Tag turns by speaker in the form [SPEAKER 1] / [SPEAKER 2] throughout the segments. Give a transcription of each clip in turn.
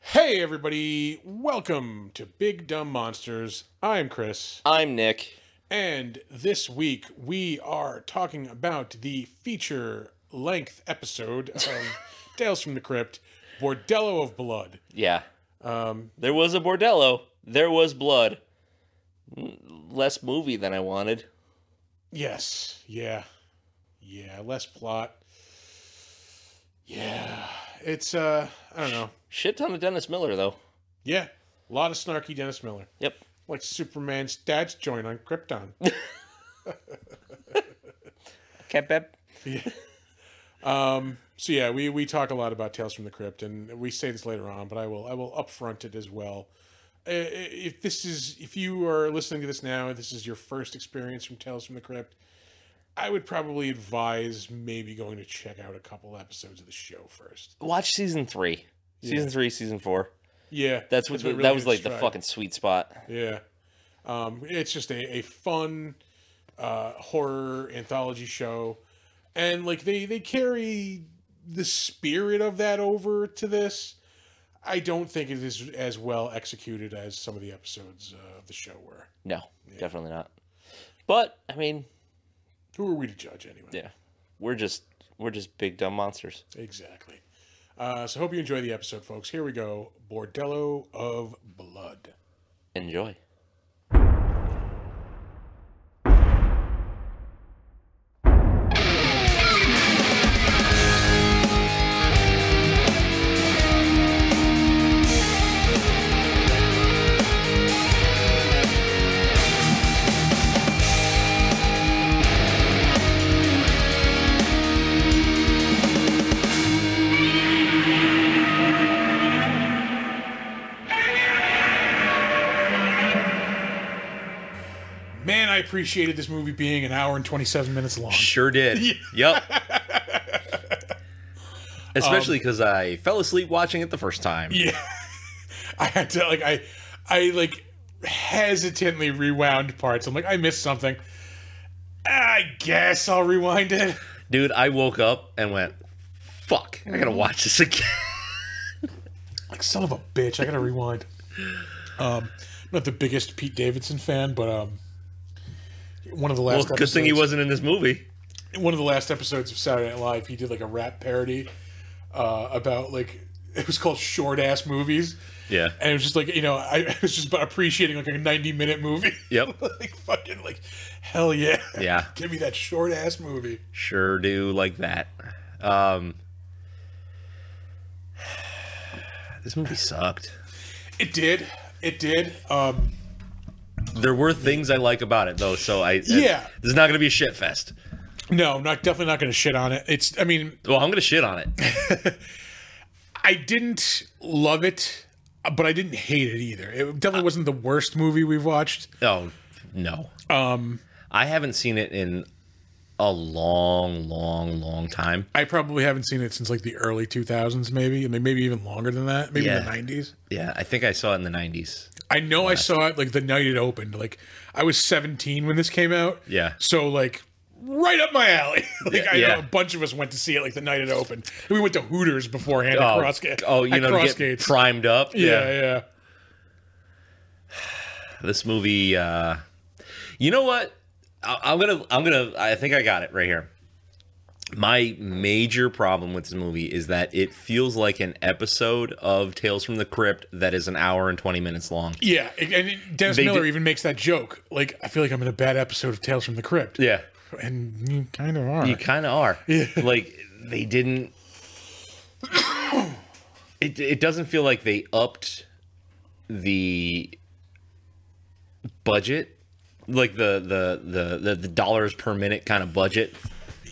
[SPEAKER 1] Hey, everybody, welcome to Big Dumb Monsters. I'm Chris,
[SPEAKER 2] I'm Nick.
[SPEAKER 1] and this week we are talking about the feature length episode of Tales from the Crypt Bordello of Blood.
[SPEAKER 2] Yeah. Um, there was a bordello. There was blood. Mm, Less movie than I wanted.
[SPEAKER 1] Yes, yeah, yeah, less plot. Yeah, it's, uh, I don't know.
[SPEAKER 2] Shit ton of Dennis Miller though.
[SPEAKER 1] Yeah, a lot of snarky Dennis Miller.
[SPEAKER 2] Yep.
[SPEAKER 1] Like Superman's dad's joint on Krypton.
[SPEAKER 2] Can't bet.
[SPEAKER 1] Um, so yeah, we we talk a lot about Tales from the Crypt, and we say this later on, but I will I will upfront it as well. Uh, If this is if you are listening to this now, this is your first experience from Tales from the Crypt. I would probably advise maybe going to check out a couple episodes of the show first.
[SPEAKER 2] Watch season three. Season three, season four.
[SPEAKER 1] Yeah,
[SPEAKER 2] That's what,
[SPEAKER 1] really
[SPEAKER 2] that was
[SPEAKER 1] gives
[SPEAKER 2] like the
[SPEAKER 1] stride.
[SPEAKER 2] fucking sweet spot.
[SPEAKER 1] Yeah. Um, it's just a, a fun uh, horror anthology show. And like they, they carry the spirit of that over to this. I don't think it is as well executed as some of the episodes uh, of the show were.
[SPEAKER 2] No, definitely not. But I mean,
[SPEAKER 1] Who are we to judge anyway?
[SPEAKER 2] yeah, we're just we're just big dumb monsters.
[SPEAKER 1] Exactly. Uh, so hope you enjoy the episode, folks. Here we go. Bordello of Blood.
[SPEAKER 2] Enjoy.
[SPEAKER 1] Man, I appreciated this movie being an hour and 27 minutes long.
[SPEAKER 3] Sure did. Yep. Especially because I fell asleep watching it the first time.
[SPEAKER 1] Yeah. I had to like I I like hesitantly rewound parts. I'm like, I missed something. I guess I'll rewind it.
[SPEAKER 3] Dude, I woke up and went, fuck, I gotta watch this again.
[SPEAKER 1] Like son of a bitch, I gotta rewind. Um I'm not the biggest Pete Davidson fan, but um one of the
[SPEAKER 3] well,
[SPEAKER 1] last
[SPEAKER 3] good thing he
[SPEAKER 1] episodes-
[SPEAKER 3] wasn't in this movie.
[SPEAKER 1] one of the last episodes of Saturday Night Live, he did like a rap parody uh, about like it was called short ass movies.
[SPEAKER 3] Yeah.
[SPEAKER 1] and it was just like you know I, I was just about appreciating like a 90 minute movie
[SPEAKER 3] Yep.
[SPEAKER 1] like fucking like hell yeah
[SPEAKER 3] Yeah.
[SPEAKER 1] give me that short ass movie
[SPEAKER 3] Sure do like that. Um, this movie sucked.
[SPEAKER 1] it did it did um
[SPEAKER 3] There were things I like about it, though, so I.
[SPEAKER 1] Yeah.
[SPEAKER 3] This is not gonna be a shit fest.
[SPEAKER 1] no I'm not definitely not gonna shit on it it's i mean
[SPEAKER 3] Well, I'm gonna shit on it.
[SPEAKER 1] i didn't love it but i didn't hate it either it
[SPEAKER 3] Uh,
[SPEAKER 1] definitely wasn't the worst movie we've watched
[SPEAKER 3] Oh no. Um, I haven't seen it in a long, long, long time.
[SPEAKER 1] i probably haven't seen it since like the early 2000s maybe i mean maybe even longer than that maybe
[SPEAKER 3] Yeah.
[SPEAKER 1] the 90s
[SPEAKER 3] Yeah, I think I saw it in the '90s.
[SPEAKER 1] I know I saw it like the night it opened. Like I was 17 when this came out.
[SPEAKER 3] Yeah.
[SPEAKER 1] So like right up my alley. like I
[SPEAKER 3] yeah.
[SPEAKER 1] know a bunch of us went to see it like the night it opened. We went to Hooters beforehand. at
[SPEAKER 3] Oh,
[SPEAKER 1] cross Ga-
[SPEAKER 3] oh, you
[SPEAKER 1] at
[SPEAKER 3] know, to
[SPEAKER 1] cross
[SPEAKER 3] get
[SPEAKER 1] gates.
[SPEAKER 3] primed up.
[SPEAKER 1] yeah, yeah,
[SPEAKER 3] this movie. Uh, you know what? I, I'm gonna, I'm gonna. I think I got it right here. My major problem with this movie is that it feels like an episode of Tales from the Crypt that is an hour and 20 minutes long.
[SPEAKER 1] yeah. And- And Dennis
[SPEAKER 3] They
[SPEAKER 1] Miller
[SPEAKER 3] did-
[SPEAKER 1] even makes that joke. Like I feel like I'm in a bad episode of Tales from the Crypt.
[SPEAKER 3] Yeah.
[SPEAKER 1] And you kind of are.
[SPEAKER 3] You kind of are. Like they didn't. It it doesn't feel like they upped the budget, like the the the the, the dollars per minute kind of budget.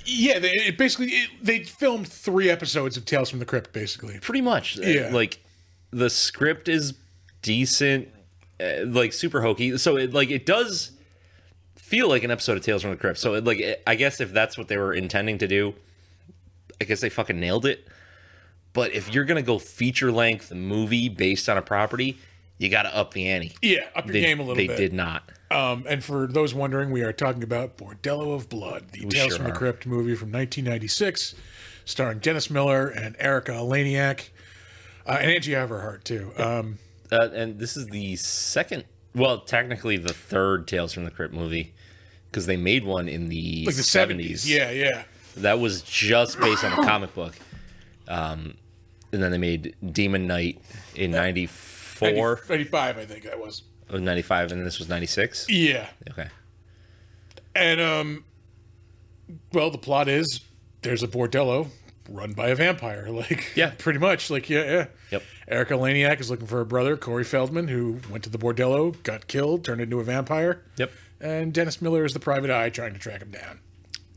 [SPEAKER 1] yeah. They, it basically it, they filmed three episodes of Tales from the Crypt. Basically.
[SPEAKER 3] Pretty much. Uh,
[SPEAKER 1] Yeah.
[SPEAKER 3] Like the script is decent, uh, like super hokey. So it like it does feel like an episode of Tales from the Crypt. So it, like it, I guess if that's what they were intending to do, I guess they fucking nailed it. But if you're gonna go feature length movie based on a property, you gotta up the ante.
[SPEAKER 1] Yeah. Up your
[SPEAKER 3] They,
[SPEAKER 1] game a little
[SPEAKER 3] they
[SPEAKER 1] bit.
[SPEAKER 3] did not.
[SPEAKER 1] Um, and for those wondering, we are talking about Bordello of Blood, the Tales
[SPEAKER 3] sure
[SPEAKER 1] from the
[SPEAKER 3] are.
[SPEAKER 1] Crypt movie from 1996, starring Dennis Miller and Erica Alaniak. uh, and Angie Everhart too. Um,
[SPEAKER 3] Uh, and this is the second, well, technically the third Tales from the Crypt movie because they made one in the
[SPEAKER 1] like the seventies. Yeah, yeah.
[SPEAKER 3] that was just based on a comic book. Um, and then they made Demon Knight in 94
[SPEAKER 1] ninety five, I think that was.
[SPEAKER 3] or 95, and this was 96.
[SPEAKER 1] Yeah,
[SPEAKER 3] Okay.
[SPEAKER 1] and um, well, the plot is there's a bordello run by a vampire. Like
[SPEAKER 3] Yeah.
[SPEAKER 1] pretty much. Like yeah, yeah.
[SPEAKER 3] Yep.
[SPEAKER 1] Erica Laniak is looking for her brother Corey Feldman, who went to the bordello, got killed, turned into a vampire.
[SPEAKER 3] Yep.
[SPEAKER 1] And Dennis Miller is the private eye trying to track him down.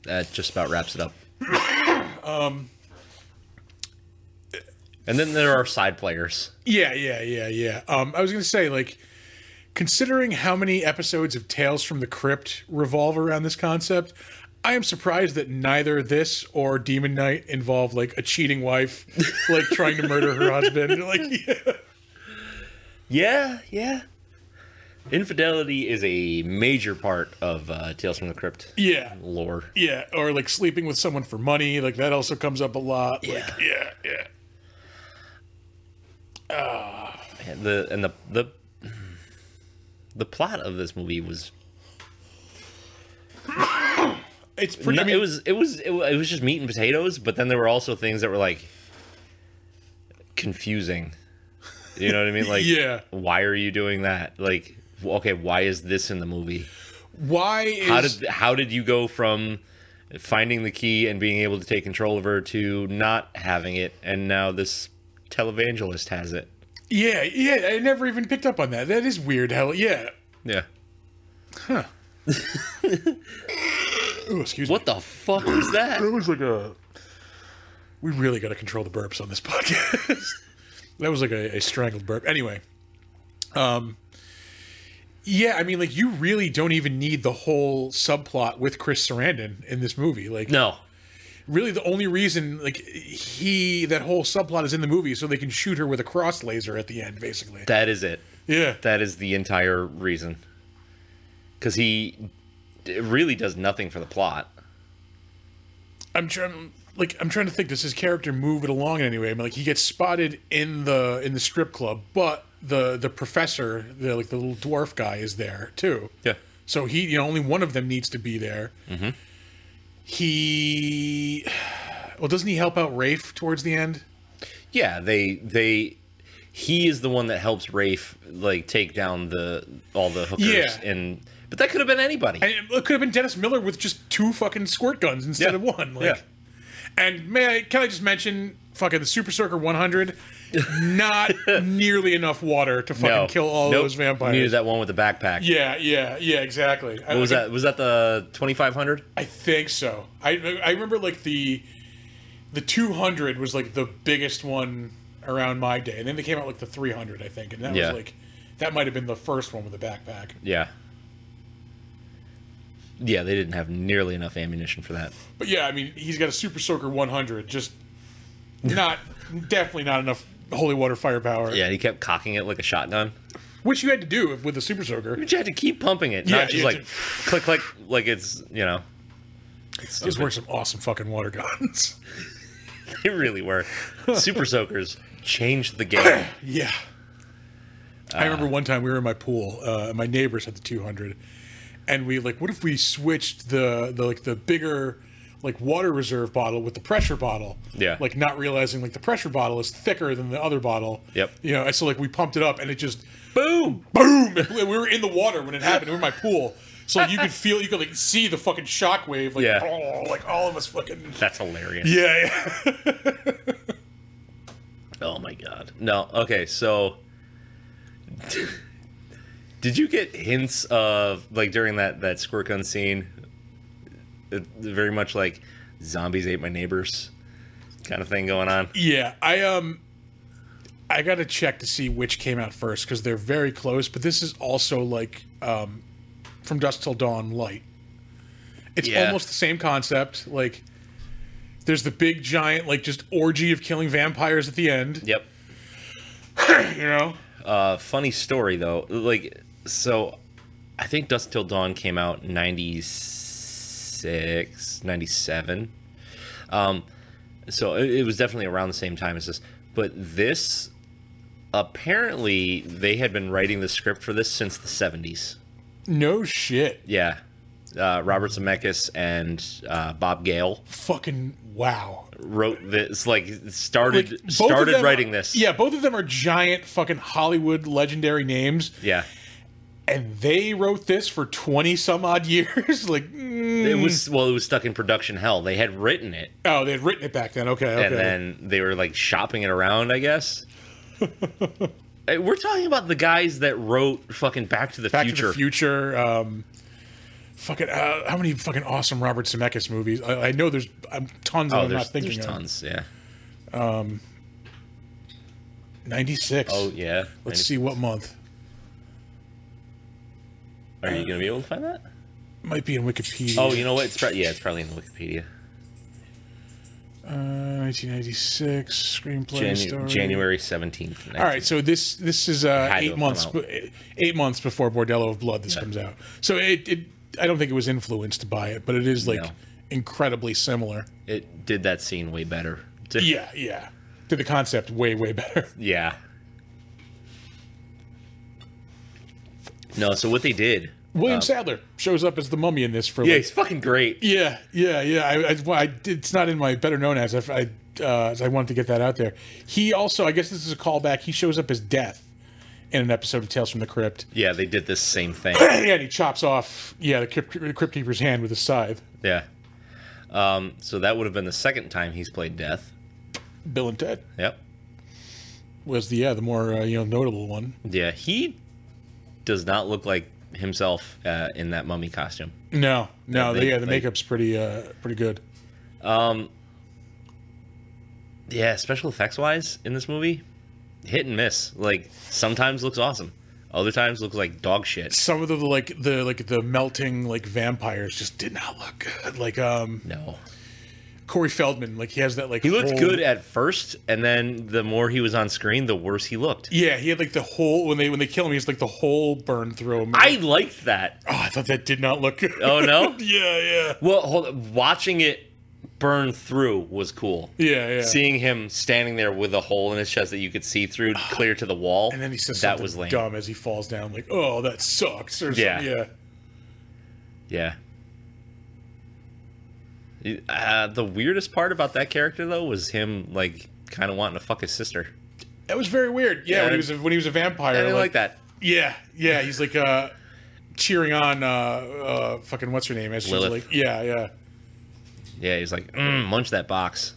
[SPEAKER 3] That just about wraps it up. um, and then there are side players.
[SPEAKER 1] Yeah, yeah, yeah, yeah. Um, I was gonna say, like, considering how many episodes of Tales from the Crypt revolve around this concept, I am surprised that neither this or Demon Knight involve like a cheating wife, like trying to murder her husband. Like, yeah.
[SPEAKER 3] Yeah, yeah. Infidelity is a major part of uh, Tales from the Crypt
[SPEAKER 1] yeah,
[SPEAKER 3] lore.
[SPEAKER 1] yeah, or like sleeping with someone for money, like that also comes up a lot. Like, yeah, yeah.
[SPEAKER 3] And the and the the the plot of this movie was
[SPEAKER 1] It's pretty.
[SPEAKER 3] No,
[SPEAKER 1] I mean,
[SPEAKER 3] it was it was it wa- it was just meat and potatoes, but then there were also things that were like confusing. You know what I mean? Like,
[SPEAKER 1] Yeah.
[SPEAKER 3] why are you doing that? Like, w- okay, why is this in the movie?
[SPEAKER 1] why is
[SPEAKER 3] How did how did you go from finding the key and being able to take control of her to not having it, and now this televangelist has it?
[SPEAKER 1] yeah, yeah? I never even picked up on that. That is weird. How yeah.
[SPEAKER 3] Yeah.
[SPEAKER 1] Ooh, excuse me.
[SPEAKER 3] What the fuck is that?
[SPEAKER 1] That was like a. We really got to control the burps on this podcast. that was like a, a strangled burp. Anyway, um, yeah, I mean, like you really don't even need the whole subplot with Chris Sarandon in this movie. Like,
[SPEAKER 3] No.
[SPEAKER 1] really, the only reason like he that whole subplot is in the movie is so they can shoot her with a cross laser at the end, basically.
[SPEAKER 3] That is it.
[SPEAKER 1] yeah,
[SPEAKER 3] That is the entire reason. Because he d- really does nothing for the plot.
[SPEAKER 1] I'm trying. Like I'm trying to think, does his character move it along in any way? I mean, like he gets spotted in the in the strip club, but the the professor, the like the little dwarf guy, is there too.
[SPEAKER 3] Yeah.
[SPEAKER 1] So he, you know, only one of them needs to be there. He, well, doesn't he help out Rafe towards the end?
[SPEAKER 3] Yeah, they they he is the one that helps Rafe like take down the all the hookers
[SPEAKER 1] Yeah.
[SPEAKER 3] and but that could have been anybody.
[SPEAKER 1] And it could have been Dennis Miller with just two fucking squirt guns instead
[SPEAKER 3] Yeah.
[SPEAKER 1] of one. Like,
[SPEAKER 3] Yeah.
[SPEAKER 1] And may I, can I just mention fucking the Super Soaker 100? Not nearly enough water to fucking
[SPEAKER 3] No.
[SPEAKER 1] kill all
[SPEAKER 3] Nope.
[SPEAKER 1] those vampires.
[SPEAKER 3] Needed that one with the backpack.
[SPEAKER 1] Yeah, yeah, yeah, exactly. I,
[SPEAKER 3] What was that? Was that the 2500?
[SPEAKER 1] I think so. I I remember like the the 200 was like the biggest one around my day, and then they came out like the 300, I think, and that
[SPEAKER 3] Yeah.
[SPEAKER 1] was like that might have been the first one with the backpack.
[SPEAKER 3] Yeah. Yeah, they didn't have nearly enough ammunition for that.
[SPEAKER 1] But yeah, I mean, he's got a Super Soaker 100, just not definitely not enough holy water firepower,
[SPEAKER 3] Yeah, he kept cocking it like a shotgun.
[SPEAKER 1] which you had to do if, with the Super Soaker.
[SPEAKER 3] But you had to keep pumping it,
[SPEAKER 1] Yeah,
[SPEAKER 3] not just
[SPEAKER 1] you
[SPEAKER 3] like
[SPEAKER 1] had
[SPEAKER 3] click click like it's you know.
[SPEAKER 1] Those were some awesome fucking water guns.
[SPEAKER 3] They really were. Super Soakers changed the game.
[SPEAKER 1] Yeah.
[SPEAKER 3] Uh,
[SPEAKER 1] I remember one time we were in my pool. Uh, and my neighbors had the 200, and we like, what if we switched the the like the bigger like water reserve bottle with the pressure bottle?
[SPEAKER 3] Yeah.
[SPEAKER 1] Like not realizing like the pressure bottle is thicker than the other bottle.
[SPEAKER 3] Yep.
[SPEAKER 1] You know, and so like we pumped it up, and it just
[SPEAKER 3] Boom!
[SPEAKER 1] boom. We were in the water when it happened. We were in my pool, so like, you could feel, you could like see the fucking shockwave, like
[SPEAKER 3] Yeah.
[SPEAKER 1] oh, like all of us fucking.
[SPEAKER 3] That's hilarious.
[SPEAKER 1] Yeah. yeah.
[SPEAKER 3] Oh my god. No. Okay. So, did you get hints of like during that that squirt gun scene? It, very much like zombies ate my neighbors, kind of thing going on.
[SPEAKER 1] Yeah, I um, I gotta check to see which came out first because they're very close. But this is also like um, from dusk till dawn light. It's
[SPEAKER 3] Yeah.
[SPEAKER 1] almost the same concept. Like, there's the big giant like just orgy of killing vampires at the end.
[SPEAKER 3] Yep.
[SPEAKER 1] You know?
[SPEAKER 3] Uh, funny story though. Like, so I think Dust Till Dawn came out in 96, 97. Um, so it, it was definitely around the same time as this. But this apparently they had been writing the script for this since the 70s.
[SPEAKER 1] No shit.
[SPEAKER 3] Yeah. Uh, Robert Zemeckis and uh, Bob Gale
[SPEAKER 1] Fucking wow.
[SPEAKER 3] wrote this, like started
[SPEAKER 1] Like, both of
[SPEAKER 3] started
[SPEAKER 1] them-
[SPEAKER 3] writing this.
[SPEAKER 1] Yeah, both of them are giant fucking Hollywood legendary names,
[SPEAKER 3] yeah.
[SPEAKER 1] and they wrote this for twenty some odd years. like, mm.
[SPEAKER 3] It was well, it was stuck in production hell. They had written it,
[SPEAKER 1] oh, they had written it back then. Okay, okay.
[SPEAKER 3] and then they were like shopping it around, I guess. Hey, We're talking about the guys that wrote fucking Back to the
[SPEAKER 1] Back
[SPEAKER 3] Future.
[SPEAKER 1] to the Future. Um, fucking uh, how many fucking awesome Robert Zemeckis movies? I, I know there's um, tons. that
[SPEAKER 3] Oh,
[SPEAKER 1] I'm
[SPEAKER 3] there's,
[SPEAKER 1] not thinking
[SPEAKER 3] there's
[SPEAKER 1] of.
[SPEAKER 3] tons. Yeah.
[SPEAKER 1] Ninety six.
[SPEAKER 3] Oh yeah.
[SPEAKER 1] Let's see what month.
[SPEAKER 3] Are you gonna be able to find that?
[SPEAKER 1] Might be in Wikipedia.
[SPEAKER 3] Oh, you know what? It's pro- yeah, it's probably in the Wikipedia.
[SPEAKER 1] uh, 1996 screenplay
[SPEAKER 3] Janu-
[SPEAKER 1] story.
[SPEAKER 3] January seventeenth.
[SPEAKER 1] All right, so this this is uh,
[SPEAKER 3] Had to
[SPEAKER 1] eight
[SPEAKER 3] have
[SPEAKER 1] months
[SPEAKER 3] come
[SPEAKER 1] eight months before Bordello of Blood. This comes out, so it, it I don't think it was influenced by it, but it is like
[SPEAKER 3] No.
[SPEAKER 1] incredibly similar.
[SPEAKER 3] It did that scene way better. Did-
[SPEAKER 1] Yeah, yeah, to the concept way way better.
[SPEAKER 3] Yeah. No, so what they did?
[SPEAKER 1] William Sadler shows up as the mummy in this for
[SPEAKER 3] Um, Yeah,
[SPEAKER 1] like
[SPEAKER 3] he's fucking great.
[SPEAKER 1] Yeah, yeah, yeah. I, I, well, I did- it's not in my better known as. I, I, uh, I wanted to get that out there. He also, I guess this is a callback. He shows up as Death in an episode of Tales from the Crypt.
[SPEAKER 3] Yeah, they did this same thing.
[SPEAKER 1] Yeah, and he chops off yeah the crypt, the crypt keeper's hand with a scythe.
[SPEAKER 3] Yeah. Um, so that would have been the second time he's played Death.
[SPEAKER 1] Bill and Ted
[SPEAKER 3] Yep.
[SPEAKER 1] was the yeah the more uh, you know notable one.
[SPEAKER 3] Yeah, he does not look like himself uh, in that mummy costume.
[SPEAKER 1] No, no,
[SPEAKER 3] Yeah,
[SPEAKER 1] the,
[SPEAKER 3] they-
[SPEAKER 1] yeah the
[SPEAKER 3] they-
[SPEAKER 1] makeup's pretty uh, pretty good.
[SPEAKER 3] Yeah, special effects wise in this movie, hit and miss. Like sometimes looks awesome, other times looks like dog shit.
[SPEAKER 1] Some of the like the like the melting like vampires just did not look good. Like um
[SPEAKER 3] No,
[SPEAKER 1] Corey Feldman, like he has that like
[SPEAKER 3] he looked
[SPEAKER 1] whole-
[SPEAKER 3] good at first, and then the more he was on screen, the worse he looked.
[SPEAKER 1] Yeah, he had like the whole when they when they kill him, he's like the whole burn through him.
[SPEAKER 3] I liked that.
[SPEAKER 1] oh, I thought that did not look good.
[SPEAKER 3] Oh no.
[SPEAKER 1] yeah, yeah,
[SPEAKER 3] well, hold on. watching it burn through was cool.
[SPEAKER 1] yeah, yeah.
[SPEAKER 3] Seeing him standing there with a hole in his chest that you could see through clear to the wall,
[SPEAKER 1] and then he says
[SPEAKER 3] that
[SPEAKER 1] something
[SPEAKER 3] was lame.
[SPEAKER 1] dumb as he falls down, like, "Oh, that sucks," or
[SPEAKER 3] Yeah.
[SPEAKER 1] yeah, yeah.
[SPEAKER 3] Yeah. Uh, the weirdest part about that character though was him like kind of wanting to fuck his sister.
[SPEAKER 1] That was very weird. Yeah,
[SPEAKER 3] Yeah,
[SPEAKER 1] when
[SPEAKER 3] I-
[SPEAKER 1] he was a, when he was a vampire,
[SPEAKER 3] I didn't
[SPEAKER 1] like,
[SPEAKER 3] like that.
[SPEAKER 1] Yeah, yeah. He's like uh, cheering on uh, uh, fucking what's her name as she's
[SPEAKER 3] Lilith.
[SPEAKER 1] like, yeah, yeah.
[SPEAKER 3] Yeah, he's like, mm, munch that box.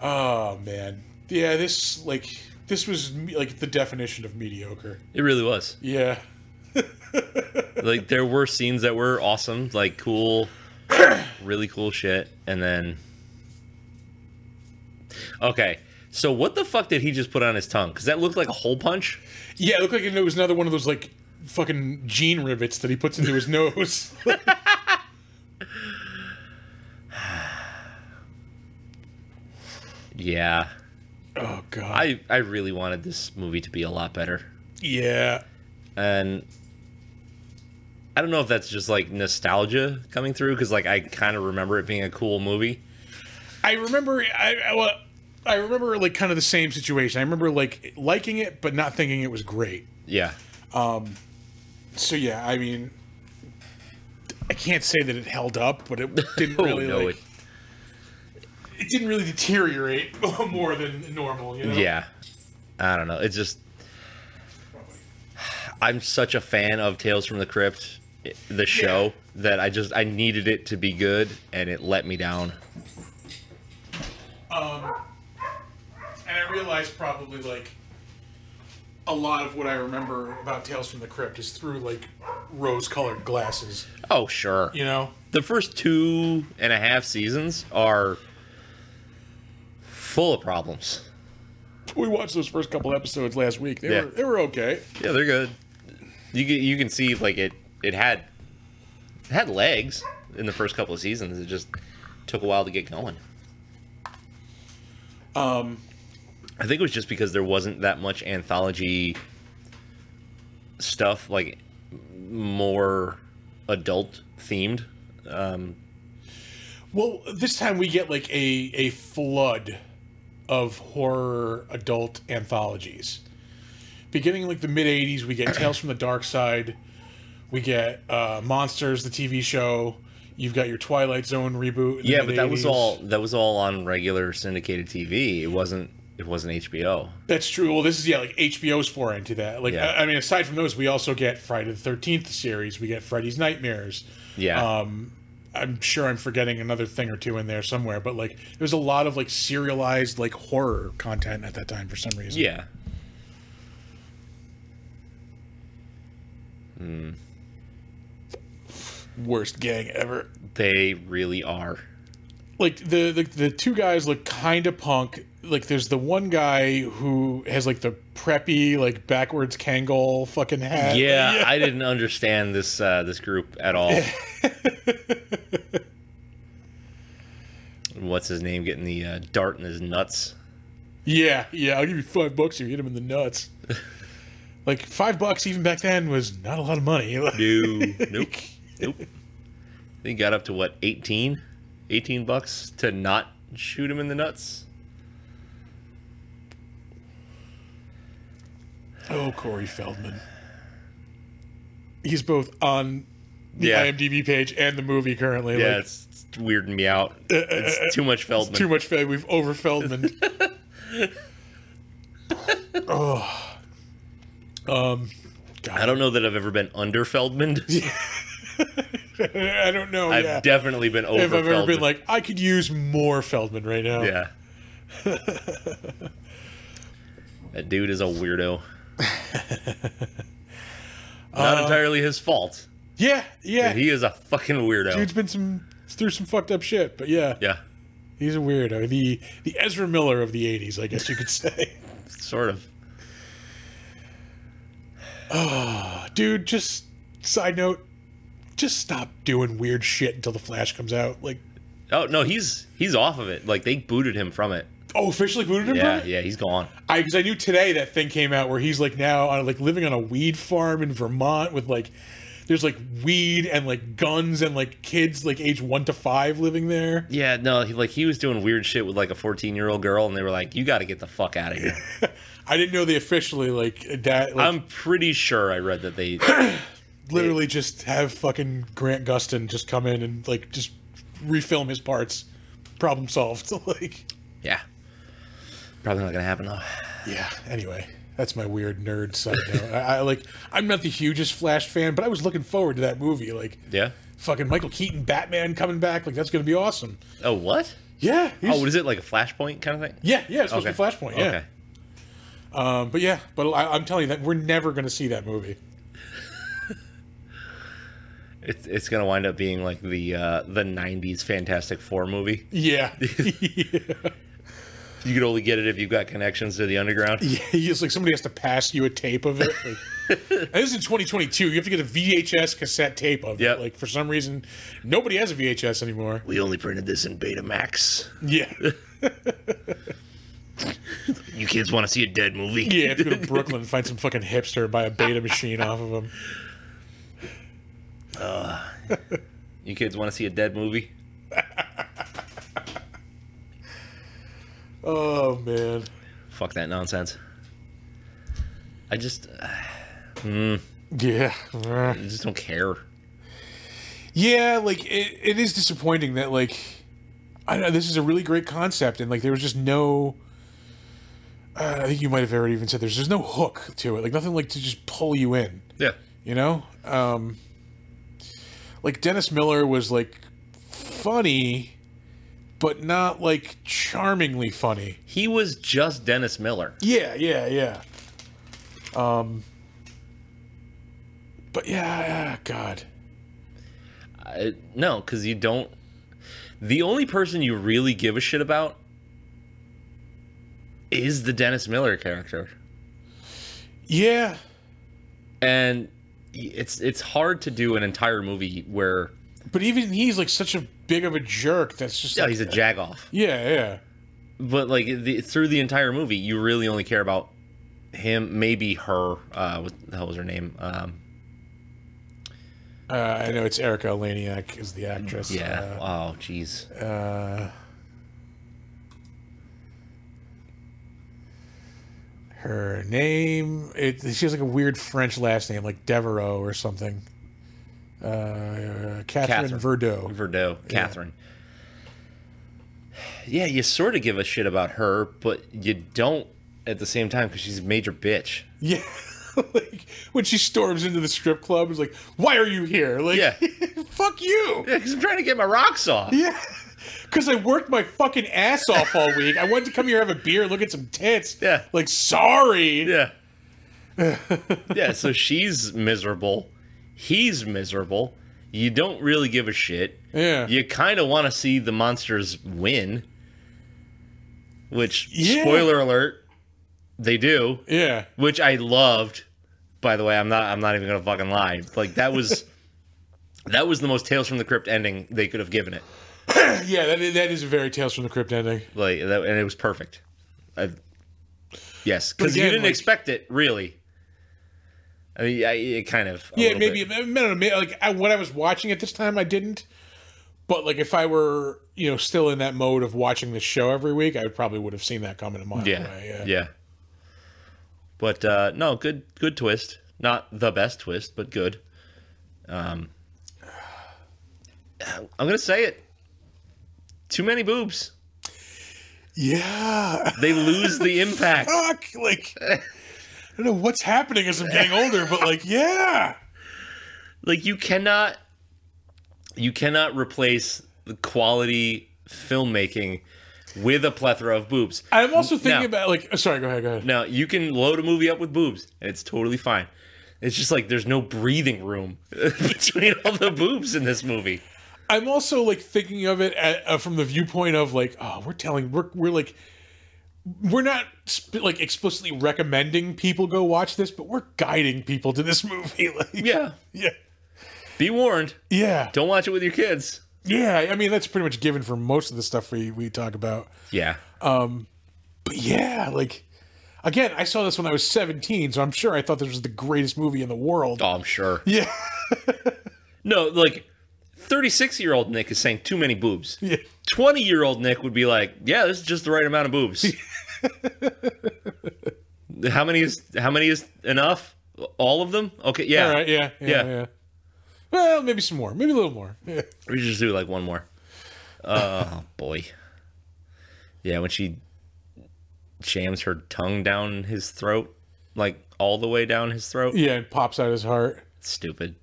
[SPEAKER 1] Oh man, yeah. This like this was me- like the definition of mediocre.
[SPEAKER 3] It really was.
[SPEAKER 1] Yeah,
[SPEAKER 3] Like there were scenes that were awesome, like cool, really cool shit, and then. Okay, so what the fuck did he just put on his tongue? Because that looked like a hole punch.
[SPEAKER 1] yeah. It looked like it was another one of those like fucking gene rivets that he puts into his nose.
[SPEAKER 3] Yeah,
[SPEAKER 1] Oh god.
[SPEAKER 3] I I really wanted this movie to be a lot better,
[SPEAKER 1] yeah.
[SPEAKER 3] and I don't know if that's just like nostalgia coming through because like I kind of remember it being a cool movie.
[SPEAKER 1] I remember I, I well, I remember like kind of the same situation. I remember like liking it but not thinking it was great.
[SPEAKER 3] Yeah,
[SPEAKER 1] So yeah, I mean I can't say that it held up, but it didn't
[SPEAKER 3] Oh,
[SPEAKER 1] really
[SPEAKER 3] no,
[SPEAKER 1] like, it... didn't really deteriorate more than normal, you know?
[SPEAKER 3] Yeah. I don't know. It's just I'm such a fan of Tales from the Crypt, the show, that I just I needed it to be good and it let me down.
[SPEAKER 1] And I realized probably like a lot of what I remember about Tales from the Crypt is through like rose-colored glasses,
[SPEAKER 3] Oh sure.
[SPEAKER 1] you know?
[SPEAKER 3] The first two and a half seasons are full of problems.
[SPEAKER 1] We watched those first couple episodes last week. They
[SPEAKER 3] Yeah.
[SPEAKER 1] were they were okay.
[SPEAKER 3] Yeah, they're good. You can, you can see like it it had it had legs in the first couple of seasons. It just took a while to get going. Um, I think it was just because there wasn't that much anthology stuff like more adult themed. Um,
[SPEAKER 1] Well, this time we get like a a flood of horror adult anthologies. Beginning in, like the mid '80s, we get Tales from the Dark Side, we get uh, Monsters, the TV show. You've got your Twilight Zone reboot. in the
[SPEAKER 3] Yeah, but that
[SPEAKER 1] mid-'80s.
[SPEAKER 3] was all that was all on regular syndicated TV. It wasn't it wasn't HBO.
[SPEAKER 1] That's true. Well, this is yeah, like HBO's foray into that. Like,
[SPEAKER 3] Yeah.
[SPEAKER 1] I, I mean, aside from those, we also get Friday the Thirteenth series. We get Freddy's Nightmares.
[SPEAKER 3] Yeah.
[SPEAKER 1] Um, I'm sure I'm forgetting another thing or two in there somewhere, but like, there was a lot of like serialized like horror content at that time for some reason.
[SPEAKER 3] yeah.
[SPEAKER 1] worst gang ever.
[SPEAKER 3] They really are.
[SPEAKER 1] Like the the, the two guys look kind of punk. Like there's the one guy who has like the preppy like backwards Kangol fucking hat.
[SPEAKER 3] Yeah, I didn't understand this uh, this group at all. What's his name getting the uh, dart in his nuts?
[SPEAKER 1] Yeah, yeah, I'll give you five bucks if you hit him in the nuts. like five bucks even back then was not a lot of money. Like,
[SPEAKER 3] No, nope, nope. They got up to what 18? 18 bucks to not shoot him in the nuts.
[SPEAKER 1] oh, Corey Feldman. He's both on the
[SPEAKER 3] Yeah.
[SPEAKER 1] IMDb page and the movie currently. like,
[SPEAKER 3] Yeah, it's, it's weirding me out. uh, It's too much Feldman.
[SPEAKER 1] too much Fed. We've over Feldman. oh. Um,
[SPEAKER 3] I don't know that I've ever been under Feldman.
[SPEAKER 1] I don't know.
[SPEAKER 3] I've
[SPEAKER 1] yeah.
[SPEAKER 3] definitely been over
[SPEAKER 1] if I've ever been
[SPEAKER 3] Feldman.
[SPEAKER 1] like, I could use more Feldman right now.
[SPEAKER 3] yeah. that dude is a weirdo. Not entirely his fault.
[SPEAKER 1] Yeah. Yeah.
[SPEAKER 3] He is a fucking weirdo.
[SPEAKER 1] Dude's been some through some fucked up shit, but yeah,
[SPEAKER 3] yeah,
[SPEAKER 1] he's a weirdo. The the Ezra Miller of the '80s, I guess you could say.
[SPEAKER 3] sort of.
[SPEAKER 1] Dude, just side note, just stop doing weird shit until the Flash comes out. Like,
[SPEAKER 3] Oh no, he's he's off of it. Like they booted him from it.
[SPEAKER 1] oh, officially booted him.
[SPEAKER 3] Yeah,
[SPEAKER 1] from it?
[SPEAKER 3] yeah, he's gone.
[SPEAKER 1] I because I knew today that thing came out where he's like now on like living on a weed farm in Vermont with like there's like weed and like guns and like kids like age one to five living there.
[SPEAKER 3] Yeah, no, he, like he was doing weird shit with like a 14 year old girl, and they were like, "You got to get the fuck out of here."
[SPEAKER 1] I didn't know they officially like that. Like,
[SPEAKER 3] I'm pretty sure I read that they.
[SPEAKER 1] literally just have fucking Grant Gustin just come in and like just refilm his parts. Problem solved. like,
[SPEAKER 3] Yeah, probably not gonna happen though.
[SPEAKER 1] yeah. Anyway, that's my weird nerd side note. I, I like. I'm not the hugest Flash fan, but I was looking forward to that movie. Like,
[SPEAKER 3] Yeah.
[SPEAKER 1] fucking Michael Keaton Batman coming back. Like, that's gonna be awesome.
[SPEAKER 3] Oh what?
[SPEAKER 1] Yeah. he's-
[SPEAKER 3] Oh, what is it like a flashpoint kind of thing?
[SPEAKER 1] yeah. Yeah. It's supposed to be Flashpoint. Yeah.
[SPEAKER 3] Okay.
[SPEAKER 1] Um, but yeah, but I, I'm telling you that we're never gonna see that movie.
[SPEAKER 3] It's it's gonna wind up being like the uh, the '90s Fantastic Four movie.
[SPEAKER 1] Yeah. yeah.
[SPEAKER 3] You could only get it if you've got connections to the underground.
[SPEAKER 1] Yeah, it's like somebody has to pass you a tape of it. Like, and this is in 2022. You have to get a VHS cassette tape of
[SPEAKER 3] Yep.
[SPEAKER 1] it. Like for some reason, nobody has a VHS anymore.
[SPEAKER 3] We only printed this in Betamax.
[SPEAKER 1] Yeah, yeah.
[SPEAKER 3] You kids want to see a dead movie?
[SPEAKER 1] You have to go to Brooklyn and find some fucking hipster and buy a beta machine off of him.
[SPEAKER 3] You kids want to see a dead movie?
[SPEAKER 1] Oh man.
[SPEAKER 3] Fuck that nonsense. I just
[SPEAKER 1] Yeah.
[SPEAKER 3] I just don't care.
[SPEAKER 1] Yeah, like it, it is disappointing that like I don't know this is a really great concept and like there was just no uh, I think you might have already even said there's there's no hook to it. Like nothing like to just pull you in.
[SPEAKER 3] Yeah.
[SPEAKER 1] you know um like dennis miller was like funny but not like charmingly funny
[SPEAKER 3] He was just Dennis Miller.
[SPEAKER 1] yeah yeah yeah um but yeah, yeah god
[SPEAKER 3] I, no, because you don't. The only person you really give a shit about is the Dennis Miller character,
[SPEAKER 1] yeah
[SPEAKER 3] and it's it's hard to do an entire movie where
[SPEAKER 1] but even he's like such a big of a jerk that's just
[SPEAKER 3] yeah,
[SPEAKER 1] like,
[SPEAKER 3] he's a jagoff.
[SPEAKER 1] yeah yeah
[SPEAKER 3] But like the, through the entire movie, you really only care about him, maybe her. Uh, what the hell was her name? Um,
[SPEAKER 1] Uh, I know it's Erica Laniak is the actress.
[SPEAKER 3] Yeah. oh, jeez.
[SPEAKER 1] Uh, uh, her name, it, she has like a weird French last name, like Devereaux or something. Uh, Catherine,
[SPEAKER 3] Catherine.
[SPEAKER 1] Verdot.
[SPEAKER 3] Verdot. Catherine. Yeah, you sort of give a shit about her, but you don't at the same time because she's a major bitch.
[SPEAKER 1] Yeah. like when she storms into the strip club, it's like, why are you here? Like,
[SPEAKER 3] Yeah.
[SPEAKER 1] fuck you.
[SPEAKER 3] Yeah, 'cause I'm trying to get my rocks off.
[SPEAKER 1] Yeah. Because I worked my fucking ass off all week. I wanted to come here, have a beer, look at some tits.
[SPEAKER 3] Yeah.
[SPEAKER 1] Like, sorry.
[SPEAKER 3] Yeah. yeah, so she's miserable. He's miserable. You don't really give a shit.
[SPEAKER 1] Yeah.
[SPEAKER 3] You kind of want to see the monsters win. Which,
[SPEAKER 1] Yeah.
[SPEAKER 3] spoiler alert, they do.
[SPEAKER 1] Yeah.
[SPEAKER 3] Which I loved. By the way, I'm not. I'm not even gonna fucking lie. Like that was, that was the most Tales from the Crypt ending they could have given it.
[SPEAKER 1] Yeah, that is, that is a very Tales from the Crypt ending.
[SPEAKER 3] Like, that, and it was perfect. I, yes, because you
[SPEAKER 1] again,
[SPEAKER 3] didn't
[SPEAKER 1] like-
[SPEAKER 3] expect it, really. I mean, I, it kind of. a
[SPEAKER 1] Yeah,
[SPEAKER 3] little
[SPEAKER 1] maybe,
[SPEAKER 3] bit.
[SPEAKER 1] I don't know, like, I, when I was watching it this time, I didn't. But, like, if I were, you know, still in that mode of watching the show every week, I probably would have seen that coming a mile
[SPEAKER 3] Yeah,
[SPEAKER 1] away. Yeah.
[SPEAKER 3] yeah. But uh, no, good, good twist. Not the best twist, but good. Um, I'm gonna say it. Too many boobs.
[SPEAKER 1] Yeah.
[SPEAKER 3] They lose the impact.
[SPEAKER 1] Fuck. Like, I don't know what's happening as I'm getting older, but, like, yeah.
[SPEAKER 3] like you cannot you cannot replace the quality filmmaking with a plethora of boobs
[SPEAKER 1] I'm also thinking
[SPEAKER 3] Now-
[SPEAKER 1] about, like, sorry, go ahead, go ahead.
[SPEAKER 3] now you can load a movie up with boobs and it's totally fine it's just like there's no breathing room between all the boobs in this movie
[SPEAKER 1] I'm also like thinking of it at, uh, from the viewpoint of like, oh, we're telling, we're, we're like, we're not sp- like explicitly recommending people go watch this, but we're guiding people to this movie. Like,
[SPEAKER 3] yeah
[SPEAKER 1] yeah,
[SPEAKER 3] be warned
[SPEAKER 1] yeah,
[SPEAKER 3] don't watch it with your kids
[SPEAKER 1] yeah. I mean, that's pretty much given for most of the stuff we we talk about.
[SPEAKER 3] yeah
[SPEAKER 1] But yeah, like, again, I saw this when I was 17, so I'm sure I thought this was the greatest movie in the world.
[SPEAKER 3] oh i'm sure
[SPEAKER 1] Yeah,
[SPEAKER 3] no like 36 year old nick is saying too many boobs
[SPEAKER 1] yeah,
[SPEAKER 3] 20 year old Nick would be like, yeah, this is just the right amount of boobs. how many is how many is enough? All of them? Okay, yeah.
[SPEAKER 1] all right, yeah, yeah, yeah.
[SPEAKER 3] Yeah.
[SPEAKER 1] Well, maybe some more, maybe a little more. Yeah.
[SPEAKER 3] We should just do like one more. Oh boy. Yeah, when she jams her tongue down his throat, like all the way down his throat.
[SPEAKER 1] yeah, it pops out his heart.
[SPEAKER 3] Stupid.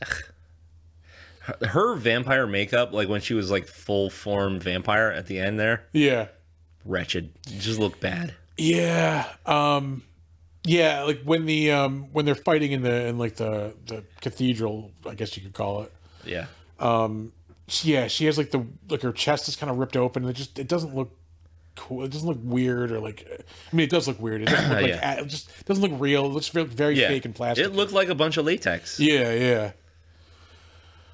[SPEAKER 3] Ugh. Her- Her vampire makeup, like when she was like full form vampire at the end there.
[SPEAKER 1] Yeah.
[SPEAKER 3] wretched. You just look bad.
[SPEAKER 1] Yeah. Um yeah, like when the um when they're fighting in the in like the the cathedral, I guess you could call it.
[SPEAKER 3] Yeah.
[SPEAKER 1] She- Yeah, she has like the like her chest is kind of ripped open and it just it doesn't look cool. It doesn't look weird or like I mean it does look weird. It doesn't look like
[SPEAKER 3] Yeah.
[SPEAKER 1] it just it doesn't look real. It looks very, very
[SPEAKER 3] Yeah.
[SPEAKER 1] fake and plastic.
[SPEAKER 3] It looked like a bunch of latex.
[SPEAKER 1] yeah, yeah.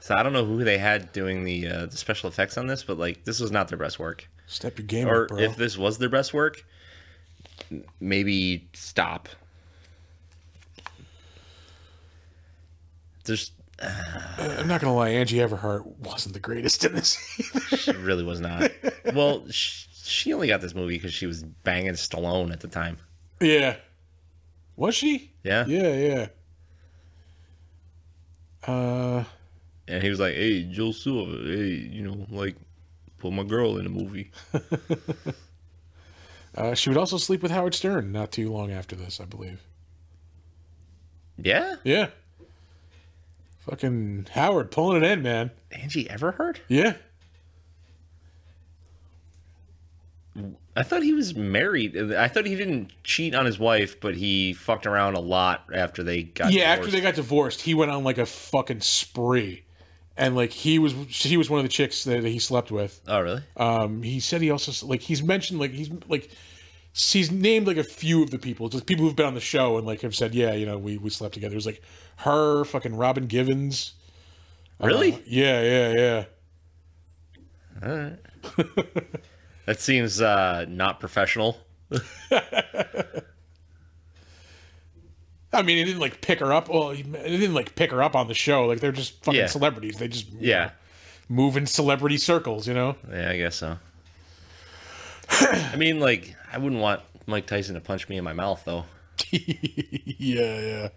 [SPEAKER 3] So I don't know who they had doing the uh, the special effects on this, but like this was not their best work.
[SPEAKER 1] Step your game
[SPEAKER 3] Or
[SPEAKER 1] up, Oh, bro.
[SPEAKER 3] if this was their best work, m- maybe stop. There's
[SPEAKER 1] I'm not gonna lie, Angie Everhart wasn't the greatest in this.
[SPEAKER 3] she really was not. well, sh- she only got this movie because she was banging Stallone at the time.
[SPEAKER 1] yeah. Was she?
[SPEAKER 3] Yeah?
[SPEAKER 1] Yeah, yeah. Uh
[SPEAKER 3] and he was like, "Hey, Joe Silva, hey, you know, like, put my girl in a movie."
[SPEAKER 1] Uh, she would also sleep with Howard Stern not too long after this, I believe.
[SPEAKER 3] Yeah,
[SPEAKER 1] Yeah. Fucking Howard pulling it in, man.
[SPEAKER 3] Angie Everhart.
[SPEAKER 1] Yeah.
[SPEAKER 3] I thought he was married. I thought he didn't cheat on his wife, but he fucked around a lot after they got.
[SPEAKER 1] Yeah, after they got divorced, he went on like a fucking spree. And like he was she was one of the chicks that he slept with.
[SPEAKER 3] Oh, really?
[SPEAKER 1] Um he said he also like he's mentioned like he's like he's named like a few of the people, just people who've been on the show and like have said, "Yeah, you know, we we slept together." It was like her, fucking Robin Givens. Uh,
[SPEAKER 3] really?
[SPEAKER 1] Yeah, yeah, yeah.
[SPEAKER 3] that seems uh, not professional.
[SPEAKER 1] I mean, it didn't like pick her up. Well, it didn't like pick her up on the show. Like they're just fucking
[SPEAKER 3] Yeah.
[SPEAKER 1] celebrities. They just
[SPEAKER 3] Yeah.
[SPEAKER 1] move in celebrity circles, you know.
[SPEAKER 3] Yeah, I guess so. I mean, like, I wouldn't want Mike Tyson to punch me in my mouth, though.
[SPEAKER 1] yeah, yeah.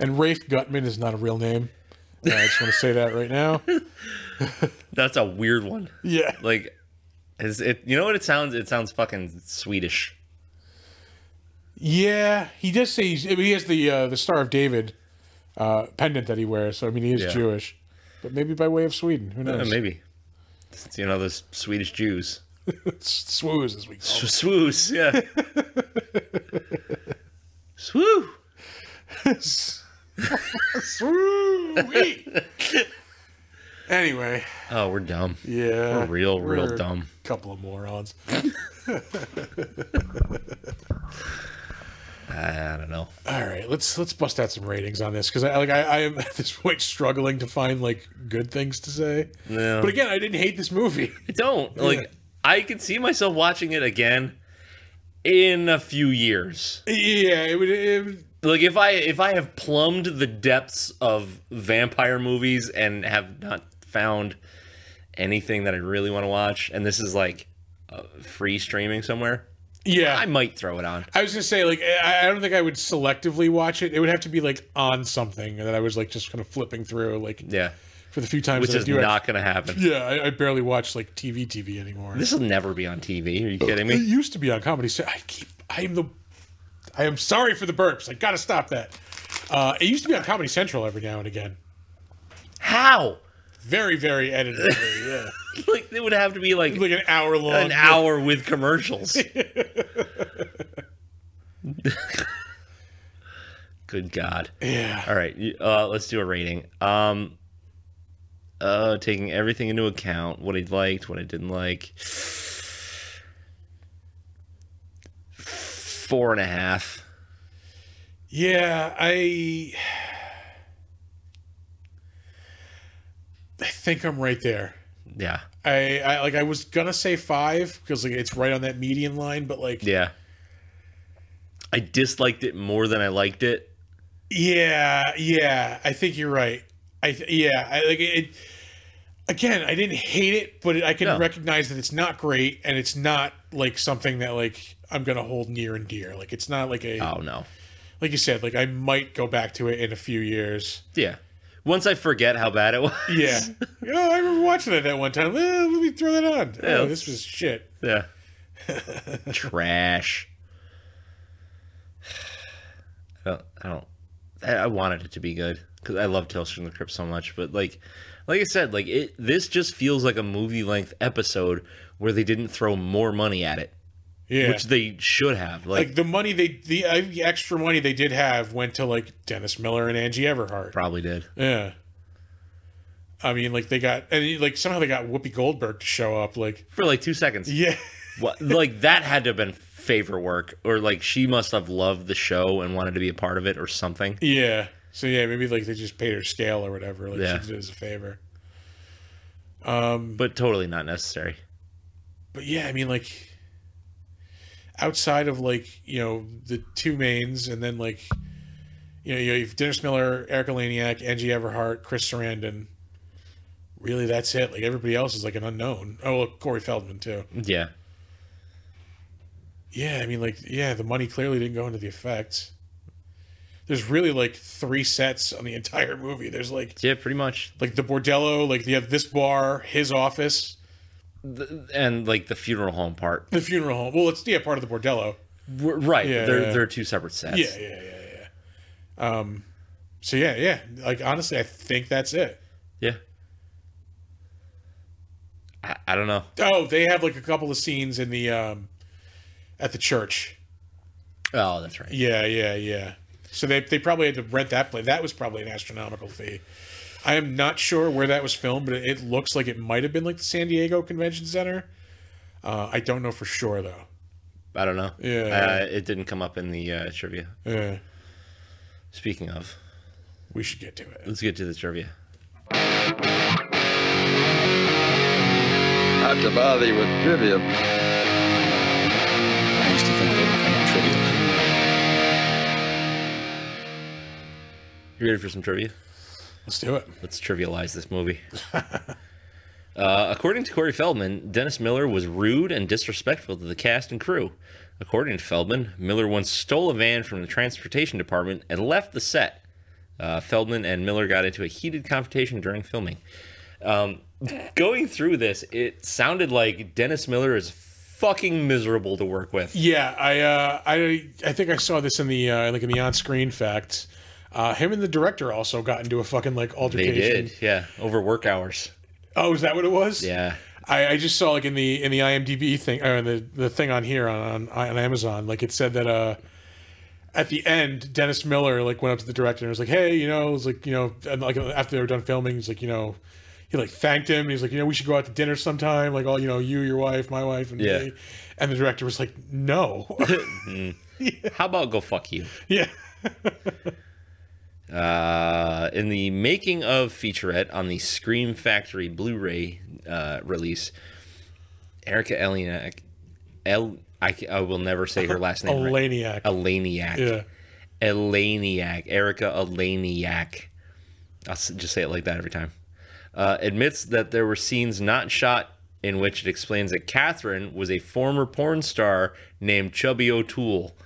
[SPEAKER 1] And Rafe Gutman is not a real name. Uh, I just want to say that right now.
[SPEAKER 3] That's a weird one.
[SPEAKER 1] Yeah.
[SPEAKER 3] Like, is it? You know what it sounds? It sounds fucking Swedish.
[SPEAKER 1] Yeah, he does say he's, I mean, he has the uh, the Star of David uh, pendant that he wears. So I mean, he is
[SPEAKER 3] Yeah.
[SPEAKER 1] Jewish, but maybe by way of Sweden. Who
[SPEAKER 3] Uh,
[SPEAKER 1] knows?
[SPEAKER 3] maybe. It's, you know those Swedish Jews.
[SPEAKER 1] Swoos as we call. it.
[SPEAKER 3] Swoos, yeah. Swoo.
[SPEAKER 1] Swoo. anyway,
[SPEAKER 3] Oh, we're dumb.
[SPEAKER 1] yeah,
[SPEAKER 3] We're real, real
[SPEAKER 1] we're
[SPEAKER 3] dumb.
[SPEAKER 1] A couple of morons.
[SPEAKER 3] I don't know.
[SPEAKER 1] All right, let's let's bust out some ratings on this because I like I, I am at this point struggling to find like good things to say.
[SPEAKER 3] No.
[SPEAKER 1] But again, I didn't hate this movie.
[SPEAKER 3] I don't. Like, I could see myself watching it again in a few years.
[SPEAKER 1] yeah, it would. It would
[SPEAKER 3] Like if I if I have plumbed the depths of vampire movies and have not found anything that I really want to watch, and this is like uh, free streaming somewhere,
[SPEAKER 1] yeah,
[SPEAKER 3] I might throw it on.
[SPEAKER 1] I was gonna say, like, I I don't think I would selectively watch it. It would have to be like on something that I was like just kind of flipping through, like
[SPEAKER 3] Yeah,
[SPEAKER 1] for the few times
[SPEAKER 3] which
[SPEAKER 1] that
[SPEAKER 3] is
[SPEAKER 1] I do.
[SPEAKER 3] not going to happen.
[SPEAKER 1] yeah, I, I barely watch like TV, TV anymore.
[SPEAKER 3] This will never be on TV. Are you kidding
[SPEAKER 1] it
[SPEAKER 3] me?
[SPEAKER 1] used to be on Comedy Central. I keep, I am the, I am sorry for the burps. I gotta stop that. Uh, it used to be on Comedy Central every now and again.
[SPEAKER 3] How?
[SPEAKER 1] Very, very edited. yeah,
[SPEAKER 3] Like it would have to be like
[SPEAKER 1] like an hour long.
[SPEAKER 3] an hour with commercials. Good God.
[SPEAKER 1] Yeah.
[SPEAKER 3] All right, you- uh, let's do a rating. Um, uh, taking everything into account, what I liked, what I didn't like. Four and a half.
[SPEAKER 1] Yeah, I I think I'm right there.
[SPEAKER 3] Yeah,
[SPEAKER 1] I, I like I was gonna say five because like it's right on that median line, but like yeah,
[SPEAKER 3] yeah. I disliked it more than I liked it.
[SPEAKER 1] yeah, I think you're right. I th- yeah, I like it. Again, I didn't hate it, but I can
[SPEAKER 3] No.
[SPEAKER 1] recognize that it's not great and it's not like something that like I'm gonna hold near and dear. Like it's not like a
[SPEAKER 3] Oh no.
[SPEAKER 1] like you said like I might go back to it in a few years.
[SPEAKER 3] Yeah. Once I forget how bad it was.
[SPEAKER 1] Yeah. oh, I remember watching it that one time. Eh, let me throw that on.
[SPEAKER 3] Yeah.
[SPEAKER 1] Oh, this was shit.
[SPEAKER 3] Yeah. Trash. I don't. I don't. I, I wanted it to be good because I love Tales from the Crypt so much. But like, like I said, like it. This just feels like a movie length episode where they didn't throw more money at it,
[SPEAKER 1] Yeah.
[SPEAKER 3] which they should have. Like,
[SPEAKER 1] like the money they the, uh, the extra money they did have went to like Dennis Miller and Angie Everhart.
[SPEAKER 3] probably did.
[SPEAKER 1] Yeah. I mean, like they got and like somehow they got Whoopi Goldberg to show up. Like,
[SPEAKER 3] For like two seconds.
[SPEAKER 1] yeah,
[SPEAKER 3] what, like that had to have been favor work, or like she must have loved the show and wanted to be a part of it, or something.
[SPEAKER 1] yeah. So yeah, maybe like they just paid her scale or whatever. Like
[SPEAKER 3] Yeah.
[SPEAKER 1] she did it as a favor. Um,
[SPEAKER 3] But totally not necessary.
[SPEAKER 1] but yeah, I mean, like outside of like you know the two mains, and then like you know you have Dennis Miller, Erica Laniak, Angie Everhart, Chris Sarandon. Really, that's it. Like everybody else is like an unknown. Oh, well, Corey Feldman too.
[SPEAKER 3] Yeah.
[SPEAKER 1] Yeah, I mean, like yeah, the money clearly didn't go into the effects. There's really like three sets on the entire movie. There's like
[SPEAKER 3] Yeah. Pretty much.
[SPEAKER 1] like the bordello, like you have this bar, his office,
[SPEAKER 3] and like the funeral home part.
[SPEAKER 1] the funeral home. Well, it's yeah, part of the bordello.
[SPEAKER 3] R- Right.
[SPEAKER 1] Yeah,
[SPEAKER 3] they're
[SPEAKER 1] yeah.
[SPEAKER 3] they're two separate sets.
[SPEAKER 1] Yeah, yeah, yeah, yeah. Um, so yeah, yeah. Like honestly, I think that's it.
[SPEAKER 3] Yeah. I, I don't know.
[SPEAKER 1] Oh, they have like a couple of scenes in the um, at the church.
[SPEAKER 3] Oh, that's right.
[SPEAKER 1] Yeah, yeah, yeah. So they they probably had to rent that place. That was probably an astronomical fee. I am not sure where that was filmed, but it, it looks like it might have been like the San Diego Convention Center. Uh, I don't know for sure though.
[SPEAKER 3] I don't know.
[SPEAKER 1] Yeah.
[SPEAKER 3] Uh, it didn't come up in the uh, trivia.
[SPEAKER 1] Yeah,
[SPEAKER 3] Speaking of,
[SPEAKER 1] we should get to it.
[SPEAKER 3] let's get to the trivia.
[SPEAKER 4] Not to bother you with trivia.
[SPEAKER 5] I used to think they were kind of trivial.
[SPEAKER 3] You ready for some trivia?
[SPEAKER 1] Let's do it.
[SPEAKER 3] Let's trivialize this movie. uh, according to Corey Feldman, Dennis Miller was rude and disrespectful to the cast and crew. According to Feldman, Miller once stole a van from the transportation department and left the set. Uh, Feldman and Miller got into a heated confrontation during filming. Um, going through this, it sounded like Dennis Miller is fucking miserable to work with.
[SPEAKER 1] Yeah, I uh, I I think I saw this in the uh, like in the on-screen facts. Uh, him and the director also got into a fucking like
[SPEAKER 3] They
[SPEAKER 1] altercation.
[SPEAKER 3] did, yeah, over work hours.
[SPEAKER 1] Oh, is that what it was?
[SPEAKER 3] Yeah,
[SPEAKER 1] I, I just saw like in the in the IMDb thing or the the thing on here on on, on Amazon, like it said that uh, at the end, Dennis Miller like went up to the director and was like, "Hey, you know, it was like you know, and like after they were done filming, he's like, you know." He like thanked him. and He's like, you know, we should go out to dinner sometime. Like, all you know, you, your wife, my wife, and
[SPEAKER 3] Yeah.
[SPEAKER 1] me. And the director was like, no,
[SPEAKER 3] how about go fuck you?
[SPEAKER 1] yeah,
[SPEAKER 3] Uh, in the making of featurette on the Scream Factory Blu-ray uh, release, Erica Eleniak, El, I, c- I will never say her last name right.
[SPEAKER 1] Elaniac.
[SPEAKER 3] Eleniak.
[SPEAKER 1] Yeah,
[SPEAKER 3] Elaniak, Erica Elaniak. I'll s- just say it like that every time. Uh, admits that there were scenes not shot in which it explains that Catherine was a former porn star named Chubby O'Toole.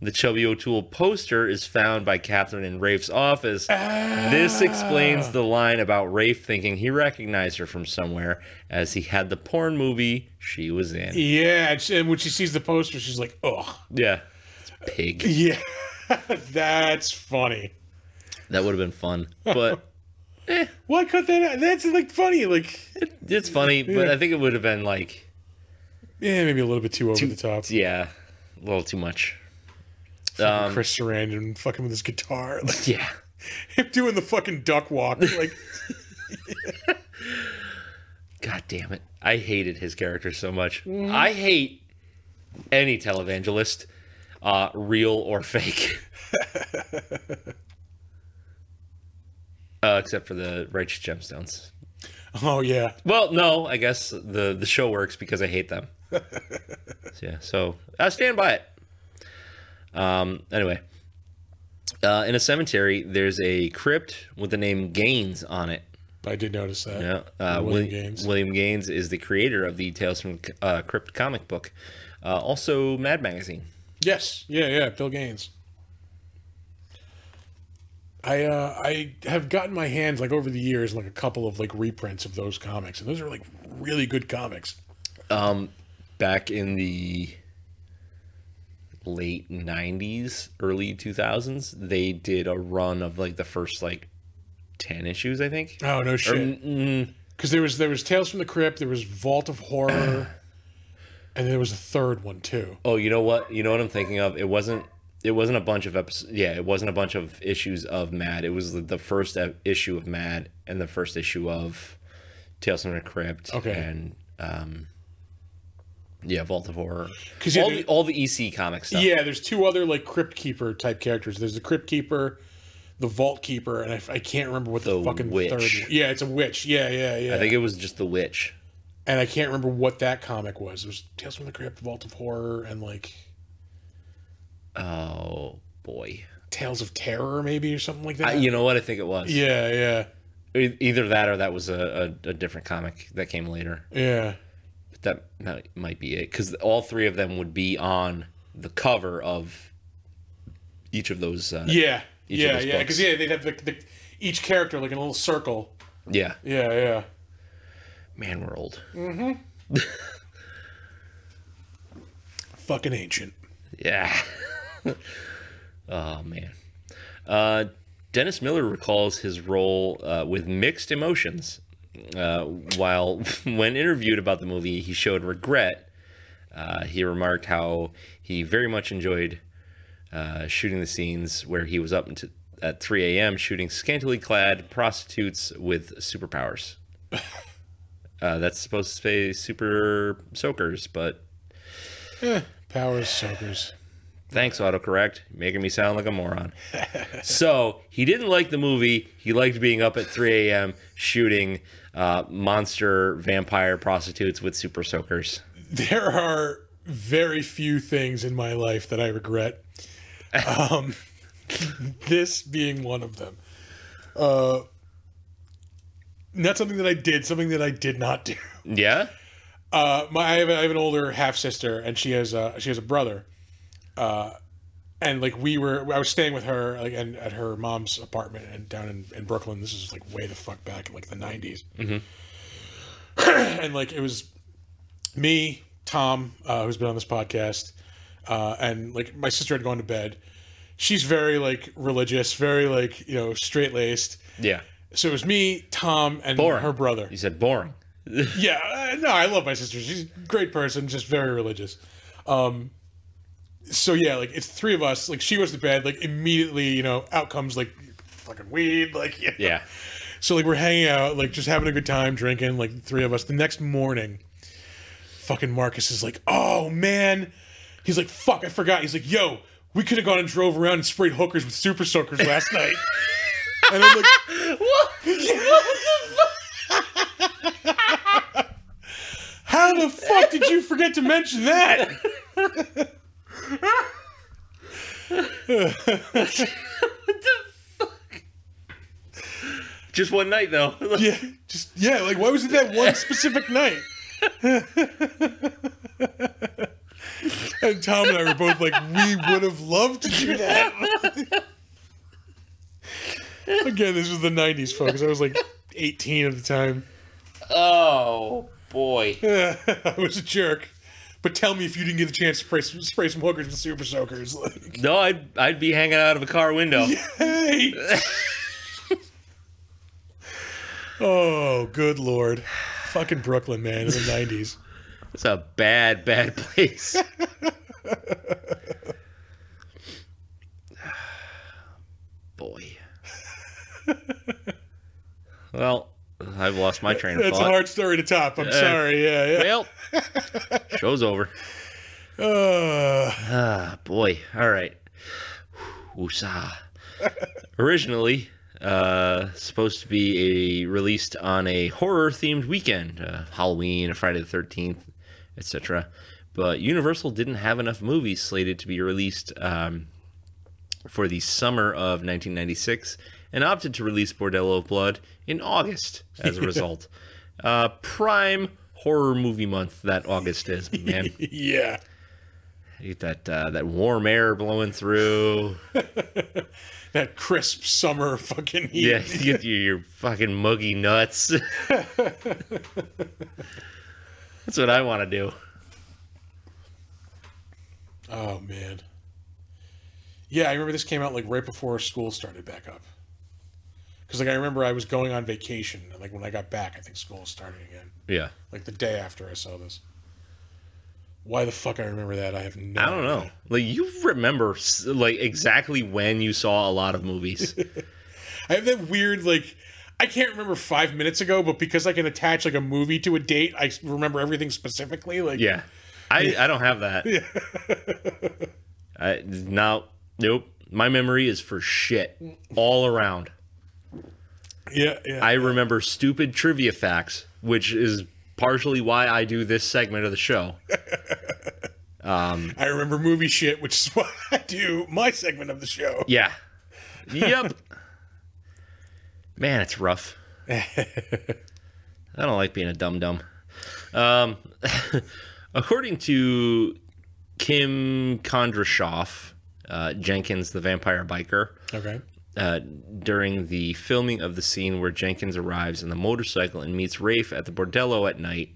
[SPEAKER 3] The Chubby O'Toole poster is found by Catherine in Rafe's office. This explains the line about Rafe thinking he recognized her from somewhere, as he had the porn movie she was in.
[SPEAKER 1] yeah. And, she, and when she sees the poster, she's like, oh,
[SPEAKER 3] Yeah. It's pig.
[SPEAKER 1] yeah, that's funny.
[SPEAKER 3] That would have been fun. But.
[SPEAKER 1] Why cut that out? That's like funny. Like,
[SPEAKER 3] It's funny, but I think it would have been like,
[SPEAKER 1] yeah, maybe a little bit too over the top.
[SPEAKER 3] yeah, a little too much. um,
[SPEAKER 1] Fucking Chris Sarandon fucking with his guitar, like
[SPEAKER 3] Yeah.
[SPEAKER 1] him doing the fucking duck walk. Like,
[SPEAKER 3] God damn it. I hated his character so much. I hate any televangelist, uh, real or fake. uh, except for the Righteous Gemstones.
[SPEAKER 1] oh yeah,
[SPEAKER 3] Well, no, I guess the, the show works because I hate them. So, yeah, so I stand by it. Um, anyway, uh, in a cemetery, there's a crypt with the name Gaines on it.
[SPEAKER 1] I did notice that.
[SPEAKER 3] Yeah, uh,
[SPEAKER 1] William
[SPEAKER 3] William
[SPEAKER 1] Gaines.
[SPEAKER 3] Gaines. William Gaines is the creator of the Tales from the C- uh, Crypt comic book, uh, also Mad Magazine.
[SPEAKER 1] Yes, yeah, yeah, Bill Gaines. I uh, I have gotten my hands like over the years like a couple of like reprints of those comics, and those are like really good comics.
[SPEAKER 3] Um, Back in the late '90s, early 2000s, they did a run of like the first like ten issues, I think.
[SPEAKER 1] Oh no
[SPEAKER 3] Or,
[SPEAKER 1] shit!
[SPEAKER 3] mm,
[SPEAKER 1] Because there was there was Tales from the Crypt, there was Vault of Horror, and there was a third one too.
[SPEAKER 3] Oh, you know what? You know what I'm thinking of. It wasn't. It wasn't a bunch of episodes. Yeah, it wasn't a bunch of issues of Mad. It was the, the first e- issue of Mad and the first issue of Tales from the Crypt.
[SPEAKER 1] Okay.
[SPEAKER 3] And um, yeah, Vault of Horror.
[SPEAKER 1] 'Cause
[SPEAKER 3] all
[SPEAKER 1] yeah,
[SPEAKER 3] the all the EC comic stuff.
[SPEAKER 1] Yeah, there's two other like Crypt Keeper type characters. There's the Crypt Keeper, the Vault Keeper, and I, I can't remember what the,
[SPEAKER 3] The
[SPEAKER 1] fucking
[SPEAKER 3] witch.
[SPEAKER 1] third. One. Yeah, it's a witch. Yeah, yeah, yeah.
[SPEAKER 3] I think it was just the witch.
[SPEAKER 1] and I can't remember what that comic was. It was Tales from the Crypt, Vault of Horror, and like
[SPEAKER 3] Oh boy.
[SPEAKER 1] Tales of Terror, maybe or something like that.
[SPEAKER 3] I, you know what? I think it was.
[SPEAKER 1] yeah, yeah,
[SPEAKER 3] E- Either that or that was a, a, a different comic that came later.
[SPEAKER 1] yeah.
[SPEAKER 3] But that might, might be it because all three of them would be on the cover of each of those. Uh,
[SPEAKER 1] Yeah,
[SPEAKER 3] Each of
[SPEAKER 1] yeah,
[SPEAKER 3] those
[SPEAKER 1] yeah.
[SPEAKER 3] books.
[SPEAKER 1] Because yeah, they'd have the, the each character like in a little circle.
[SPEAKER 3] yeah.
[SPEAKER 1] Yeah, yeah.
[SPEAKER 3] Man, we're old.
[SPEAKER 1] Fucking ancient.
[SPEAKER 3] Yeah. oh man. Uh, Dennis Miller recalls his role uh, with mixed emotions. Uh, while when interviewed about the movie, he showed regret. Uh, he remarked how he very much enjoyed uh, shooting the scenes where he was up until at 3 a.m. shooting scantily clad prostitutes with superpowers. uh, that's supposed to say super soakers, but
[SPEAKER 1] Powers soakers.
[SPEAKER 3] Thanks, autocorrect. Making me sound like a moron. so he didn't like the movie. He liked being up at 3 a.m. shooting uh, monster vampire prostitutes with super soakers.
[SPEAKER 1] There are very few things in my life that I regret. Um, this being one of them. Uh, not something that I did, something that I did not do.
[SPEAKER 3] Yeah.
[SPEAKER 1] Uh, my I have, I have an older half sister, and she has a she has a brother. Uh, and like we were, I was staying with her like and at her mom's apartment and down in, in Brooklyn. This is like way the fuck back in like the 90s
[SPEAKER 3] Mhm.
[SPEAKER 1] and like it was me, Tom, uh, who's been on this podcast, uh, and like my sister had gone to bed. She's very like religious, very like you know straight laced.
[SPEAKER 3] Yeah.
[SPEAKER 1] So it was me, Tom, and
[SPEAKER 3] Boring.
[SPEAKER 1] her brother.
[SPEAKER 3] You said boring.
[SPEAKER 1] Yeah, uh, no, I love my sister. She's a great person, just very religious. Um, so yeah, like it's three of us. Like she goes to bed, like immediately, you know, out comes like fucking weed, like yeah.
[SPEAKER 3] Yeah.
[SPEAKER 1] So like we're hanging out, like just having a good time, drinking, like the three of us. The next morning, fucking Marcus is like, "Oh man," he's like, "Fuck, I forgot." He's like, "Yo, we could have gone and drove around and sprayed hookers with super soakers last night." and I'm like,
[SPEAKER 3] What? what the fuck?
[SPEAKER 1] How the fuck did you forget to mention that?
[SPEAKER 3] Just one night though.
[SPEAKER 1] yeah, just yeah, like why was it that one specific night? and Tom and I were both like, we would have loved to do that. Again, this was the '90s, folks. I was like 18 at the time.
[SPEAKER 2] Oh boy.
[SPEAKER 1] I was a jerk. But tell me if you didn't get the chance to spray some, spray some hookers with super soakers. Like,
[SPEAKER 3] No, I'd I'd be hanging out of a car window.
[SPEAKER 1] hey. oh, good lord, fucking Brooklyn, man, in the '90s.
[SPEAKER 3] It's a bad, bad place. Boy. well, I've lost my train of
[SPEAKER 1] That's a
[SPEAKER 3] thought.
[SPEAKER 1] hard story to top. I'm sorry. Yeah,
[SPEAKER 3] Well, show's over.
[SPEAKER 1] yeah. Uh,
[SPEAKER 3] Ah, boy. All right. Woosah. Originally, uh, supposed to be a released on a horror-themed weekend, uh, Halloween, Friday the Thirteenth, etc. But Universal didn't have enough movies slated to be released um, for the summer of 1996, and opted to release Bordello of Blood in August. As a result, uh, prime horror movie month that August is, man.
[SPEAKER 1] yeah.
[SPEAKER 3] You get that uh, that warm air blowing through.
[SPEAKER 1] That crisp summer fucking heat.
[SPEAKER 3] Yeah, you get your, your fucking muggy nuts. That's what I want to do.
[SPEAKER 1] Oh man. Yeah, I remember this came out like right before school started back up. Because like I remember I was going on vacation, and like when I got back, I think school was starting again.
[SPEAKER 3] Yeah,
[SPEAKER 1] Like the day after I saw this. Why the fuck I remember that? I have no.
[SPEAKER 3] I don't know. Like you remember s- like exactly when you saw a lot of movies.
[SPEAKER 1] I have that weird like. I can't remember five minutes ago, but because I can attach like a movie to a date, I remember everything specifically. Like,
[SPEAKER 3] yeah, I I don't have that. I no nope. My memory is for shit all around.
[SPEAKER 1] yeah, yeah.
[SPEAKER 3] I remember stupid trivia facts, which is partially why I do this segment of the show.
[SPEAKER 1] I remember movie shit, which is why I do my segment of the show.
[SPEAKER 3] Yeah. Yep. Man, it's rough. I don't like being a dum dum. Um, according to Kim Kondrashov, uh, Jenkins the vampire biker,
[SPEAKER 1] Okay.
[SPEAKER 3] uh, during the filming of the scene where Jenkins arrives on the motorcycle and meets Rafe at the bordello at night,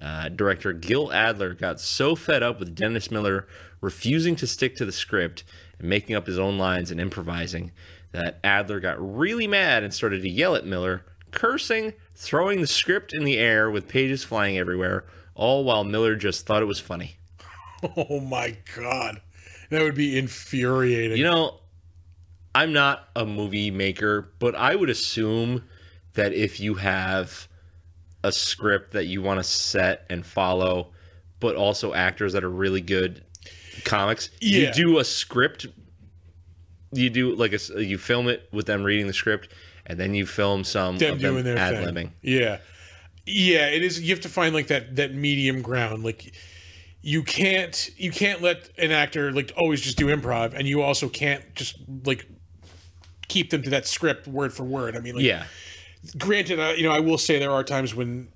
[SPEAKER 3] uh, director Gil Adler got so fed up with Dennis Miller refusing to stick to the script and making up his own lines and improvising that Adler got really mad and started to yell at Miller, cursing, throwing the script in the air with pages flying everywhere, all while Miller just thought it was funny.
[SPEAKER 1] Oh my god, that would be infuriating.
[SPEAKER 3] You know, I'm not a movie maker, but I would assume that if you have a script that you want to set and follow, but also actors that are really good comics,
[SPEAKER 1] Yeah.
[SPEAKER 3] you do a script. You do like a s you film it with them reading the script, and then you film some
[SPEAKER 1] them
[SPEAKER 3] of
[SPEAKER 1] doing
[SPEAKER 3] them
[SPEAKER 1] their
[SPEAKER 3] ad
[SPEAKER 1] thing.
[SPEAKER 3] libbing.
[SPEAKER 1] Yeah, yeah. It is. You have to find like that that medium ground. Like you can't you can't let an actor like always just do improv, and you also can't just like keep them to that script word for word. I mean, like,
[SPEAKER 3] yeah.
[SPEAKER 1] granted, uh, you know, I will say there are times when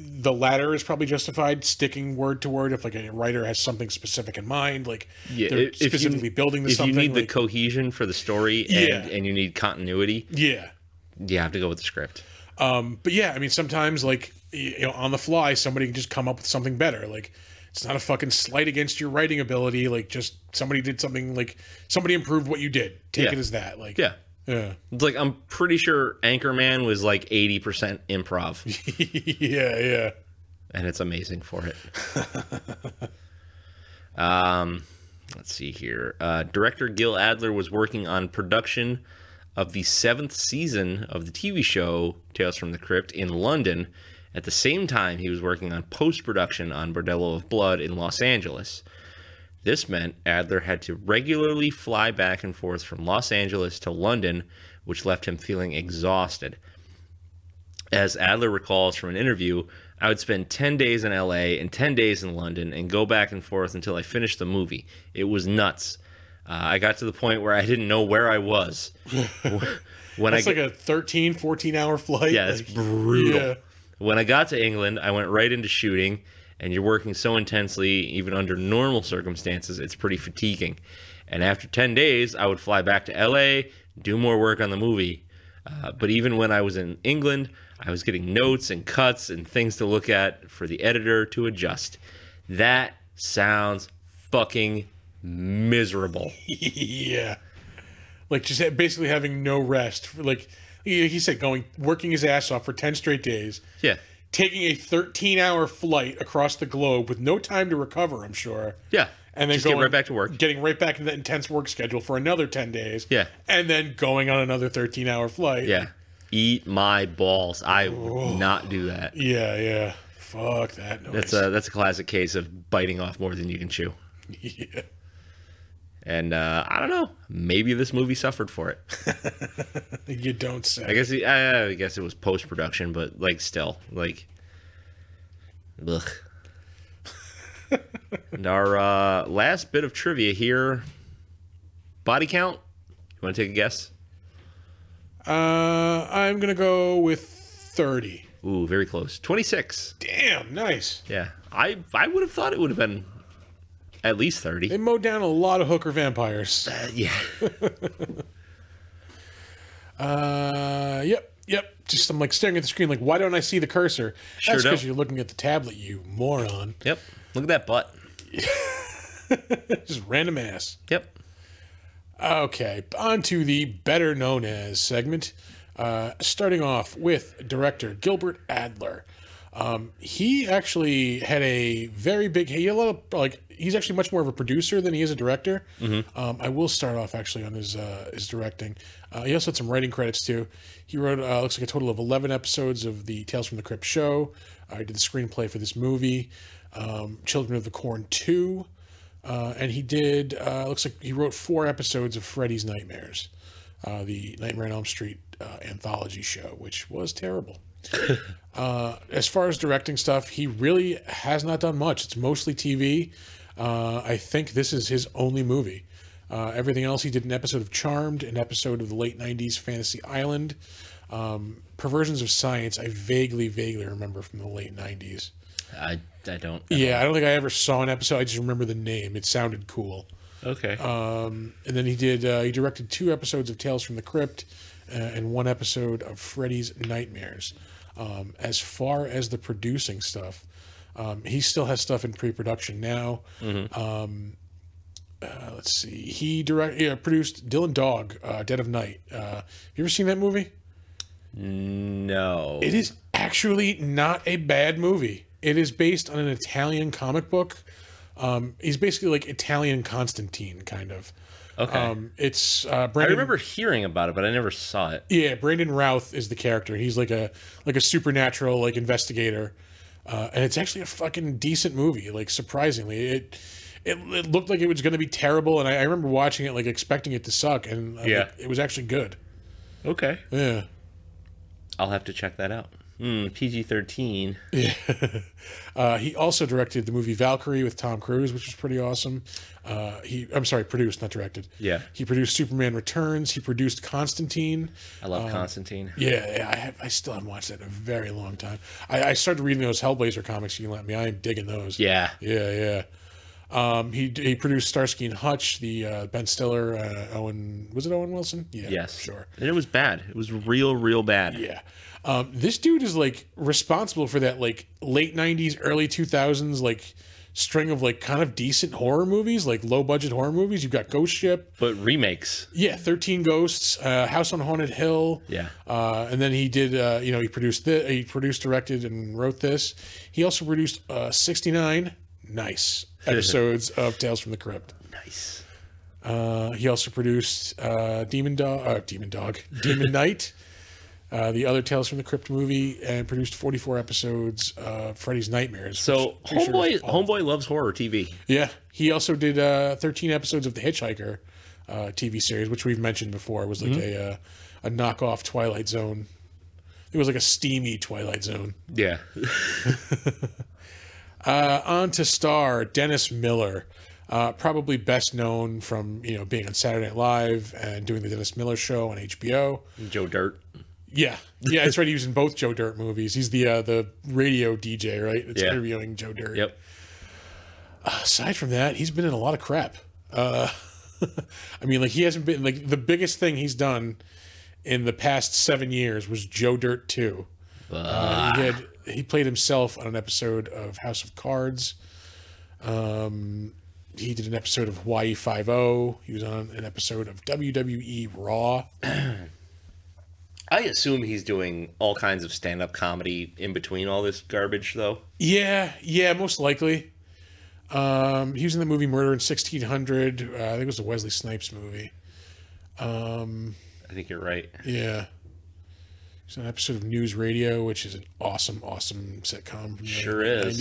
[SPEAKER 1] the latter is probably justified sticking word to word if like a writer has something specific in mind like
[SPEAKER 3] Yeah,
[SPEAKER 1] they're
[SPEAKER 3] if- if you-
[SPEAKER 1] specifically building to
[SPEAKER 3] If you
[SPEAKER 1] something
[SPEAKER 3] need the
[SPEAKER 1] like-
[SPEAKER 3] cohesion for the story and,
[SPEAKER 1] Yeah.
[SPEAKER 3] and you need continuity,
[SPEAKER 1] yeah
[SPEAKER 3] you have to go with the script.
[SPEAKER 1] Um, but yeah, I mean, sometimes like y- you know, on the fly, somebody can just come up with something better. Like it's not a fucking slight against your writing ability. Like just somebody did something. Like somebody improved what you did. Take
[SPEAKER 3] Yeah.
[SPEAKER 1] it as that. Like
[SPEAKER 3] Yeah.
[SPEAKER 1] yeah,
[SPEAKER 3] It's like I'm pretty sure Anchorman was like 80% improv,
[SPEAKER 1] yeah, yeah.
[SPEAKER 3] and it's amazing for it. um, let's see here. Uh, director Gil Adler was working on production of the seventh season of the TV show Tales from the Crypt in London. At the same time, he was working on post production on Bordello of Blood in Los Angeles. This meant Adler had to regularly fly back and forth from Los Angeles to London, which left him feeling exhausted. As Adler recalls from an interview, I would spend 10 days in LA and 10 days in London and go back and forth until I finished the movie. It was nuts. Uh, I got to the point where I didn't know where I was. when
[SPEAKER 1] It's
[SPEAKER 3] I
[SPEAKER 1] like a 13, 14 hour flight.
[SPEAKER 3] yeah, it's
[SPEAKER 1] Like,
[SPEAKER 3] brutal.
[SPEAKER 1] yeah.
[SPEAKER 3] When I got to England, I went right into shooting, and you're working so intensely, even under normal circumstances, it's pretty fatiguing. And after 10 days, I would fly back to LA, do more work on the movie. Uh, but even when I was in England, I was getting notes and cuts and things to look at for the editor to adjust. That sounds fucking miserable.
[SPEAKER 1] yeah. Like just ha- basically having no rest. For, like he he said, going working his ass off for ten straight days.
[SPEAKER 3] Yeah.
[SPEAKER 1] Taking a 13 hour flight across the globe with no time to recover, I'm sure.
[SPEAKER 3] Yeah.
[SPEAKER 1] and then
[SPEAKER 3] Just
[SPEAKER 1] going,
[SPEAKER 3] get right back to work.
[SPEAKER 1] getting right back into that intense work schedule for another ten days.
[SPEAKER 3] Yeah.
[SPEAKER 1] and then going on another thirteen-hour flight.
[SPEAKER 3] Yeah. Eat my balls. I would not do that.
[SPEAKER 1] yeah, yeah. Fuck that noise.
[SPEAKER 3] That's uh, a that's a classic case of biting off more than you can chew.
[SPEAKER 1] yeah.
[SPEAKER 3] And uh, I don't know, maybe this movie suffered for it.
[SPEAKER 1] You don't
[SPEAKER 3] I
[SPEAKER 1] say.
[SPEAKER 3] guess it- I, I guess it was post production, but like still, like, ugh. and our uh, last bit of trivia here: body count. You want to take a guess?
[SPEAKER 1] Uh, I'm gonna go with thirty.
[SPEAKER 3] Ooh, very close. Twenty six.
[SPEAKER 1] Damn, nice.
[SPEAKER 3] Yeah, I I would have thought it would have been at least thirty.
[SPEAKER 1] They mowed down a lot of hooker vampires.
[SPEAKER 3] Uh, yeah.
[SPEAKER 1] Uh, yep, yep. Just I'm like staring at the screen, like, why don't I see the cursor?
[SPEAKER 3] Sure
[SPEAKER 1] That's because
[SPEAKER 3] don't.
[SPEAKER 1] you're looking at the tablet, you moron.
[SPEAKER 3] Yep. Look at that butt.
[SPEAKER 1] Just random ass.
[SPEAKER 3] Yep.
[SPEAKER 1] Okay, on to the better known as segment. Uh, starting off with director Gilbert Adler. Um, he actually had a very big. He had a lot of like. He's actually much more of a producer than he is a director. Um, I will start off actually on his uh, his directing. Uh, he also had some writing credits too. He wrote uh, looks like a total of eleven episodes of the Tales from the Crypt show. I did the screenplay for this movie, um, Children of the Corn two uh, and he did. Uh, looks like he wrote four episodes of Freddy's Nightmares, uh, the Nightmare on Elm Street uh, anthology show, which was terrible. uh, as far as directing stuff, he really has not done much. It's mostly TV. Uh, I think this is his only movie. Uh, everything else, he did an episode of Charmed, an episode of the late '90s Fantasy Island, um, Perversions of Science. I vaguely, vaguely remember from the late '90s.
[SPEAKER 3] I I don't.
[SPEAKER 1] Yeah, I don't think I ever saw an episode. I just remember the name. It sounded cool.
[SPEAKER 3] Okay.
[SPEAKER 1] Um, And then he did. Uh, he directed two episodes of Tales from the Crypt, uh, and one episode of Freddy's Nightmares. Um, as far as the producing stuff, um, he still has stuff in pre-production now. Mm-hmm. Um, uh, let's see. He direct, yeah, produced Dylan Dog, uh, Dead of Night. Uh, you ever seen that movie?
[SPEAKER 3] no.
[SPEAKER 1] It is actually not a bad movie. It is based on an Italian comic book. Um, he's basically like Italian Constantine, kind of.
[SPEAKER 3] Okay.
[SPEAKER 1] Um, it's uh,
[SPEAKER 3] I
[SPEAKER 1] Brandon
[SPEAKER 3] remember hearing about it, but I never saw it.
[SPEAKER 1] Yeah, Brandon Routh is the character. He's like a like a supernatural like investigator, uh, and it's actually a fucking decent movie. Like surprisingly, it it, it looked like it was going to be terrible, and I, I remember watching it like expecting it to suck, and uh, like,
[SPEAKER 3] Yeah.
[SPEAKER 1] it was actually good.
[SPEAKER 3] Okay.
[SPEAKER 1] Yeah,
[SPEAKER 3] I'll have to check that out. Mm, PG thirteen.
[SPEAKER 1] Yeah. uh, he also directed the movie Valkyrie with Tom Cruise, which was pretty awesome. Uh, he, I'm sorry, produced, not directed.
[SPEAKER 3] Yeah.
[SPEAKER 1] He produced Superman Returns. He produced Constantine.
[SPEAKER 3] I love Constantine.
[SPEAKER 1] Um, Yeah, yeah I, have, I still haven't watched that in a very long time. I, I started reading those Hellblazer comics. You let me. I am digging those.
[SPEAKER 3] Yeah.
[SPEAKER 1] Yeah, yeah. Um, he he produced Starsky and Hutch, the uh, Ben Stiller, uh, Owen was it Owen Wilson? Yeah,
[SPEAKER 3] Yes.
[SPEAKER 1] sure.
[SPEAKER 3] And it was bad. It was real, real bad.
[SPEAKER 1] Yeah. Um, this dude is like responsible for that like late '90s, early 2000s like string of like kind of decent horror movies, like low budget horror movies. You've got Ghost Ship,
[SPEAKER 3] But remakes.
[SPEAKER 1] yeah, Thirteen Ghosts, uh, House on Haunted Hill,
[SPEAKER 3] Yeah.
[SPEAKER 1] uh, and then he did uh, you know he produced this, he produced, directed, and wrote this. He also produced uh, 69 nice episodes of Tales from the Crypt.
[SPEAKER 3] Nice.
[SPEAKER 1] Uh, he also produced uh, Demon Dog, uh, Demon Dog, Demon Knight, uh, the other Tales from the Crypt movie, and produced 44 episodes of Freddy's Nightmares.
[SPEAKER 3] So
[SPEAKER 1] pretty sure
[SPEAKER 3] homeboy,
[SPEAKER 1] it's
[SPEAKER 3] homeboy loves horror TV.
[SPEAKER 1] yeah, he also did uh, 13 episodes of The Hitchhiker uh, TV series, which we've mentioned before was like a uh, a knockoff Twilight Zone. It was like a steamy Twilight Zone.
[SPEAKER 3] Yeah.
[SPEAKER 1] on to star Dennis Miller, uh, probably best known from you know being on Saturday Night Live and doing the Dennis Miller Show on HBO.
[SPEAKER 3] Joe Dirt.
[SPEAKER 1] Yeah, yeah, that's right. He was in both Joe Dirt movies. He's the uh, the radio DJ, right? It's
[SPEAKER 3] Yeah.
[SPEAKER 1] interviewing Joe Dirt.
[SPEAKER 3] Yep.
[SPEAKER 1] Aside from that, he's been in a lot of crap. Uh, I mean, like he hasn't been like the biggest thing he's done in the past seven years was Joe Dirt Two. Uh, he had he played himself on an episode of House of Cards. Um, he did an episode of Hawaii Five O. He was on an episode of WWE Raw.
[SPEAKER 3] I assume he's doing all kinds of stand-up comedy in between all this garbage, though.
[SPEAKER 1] Yeah, yeah, most likely. Um, he was in the movie Murder in 1600. Uh, I think it was a Wesley Snipes movie.
[SPEAKER 3] I think you're right.
[SPEAKER 1] Yeah. He's on an episode of News Radio, which is an awesome, awesome sitcom. From the
[SPEAKER 3] Sure is.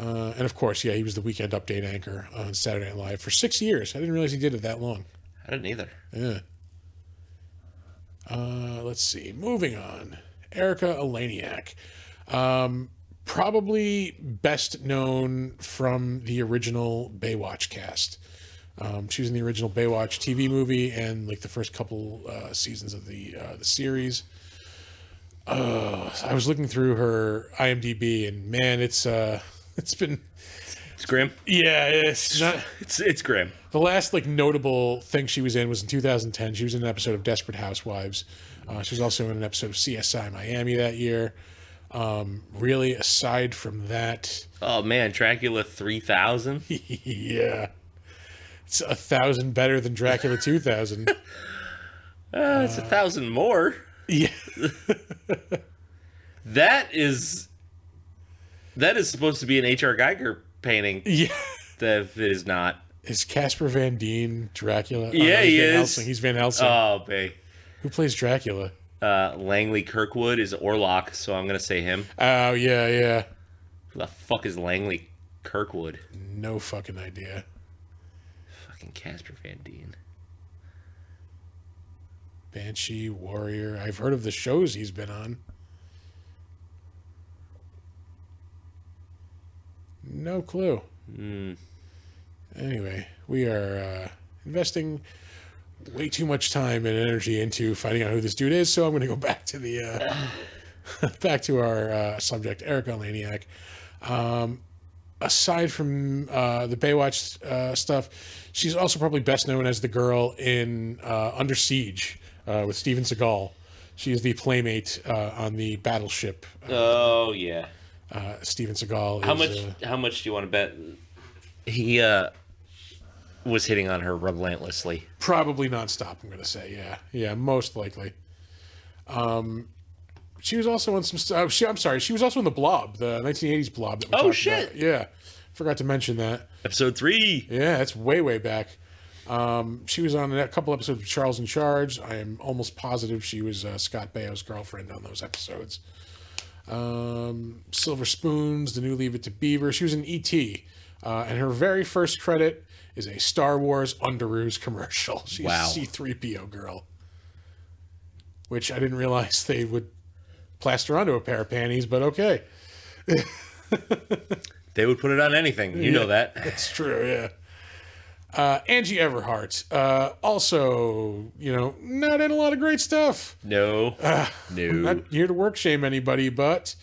[SPEAKER 1] 90s. Uh, and of course, yeah, he was the weekend update anchor on Saturday Night Live for six years. I didn't realize he did it that long.
[SPEAKER 3] I didn't either.
[SPEAKER 1] Yeah. Uh, let's see. Moving on. Erica Elaniak. Um, probably best known from the original Baywatch cast. Um, she was in the original Baywatch TV movie and like the first couple uh, seasons of the uh, the series. Uh, I was looking through her IMDb and man, it's uh, it's been
[SPEAKER 3] It's grim.
[SPEAKER 1] yeah, it's not
[SPEAKER 3] It's it's grim.
[SPEAKER 1] the last like notable thing she was in was in 2010. She was in an episode of Desperate Housewives. Uh, she was also in an episode of CSI Miami that year. Um, really, aside from that,
[SPEAKER 3] Oh man, Dracula three thousand.
[SPEAKER 1] yeah, it's a thousand better than Dracula 2000.
[SPEAKER 3] Uh, it's a thousand more.
[SPEAKER 1] yeah,
[SPEAKER 3] That is. That is supposed to be an H.R. Geiger painting.
[SPEAKER 1] yeah.
[SPEAKER 3] That it is not.
[SPEAKER 1] Is Casper Van Dien Dracula? Oh,
[SPEAKER 3] Yeah,
[SPEAKER 1] he's
[SPEAKER 3] he
[SPEAKER 1] Van
[SPEAKER 3] is.
[SPEAKER 1] Helsing. He's Van Helsing.
[SPEAKER 3] Oh, babe.
[SPEAKER 1] Who plays Dracula?
[SPEAKER 3] Uh, Langley Kirkwood is Orlok, so I'm gonna say him.
[SPEAKER 1] Oh, yeah, yeah.
[SPEAKER 3] Who the fuck is Langley Kirkwood?
[SPEAKER 1] No fucking idea.
[SPEAKER 3] Fucking Casper Van Dien.
[SPEAKER 1] Banshee, Warrior. I've heard of the shows he's been on. No clue. Anyway, we are uh, investing way too much time and energy into finding out who this dude is, so I'm going to go back to the uh, back to our uh, subject, Erica Laniak. Aside from uh, the Baywatch uh, stuff, she's also probably best known as the girl in uh, Under Siege uh, with Steven Seagal. She is the playmate uh, on the battleship.
[SPEAKER 3] Oh yeah.
[SPEAKER 1] Uh, Steven Seagal. Is,
[SPEAKER 3] How much?
[SPEAKER 1] uh,
[SPEAKER 3] How much do you want to bet? He uh was hitting on her relentlessly.
[SPEAKER 1] probably nonstop. I'm going to say, yeah, yeah, most likely. Um, she was also in some. st- Uh, she, I'm sorry, she was also in the Blob, the 1980s Blob. That we
[SPEAKER 3] Oh,
[SPEAKER 1] talked
[SPEAKER 3] shit.
[SPEAKER 1] about. Yeah, forgot to mention that.
[SPEAKER 3] Episode three.
[SPEAKER 1] Yeah, that's way way back. Um, she was on a couple episodes of Charles in Charge. I am almost positive she was uh, Scott Baio's girlfriend on those episodes. Um, Silver Spoons, The New Leave It to Beaver. She was in E.T. Uh, and her very first credit is a Star Wars Underoos commercial. She's
[SPEAKER 3] Wow.
[SPEAKER 1] C3PO girl, which I didn't realize they would plaster onto a pair of panties, but okay.
[SPEAKER 3] They would put it on anything. You know that.
[SPEAKER 1] That's true, yeah. Uh, Angie Everhart, uh, also, you know, not in a lot of great stuff.
[SPEAKER 3] No.
[SPEAKER 1] Ah,
[SPEAKER 3] no.
[SPEAKER 1] Not here to work shame anybody, but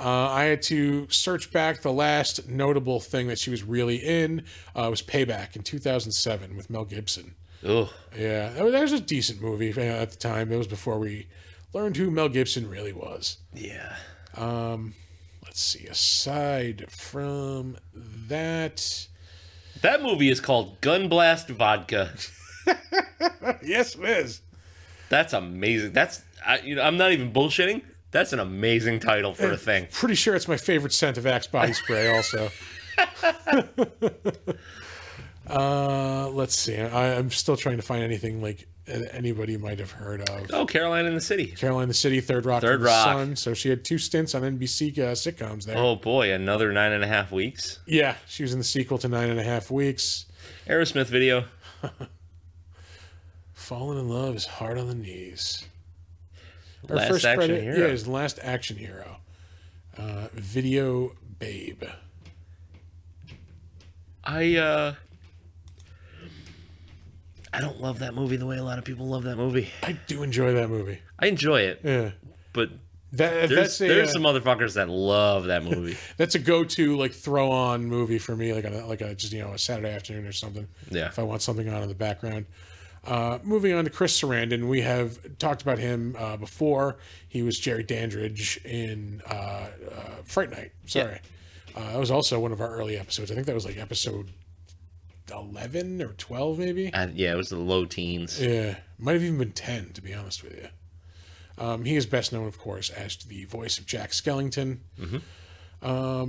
[SPEAKER 1] uh, I had to search back the last notable thing that she was really in uh, was Payback in 2007 with Mel Gibson.
[SPEAKER 3] Ugh.
[SPEAKER 1] Yeah, that was, that was a decent movie uh, at the time. It was before we learned who Mel Gibson really was.
[SPEAKER 3] Yeah.
[SPEAKER 1] Let's see. Aside from that,
[SPEAKER 3] That movie is called Gun Blast Vodka.
[SPEAKER 1] yes, it is.
[SPEAKER 3] That's amazing. That's I, you know I'm not even bullshitting. That's an amazing title for a thing.
[SPEAKER 1] Pretty sure it's my favorite scent of Axe body spray. Also, uh, let's see. I, I'm still trying to find anything like a- anybody might have heard of.
[SPEAKER 3] Oh, Caroline in the City.
[SPEAKER 1] Caroline the City, Third Rock,
[SPEAKER 3] Third
[SPEAKER 1] from the
[SPEAKER 3] Rock.
[SPEAKER 1] Sun. So she had two stints on NBC uh, sitcoms there.
[SPEAKER 3] Oh boy, another nine and a half weeks.
[SPEAKER 1] Yeah, she was in the sequel to Nine and a Half Weeks.
[SPEAKER 3] Aerosmith video.
[SPEAKER 1] Falling in love is hard on the knees. Her
[SPEAKER 3] Last action
[SPEAKER 1] credit-
[SPEAKER 3] hero.
[SPEAKER 1] Yeah, his last action hero. Uh, video babe.
[SPEAKER 3] I uh I don't love that movie the way a lot of people love that movie.
[SPEAKER 1] I do enjoy that movie.
[SPEAKER 3] I enjoy it,
[SPEAKER 1] Yeah.
[SPEAKER 3] but
[SPEAKER 1] That,
[SPEAKER 3] there's
[SPEAKER 1] that's a,
[SPEAKER 3] there's
[SPEAKER 1] uh,
[SPEAKER 3] some motherfuckers that love that movie.
[SPEAKER 1] that's a go-to like throw-on movie for me, like on a, like a just you know a Saturday afternoon or something.
[SPEAKER 3] Yeah.
[SPEAKER 1] if I want something on in the background. Uh, moving on to Chris Sarandon, we have talked about him uh, before. He was Jerry Dandridge in uh, uh, Fright Night. Sorry, uh, that was also one of our early episodes. I think that was like episode eleven or twelve, maybe.
[SPEAKER 3] I, yeah, it was the low teens.
[SPEAKER 1] Yeah, might have even been 10, to be honest with you. Um, he is best known, of course, as the voice of Jack Skellington.
[SPEAKER 3] The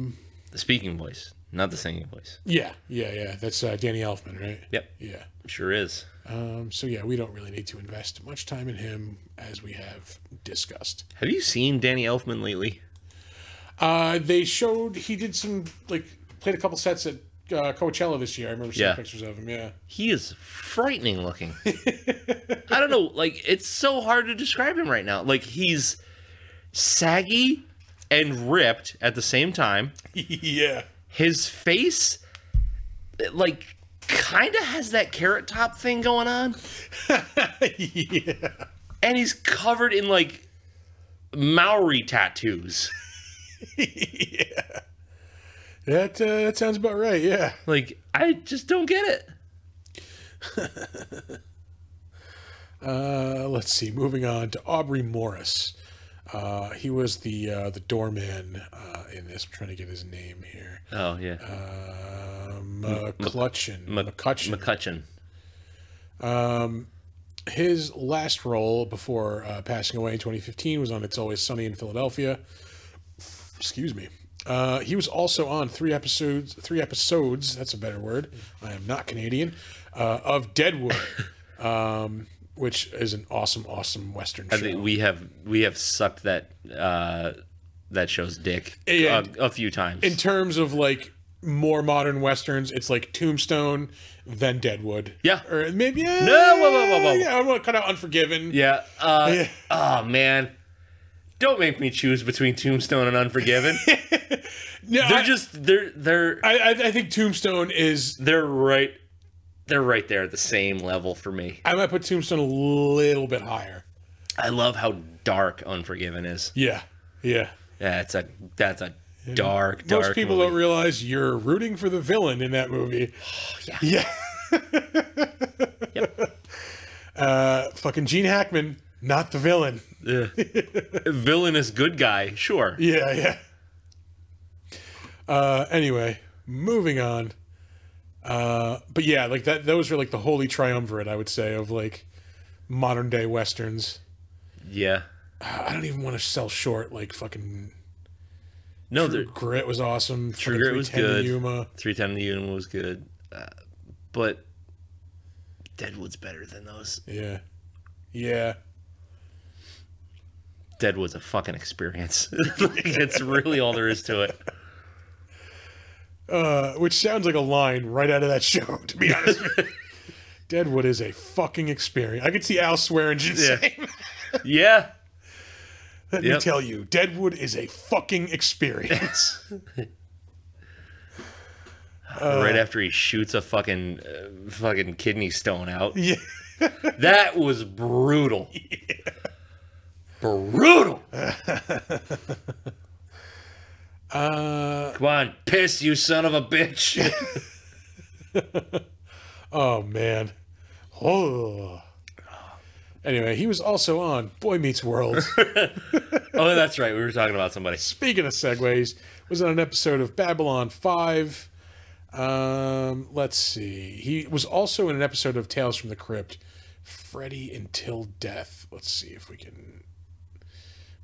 [SPEAKER 3] speaking voice, not the singing voice.
[SPEAKER 1] Yeah, yeah, yeah. That's uh, Danny Elfman, right?
[SPEAKER 3] Yep,
[SPEAKER 1] Yeah.
[SPEAKER 3] sure is.
[SPEAKER 1] Um, so, yeah, we don't really need to invest much time in him as we have discussed.
[SPEAKER 3] Have you seen Danny Elfman lately?
[SPEAKER 1] Uh, they showed he did some, like, played a couple sets at uh, Coachella this year. I remember seeing
[SPEAKER 3] Yeah.
[SPEAKER 1] pictures of him, yeah.
[SPEAKER 3] He is frightening looking. I don't know, like it's so hard to describe him right now. Like he's saggy and ripped at the same time.
[SPEAKER 1] yeah.
[SPEAKER 3] his face it, like kind of has that carrot top thing going on
[SPEAKER 1] yeah.
[SPEAKER 3] and he's covered in like maori tattoos
[SPEAKER 1] That, uh, that sounds about right, yeah.
[SPEAKER 3] like i just don't get it
[SPEAKER 1] Uh, let's see. Moving on to Aubrey Morris. Uh, he was the uh, the doorman uh, in this. I'm trying to get his name here.
[SPEAKER 3] oh yeah
[SPEAKER 1] Um, uh, McCutcheon. McCutcheon.
[SPEAKER 3] mccutcheon
[SPEAKER 1] his last role before uh, passing away in 2015 was on It's Always Sunny in Philadelphia. Excuse me. Uh, he was also on three episodes. Three episodes. That's a better word. I am not Canadian. Uh, of Deadwood, um, which is an awesome, awesome western.
[SPEAKER 3] i
[SPEAKER 1] show.
[SPEAKER 3] think we have we have sucked that uh that show's dick
[SPEAKER 1] Yeah.
[SPEAKER 3] a, a few times
[SPEAKER 1] in terms of like more modern westerns, it's like Tombstone, then Deadwood.
[SPEAKER 3] Yeah.
[SPEAKER 1] or maybe no,
[SPEAKER 3] whoa, whoa, whoa, whoa.
[SPEAKER 1] Yeah, I'm gonna cut out Unforgiven.
[SPEAKER 3] yeah uh
[SPEAKER 1] Yeah.
[SPEAKER 3] oh man don't make me choose between tombstone and unforgiven
[SPEAKER 1] no,
[SPEAKER 3] they're
[SPEAKER 1] I,
[SPEAKER 3] just they're they're
[SPEAKER 1] I, I, I think Tombstone is.
[SPEAKER 3] they're right they're right there at the same level for me
[SPEAKER 1] I might put Tombstone a little bit higher.
[SPEAKER 3] i love how dark unforgiven is
[SPEAKER 1] Yeah, yeah.
[SPEAKER 3] that's a that's a dark dark
[SPEAKER 1] Most people
[SPEAKER 3] movie.
[SPEAKER 1] don't realize you're rooting for the villain in that movie.
[SPEAKER 3] yeah.
[SPEAKER 1] yeah. Uh, fucking Gene Hackman, not the villain.
[SPEAKER 3] villainous good guy sure
[SPEAKER 1] Yeah, yeah. Uh, anyway, moving on. Uh, but yeah, like that. Those are like the holy triumvirate, I would say, of like modern day westerns.
[SPEAKER 3] yeah
[SPEAKER 1] I don't even want to sell short. Like fucking
[SPEAKER 3] no the
[SPEAKER 1] Grit was awesome.
[SPEAKER 3] True
[SPEAKER 1] fucking
[SPEAKER 3] Grit was
[SPEAKER 1] 310
[SPEAKER 3] good.
[SPEAKER 1] Yuma.
[SPEAKER 3] 310 to Yuma was good uh, but deadwood's better than those
[SPEAKER 1] Yeah, yeah.
[SPEAKER 3] deadwood's a fucking experience Like, it's really all there is to it
[SPEAKER 1] Uh, which sounds like a line right out of that show. To be honest, with you. Deadwood is a fucking experience. I could see Al swearing. Yeah.
[SPEAKER 3] yeah
[SPEAKER 1] Let me
[SPEAKER 3] Yep.
[SPEAKER 1] tell you, Deadwood is a fucking experience.
[SPEAKER 3] right after he shoots a fucking uh, fucking kidney stone out.
[SPEAKER 1] yeah.
[SPEAKER 3] That was brutal. Brutal.
[SPEAKER 1] Uh,
[SPEAKER 3] Come on, piss you son of a bitch.
[SPEAKER 1] oh man. Oh. Anyway, he was also on Boy Meets World.
[SPEAKER 3] oh, that's right. We were talking about somebody.
[SPEAKER 1] Speaking of segues, was on an episode of Babylon Five. Um, let's see. He was also in an episode of Tales from the Crypt, Freddy Until Death. Let's see if we can.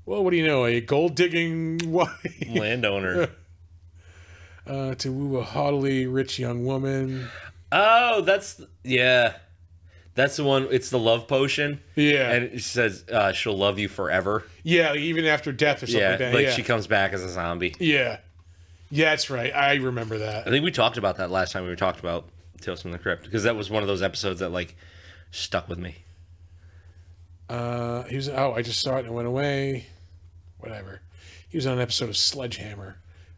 [SPEAKER 1] Well, what do you know? A gold digging wife
[SPEAKER 3] Landowner.
[SPEAKER 1] uh, to woo a haughtily rich young woman.
[SPEAKER 3] Oh, that's yeah. That's the one. It's the love potion,
[SPEAKER 1] Yeah,
[SPEAKER 3] and it says uh, she'll love you forever.
[SPEAKER 1] yeah. Even after death or something
[SPEAKER 3] yeah,
[SPEAKER 1] like that.
[SPEAKER 3] like
[SPEAKER 1] yeah.
[SPEAKER 3] she comes back as a zombie.
[SPEAKER 1] yeah, yeah. That's right. I remember
[SPEAKER 3] I
[SPEAKER 1] that.
[SPEAKER 3] think we talked about that last time we talked about Tales from the Crypt because that was one of those episodes that like stuck with me.
[SPEAKER 1] Uh, he was. Oh, I just saw it and it went away. Whatever. He was on an episode of Sledgehammer,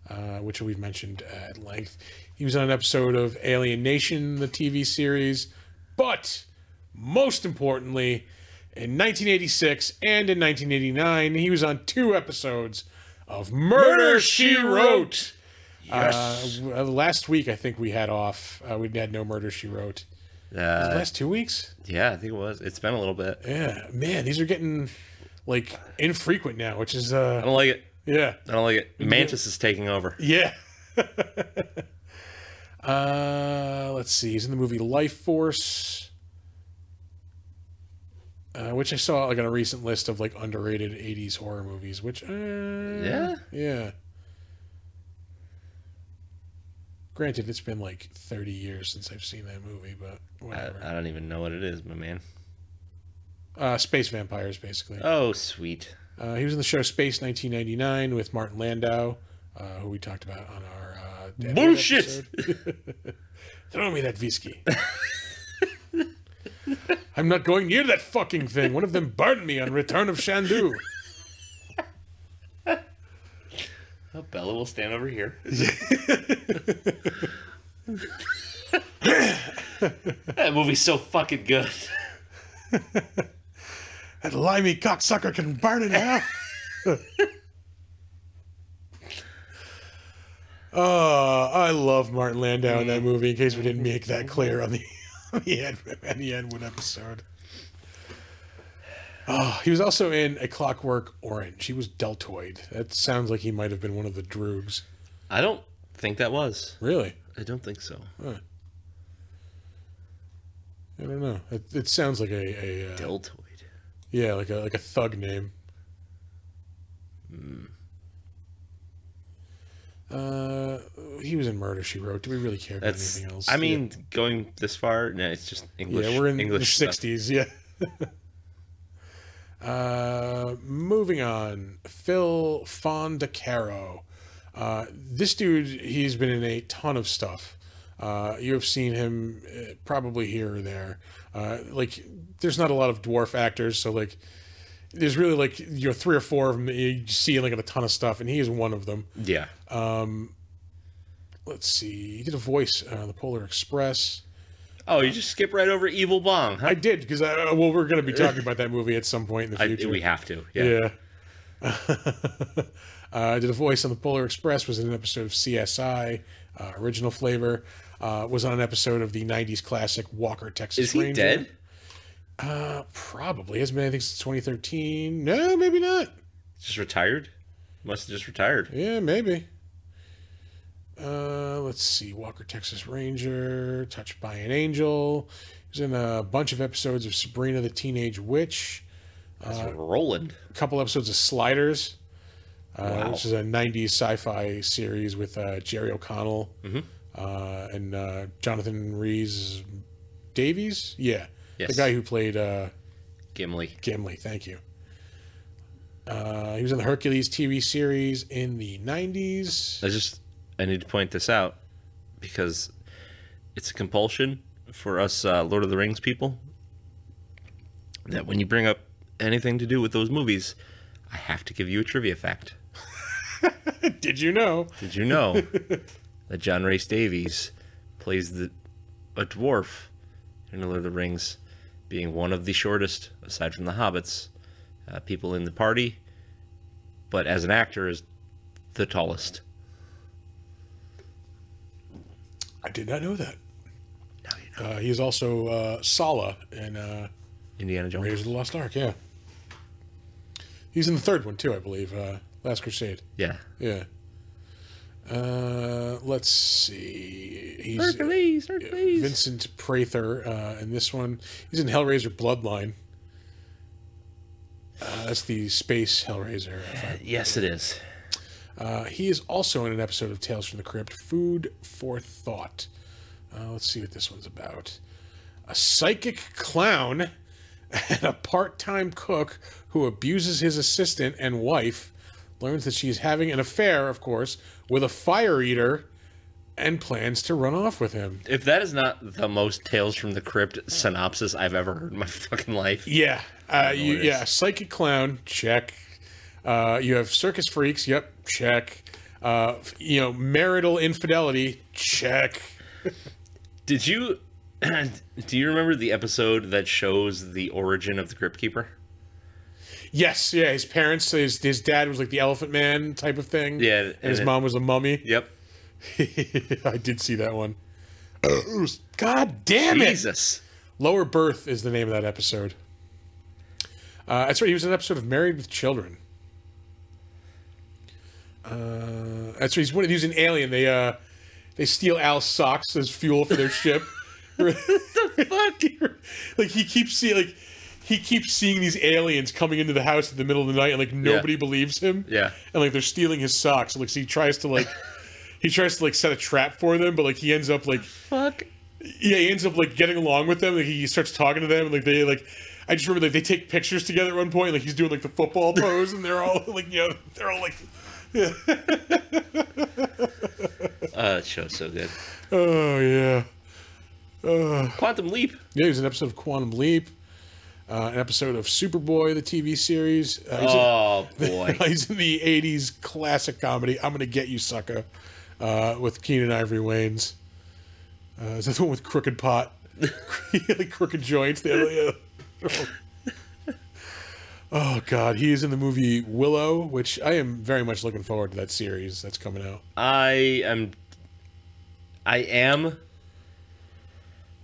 [SPEAKER 1] uh, which we've mentioned at length. He was on an episode of Alien Nation, the TV series, but most importantly, in 1986 and in 1989, he was on two episodes of Murder,
[SPEAKER 3] Murder,
[SPEAKER 1] She
[SPEAKER 3] She
[SPEAKER 1] Wrote. Yes. Uh, last week, I think we had off. Uh, we had no Murder She Wrote.
[SPEAKER 3] Uh,
[SPEAKER 1] last two weeks.
[SPEAKER 3] yeah, I think it was. It's been a little bit.
[SPEAKER 1] Yeah, man, these are getting like infrequent now, which is uh
[SPEAKER 3] I don't like it.
[SPEAKER 1] yeah.
[SPEAKER 3] I don't like it. Mantis is taking over.
[SPEAKER 1] Yeah. uh let's see. He's in the movie Life Force. Uh, which I saw like on a recent list of like underrated 80s horror movies, which uh,
[SPEAKER 3] Yeah?
[SPEAKER 1] Yeah. Granted, it's been like 30 years since I've seen that movie, but
[SPEAKER 3] I,
[SPEAKER 1] whatever.
[SPEAKER 3] I don't even know what it is, my man.
[SPEAKER 1] Uh, space vampires, basically.
[SPEAKER 3] Oh, sweet.
[SPEAKER 1] Uh, he was in the show Space 1999 with Martin Landau, uh, who we talked about on our uh, Deadwood
[SPEAKER 3] Bullshit!
[SPEAKER 1] episode. Throw me that whiskey. I'm not going near that fucking thing. One of them burned me on Return of Shandu.
[SPEAKER 3] Oh, Bella will stand over here. that movie's so fucking good.
[SPEAKER 1] That limey cocksucker can burn in hell. oh, I love Martin Landau in that movie. In case we didn't make that clear on the on the Ed, on the Edwin episode. Oh, he was also in A Clockwork Orange. He was Deltoid. That sounds like he might have been one of the Droogs.
[SPEAKER 3] I don't think that was.
[SPEAKER 1] Really?
[SPEAKER 3] I don't think so.
[SPEAKER 1] I don't know. It, it sounds like a, a uh,
[SPEAKER 3] Deltoid.
[SPEAKER 1] yeah, like a like a thug name.
[SPEAKER 3] Hmm.
[SPEAKER 1] Uh, he was in Murder She Wrote. Do we really care about
[SPEAKER 3] That's.
[SPEAKER 1] anything else?
[SPEAKER 3] I mean, going this far, no, it's just
[SPEAKER 1] yeah,
[SPEAKER 3] English.
[SPEAKER 1] yeah, we're in
[SPEAKER 3] English
[SPEAKER 1] the
[SPEAKER 3] stuff.
[SPEAKER 1] '60s. Yeah. uh, moving on, Phil Fondacaro. Uh, this dude, he's been in a ton of stuff. Uh, you have seen him uh, probably here or there. Uh, like, there's not a lot of dwarf actors, so like, there's really like you know three or four of them that you see like in a ton of stuff, and he is one of them
[SPEAKER 3] Yeah.
[SPEAKER 1] let's see. He did a voice uh, on the Polar Express.
[SPEAKER 3] oh, you just skip right over Evil Bong, huh?
[SPEAKER 1] I did because I uh, well, we're going to be talking about that movie at some point in the
[SPEAKER 3] I,
[SPEAKER 1] future.
[SPEAKER 3] we have to. Yeah.
[SPEAKER 1] yeah. uh, I did a voice on the Polar Express. Was in an episode of CSI, uh, original flavor. Uh, was on an episode of the '90s classic Walker Texas
[SPEAKER 3] Is he
[SPEAKER 1] Ranger.
[SPEAKER 3] dead?
[SPEAKER 1] Uh, probably hasn't been anything since 2013. No, maybe not.
[SPEAKER 3] Just retired? Must have just retired.
[SPEAKER 1] Yeah, maybe. Uh, let's see. Walker, Texas Ranger, Touched by an Angel. He's in a bunch of episodes of Sabrina the Teenage Witch, Uh,
[SPEAKER 3] That's Roland.
[SPEAKER 1] a couple episodes of Sliders, uh,
[SPEAKER 3] Wow.
[SPEAKER 1] which is a 90s sci fi series with uh, Jerry O'Connell
[SPEAKER 3] Mm-hmm.
[SPEAKER 1] uh, and uh, Jonathan Rees Davies. Yeah.
[SPEAKER 3] Yes.
[SPEAKER 1] The guy who played uh,
[SPEAKER 3] Gimli.
[SPEAKER 1] Gimli. Thank you. Uh, he was in the Hercules TV series in the 90s.
[SPEAKER 3] I just I need to point this out because it's a compulsion for us uh, Lord of the Rings people that when you bring up anything to do with those movies, I have to give you a trivia fact.
[SPEAKER 1] Did you know?
[SPEAKER 3] Did you know that John Race Davies plays the a dwarf in Lord of the Rings, being one of the shortest, aside from the hobbits, uh, people in the party, but as an actor is the tallest.
[SPEAKER 1] I did not know that.
[SPEAKER 3] Now you know.
[SPEAKER 1] Uh, he's also uh, Sala in uh,
[SPEAKER 3] Indiana Jones.
[SPEAKER 1] Raiders of the Lost Ark. Yeah, he's in the third one too, I believe. Uh, Last Crusade.
[SPEAKER 3] Yeah.
[SPEAKER 1] Yeah. Uh, let's see. He's
[SPEAKER 3] uh, Hercules, Hercules. Uh,
[SPEAKER 1] Vincent Prather uh, in this one. He's in Hellraiser Bloodline. Uh, that's the space Hellraiser.
[SPEAKER 3] yes, it is.
[SPEAKER 1] Uh, he is also in an episode of Tales from the Crypt, Food for Thought. Uh, let's see what this one's about. A psychic clown and a part time cook who abuses his assistant and wife learns that she's having an affair, of course, with a fire eater and plans to run off with him.
[SPEAKER 3] If that is not the most Tales from the Crypt synopsis I've ever heard in my fucking life,
[SPEAKER 1] Yeah. Uh, you,
[SPEAKER 3] it is.
[SPEAKER 1] yeah. Psychic clown, check. Uh, you have circus freaks, yep, check. Uh, f- you know, marital infidelity, check.
[SPEAKER 3] did you do you remember the episode that shows the origin of the Crypt Keeper?
[SPEAKER 1] Yes, yeah. His parents, his his dad was like the Elephant Man type of thing.
[SPEAKER 3] Yeah,
[SPEAKER 1] and,
[SPEAKER 3] and
[SPEAKER 1] his
[SPEAKER 3] it-
[SPEAKER 1] mom was a mummy.
[SPEAKER 3] Yep.
[SPEAKER 1] I did see that one. God damn it!
[SPEAKER 3] Jesus.
[SPEAKER 1] Lower Birth is the name of that episode. Uh, that's right. He was in an episode of Married with Children. Uh, that's right. He's one. of- He was an alien. They uh, they steal Al's socks as fuel for their ship.
[SPEAKER 3] Fuck.
[SPEAKER 1] like he keeps seeing like he keeps seeing these aliens coming into the house in the middle of the night and like nobody believes him
[SPEAKER 3] Yeah.
[SPEAKER 1] and like they're stealing his socks like so he tries to like he tries to like set a trap for them but like he ends up like
[SPEAKER 3] Fuck.
[SPEAKER 1] yeah he ends up like getting along with them like he starts talking to them and like they like I just remember like they take pictures together at one point like he's doing like the football pose and they're all like you know they're all like
[SPEAKER 3] Uh, that show's so good.
[SPEAKER 1] oh yeah
[SPEAKER 3] Quantum Leap.
[SPEAKER 1] yeah he was in an episode of Quantum Leap uh, an episode of Superboy the TV series uh, he's in-
[SPEAKER 3] Oh boy.
[SPEAKER 1] He's in the '80s classic comedy. I'm gonna get you, sucker, uh, with Keenan Ivory Wayans. Uh, is that the one with crooked pot, like crooked joints? There, yeah. oh God, he is in the movie Willow, which I am very much looking forward to that series that's coming out.
[SPEAKER 3] I am. I am.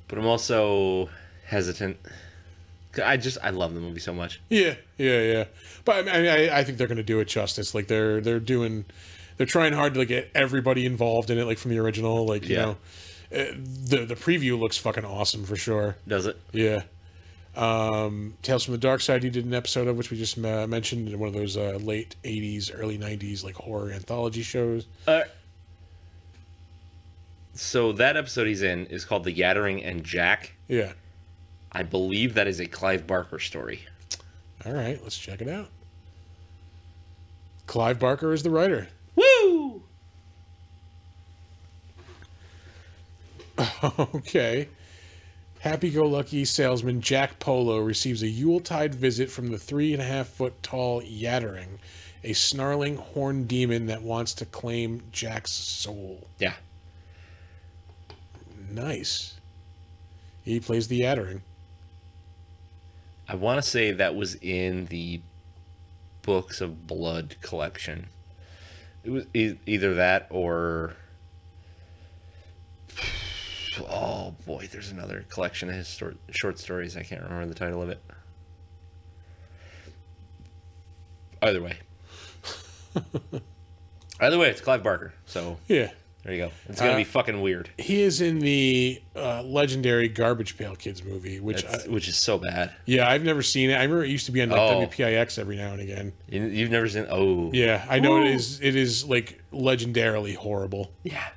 [SPEAKER 3] But I'm also hesitant. 'Cause I just I love the movie so much.
[SPEAKER 1] Yeah, yeah, yeah. But I mean, I, I think they're gonna do it justice. Like they're they're doing, they're trying hard to like, get everybody involved in it, like from the original. Like you
[SPEAKER 3] Yeah.
[SPEAKER 1] know, Uh, the the preview looks fucking awesome for sure.
[SPEAKER 3] Does it?
[SPEAKER 1] Yeah. Um, Tales from the Dark Side, you did an episode of, which we just uh, mentioned in one of those uh, late 80s, early 90s, like horror anthology shows.
[SPEAKER 3] Uh, so that episode he's in is called "The Yattering and Jack."
[SPEAKER 1] Yeah.
[SPEAKER 3] I believe that is a Clive Barker story.
[SPEAKER 1] All right, let's check it out. Clive Barker is the writer.
[SPEAKER 3] Woo!
[SPEAKER 1] okay. Happy go lucky salesman Jack Polo receives a Yuletide visit from the three and a half foot tall Yattering, a snarling horned demon that wants to claim Jack's soul.
[SPEAKER 3] Yeah.
[SPEAKER 1] Nice. He plays the Yattering.
[SPEAKER 3] I want to say that was in the Books of Blood collection. It was e- either that or oh boy, there's another collection of his stor- short stories. I can't remember the title of it. Either way, either way, it's Clive Barker. So
[SPEAKER 1] Yeah.
[SPEAKER 3] there you go. It's gonna be fucking weird,
[SPEAKER 1] He is in the uh, legendary Garbage Pail Kids movie, which I,
[SPEAKER 3] It's- which is so bad.
[SPEAKER 1] yeah, I've never seen it. I remember it used to be on like,
[SPEAKER 3] Oh.
[SPEAKER 1] WPIX every now and again.
[SPEAKER 3] You, you've never seen? Oh,
[SPEAKER 1] Yeah, I know
[SPEAKER 3] Woo.
[SPEAKER 1] it is. It is like legendarily horrible.
[SPEAKER 3] yeah.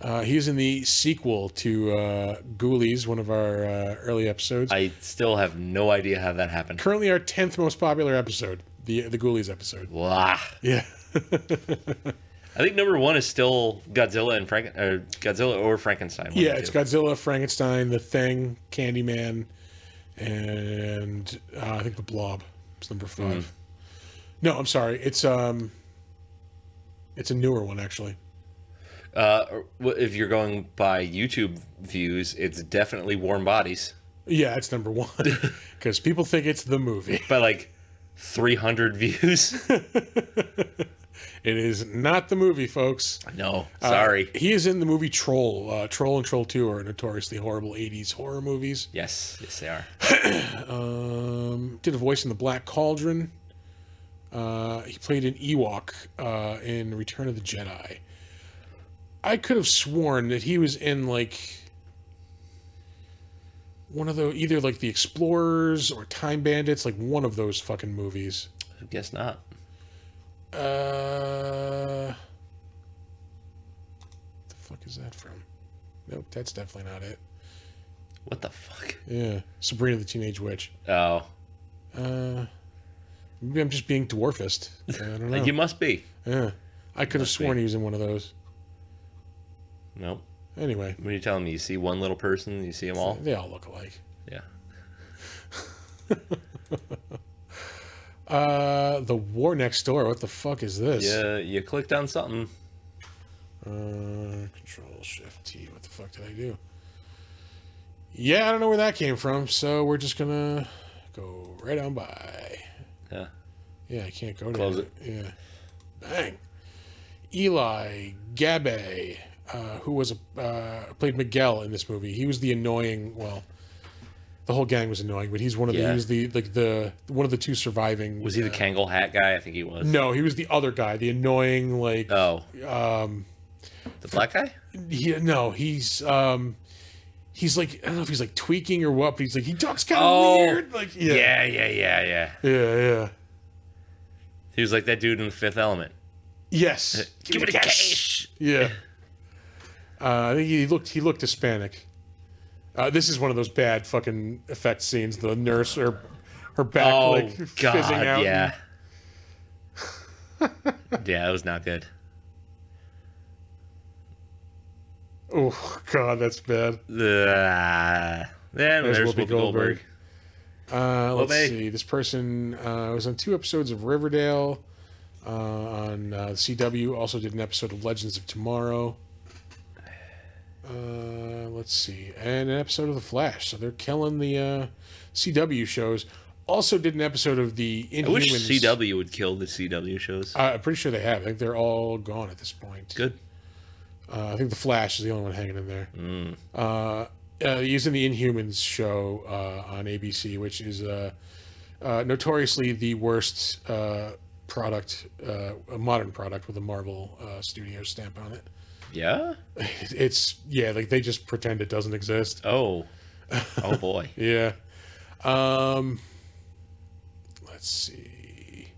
[SPEAKER 1] Uh, he's in the sequel to uh, Ghoulies, one of our uh, early episodes.
[SPEAKER 3] I still have no idea how that happened.
[SPEAKER 1] Currently, our tenth most popular episode, the the Ghoulies episode.
[SPEAKER 3] Blah.
[SPEAKER 1] Yeah,
[SPEAKER 3] I think number one is still Godzilla and Frank or Godzilla or Frankenstein. one of
[SPEAKER 1] yeah,
[SPEAKER 3] the
[SPEAKER 1] it's
[SPEAKER 3] two.
[SPEAKER 1] Godzilla, Frankenstein, The Thing, Candyman, and uh, I think The Blob. It's number five. No, I'm sorry. It's um, it's a newer one actually.
[SPEAKER 3] Uh, if you're going by YouTube views, it's definitely Warm Bodies
[SPEAKER 1] Yeah, it's number one because people think it's the movie.
[SPEAKER 3] by like 300 views.
[SPEAKER 1] It is not the movie, folks.
[SPEAKER 3] no,
[SPEAKER 1] Uh,
[SPEAKER 3] sorry.
[SPEAKER 1] He is in the movie Troll. Uh, Troll and Troll Two are notoriously horrible '80s horror movies.
[SPEAKER 3] yes, yes, they are.
[SPEAKER 1] Um, did a voice in the Black Cauldron. Uh, he played an Ewok uh, in Return of the Jedi. I could have sworn that he was in like one of the either like the Explorers or Time Bandits, like one of those fucking movies.
[SPEAKER 3] I guess not.
[SPEAKER 1] Uh, the fuck is that from? Nope, that's definitely not it.
[SPEAKER 3] What the fuck?
[SPEAKER 1] Yeah, Sabrina the Teenage Witch.
[SPEAKER 3] Oh,
[SPEAKER 1] Uh, maybe I'm just being dwarfist. I don't know.
[SPEAKER 3] you must be.
[SPEAKER 1] yeah, I could have
[SPEAKER 3] must be.
[SPEAKER 1] sworn he was in one of those.
[SPEAKER 3] Nope.
[SPEAKER 1] Anyway,
[SPEAKER 3] When you tell me you see one little person, you see them all.
[SPEAKER 1] they all look alike.
[SPEAKER 3] Yeah.
[SPEAKER 1] Uh, the War Next Door. What the fuck is this?
[SPEAKER 3] Yeah, you clicked on something.
[SPEAKER 1] Uh, control Shift T. What the fuck did I do? Yeah, I don't know where that came from. So we're just gonna go right on by.
[SPEAKER 3] Yeah.
[SPEAKER 1] Yeah, I can't go.
[SPEAKER 3] Close
[SPEAKER 1] to
[SPEAKER 3] it.
[SPEAKER 1] Yeah. Bang. Eli Gabe, uh, who was a uh, played Miguel in this movie. He was the annoying. Well, the whole gang was annoying, but he's one of the.
[SPEAKER 3] Yeah.
[SPEAKER 1] He was the like the one of the two surviving.
[SPEAKER 3] Was he the Kangol hat guy? I think he was.
[SPEAKER 1] No, he was the other guy, the annoying like.
[SPEAKER 3] Oh,
[SPEAKER 1] Um,
[SPEAKER 3] the black guy?
[SPEAKER 1] he, no, he's um, he's like I don't know if he's like tweaking or what, but he's like he talks kind of
[SPEAKER 3] Oh,
[SPEAKER 1] weird. Like yeah,
[SPEAKER 3] Yeah, yeah, yeah, yeah.
[SPEAKER 1] yeah, yeah.
[SPEAKER 3] He was like that dude in the Fifth Element.
[SPEAKER 1] Yes,
[SPEAKER 3] Give me the cash.
[SPEAKER 1] Yeah. Uh, I think he looked he looked Hispanic. Uh, this is one of those bad fucking effect scenes. The nurse her her back
[SPEAKER 3] Oh
[SPEAKER 1] like
[SPEAKER 3] God,
[SPEAKER 1] fizzing out.
[SPEAKER 3] yeah. yeah, it was not good.
[SPEAKER 1] Oh god, that's bad.
[SPEAKER 3] Uh, then there's, Whoopi, Goldberg.
[SPEAKER 1] Uh, let's
[SPEAKER 3] Obey.
[SPEAKER 1] see. This person uh, was on two episodes of Riverdale uh, on uh, CW. Also did an episode of Legends of Tomorrow. Uh, let's see, and an episode of The Flash. So they're killing the uh, CW shows. Also did an episode of the Inhumans.
[SPEAKER 3] I wish CW would kill the CW shows.
[SPEAKER 1] Uh, I'm pretty sure they have. I think they're all gone at this point.
[SPEAKER 3] Good.
[SPEAKER 1] Uh, I think the Flash is the only one hanging in there. Uh, uh, using the Inhumans show uh, on ABC, which is uh, uh, notoriously the worst uh, product, uh, a modern product with a Marvel uh, Studios stamp on it.
[SPEAKER 3] Yeah.
[SPEAKER 1] It's yeah, like they just pretend it doesn't exist.
[SPEAKER 3] Oh. Oh boy.
[SPEAKER 1] Yeah. Um, let's see.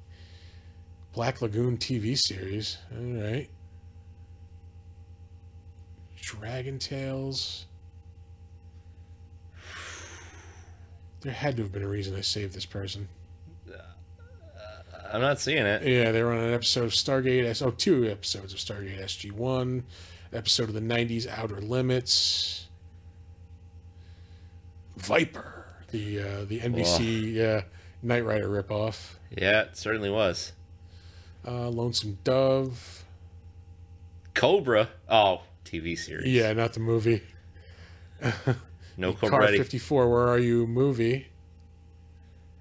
[SPEAKER 1] Black Lagoon TV series. All right. Dragon Tales. There had to have been a reason I saved this person.
[SPEAKER 3] I'm not seeing it.
[SPEAKER 1] Yeah, they were on an episode of Stargate S. Oh, two episodes of Stargate SG One, episode of the '90s Outer Limits, Viper, the uh, the NBC uh, Knight Rider ripoff,
[SPEAKER 3] Yeah, it certainly was.
[SPEAKER 1] uh, Lonesome Dove.
[SPEAKER 3] Cobra. Oh, TV series.
[SPEAKER 1] Yeah, not the movie.
[SPEAKER 3] No
[SPEAKER 1] Car
[SPEAKER 3] Cobra.
[SPEAKER 1] '54. Where are you? Movie.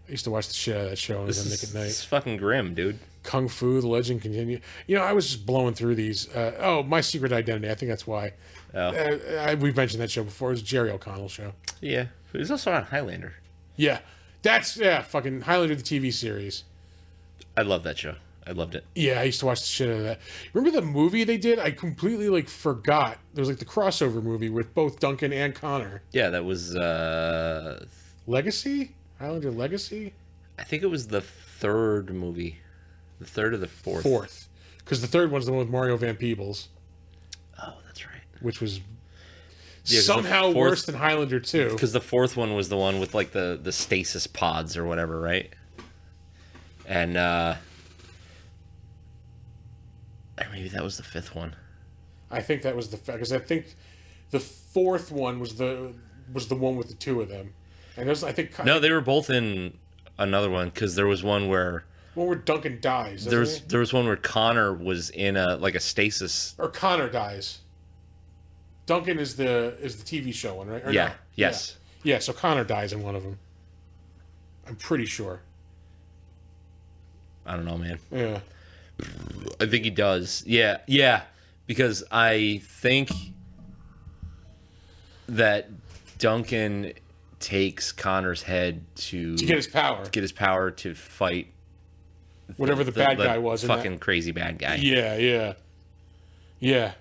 [SPEAKER 1] I used to watch the shit out of that show on
[SPEAKER 3] This
[SPEAKER 1] Nick
[SPEAKER 3] is
[SPEAKER 1] at Night.
[SPEAKER 3] it's fucking grim, dude.
[SPEAKER 1] Kung Fu, The Legend Continue. You know, I was just blowing through these. Uh, oh, My Secret Identity. I think that's why.
[SPEAKER 3] Oh,
[SPEAKER 1] Uh, I, we've mentioned that show before. It was a Jerry O'Connell show.
[SPEAKER 3] yeah. He was also on Highlander.
[SPEAKER 1] Yeah, that's yeah. Fucking Highlander, the TV series.
[SPEAKER 3] I love that show. I loved it.
[SPEAKER 1] Yeah, I used to watch the shit out of that. Remember the movie they did? I completely like forgot. There was like the crossover movie with both Duncan and Connor.
[SPEAKER 3] Yeah, that was. uh
[SPEAKER 1] Legacy, Highlander Legacy,
[SPEAKER 3] I think it was the third movie, the third or the fourth.
[SPEAKER 1] fourth, because the third one's the one with Mario Van Peebles,
[SPEAKER 3] Oh, that's right.
[SPEAKER 1] which was
[SPEAKER 3] 'cause the
[SPEAKER 1] somehow
[SPEAKER 3] fourth-
[SPEAKER 1] worse than Highlander Two.
[SPEAKER 3] Because the fourth one was the one with like the the stasis pods or whatever, right? And uh or maybe that was the fifth one.
[SPEAKER 1] I think that was the because I think the fourth one was the was the one with the two of them, and there's I think
[SPEAKER 3] No, they were both in another one because there was one where
[SPEAKER 1] One where Duncan dies. doesn't
[SPEAKER 3] There was
[SPEAKER 1] he?
[SPEAKER 3] there was one where Connor was in a like a stasis.
[SPEAKER 1] or Connor dies. Duncan is the is the TV show one, right? Or
[SPEAKER 3] Yeah.
[SPEAKER 1] no?
[SPEAKER 3] Yes.
[SPEAKER 1] Yeah. Yeah, So Connor dies in one of them. I'm pretty sure.
[SPEAKER 3] I don't know, man.
[SPEAKER 1] Yeah.
[SPEAKER 3] I think he does. Yeah, yeah. Because I think that Duncan takes Connor's head to,
[SPEAKER 1] To get his power.
[SPEAKER 3] get his power to fight
[SPEAKER 1] Whatever the, bad guy was. in that-
[SPEAKER 3] Fucking crazy bad guy.
[SPEAKER 1] Yeah. Yeah. Yeah.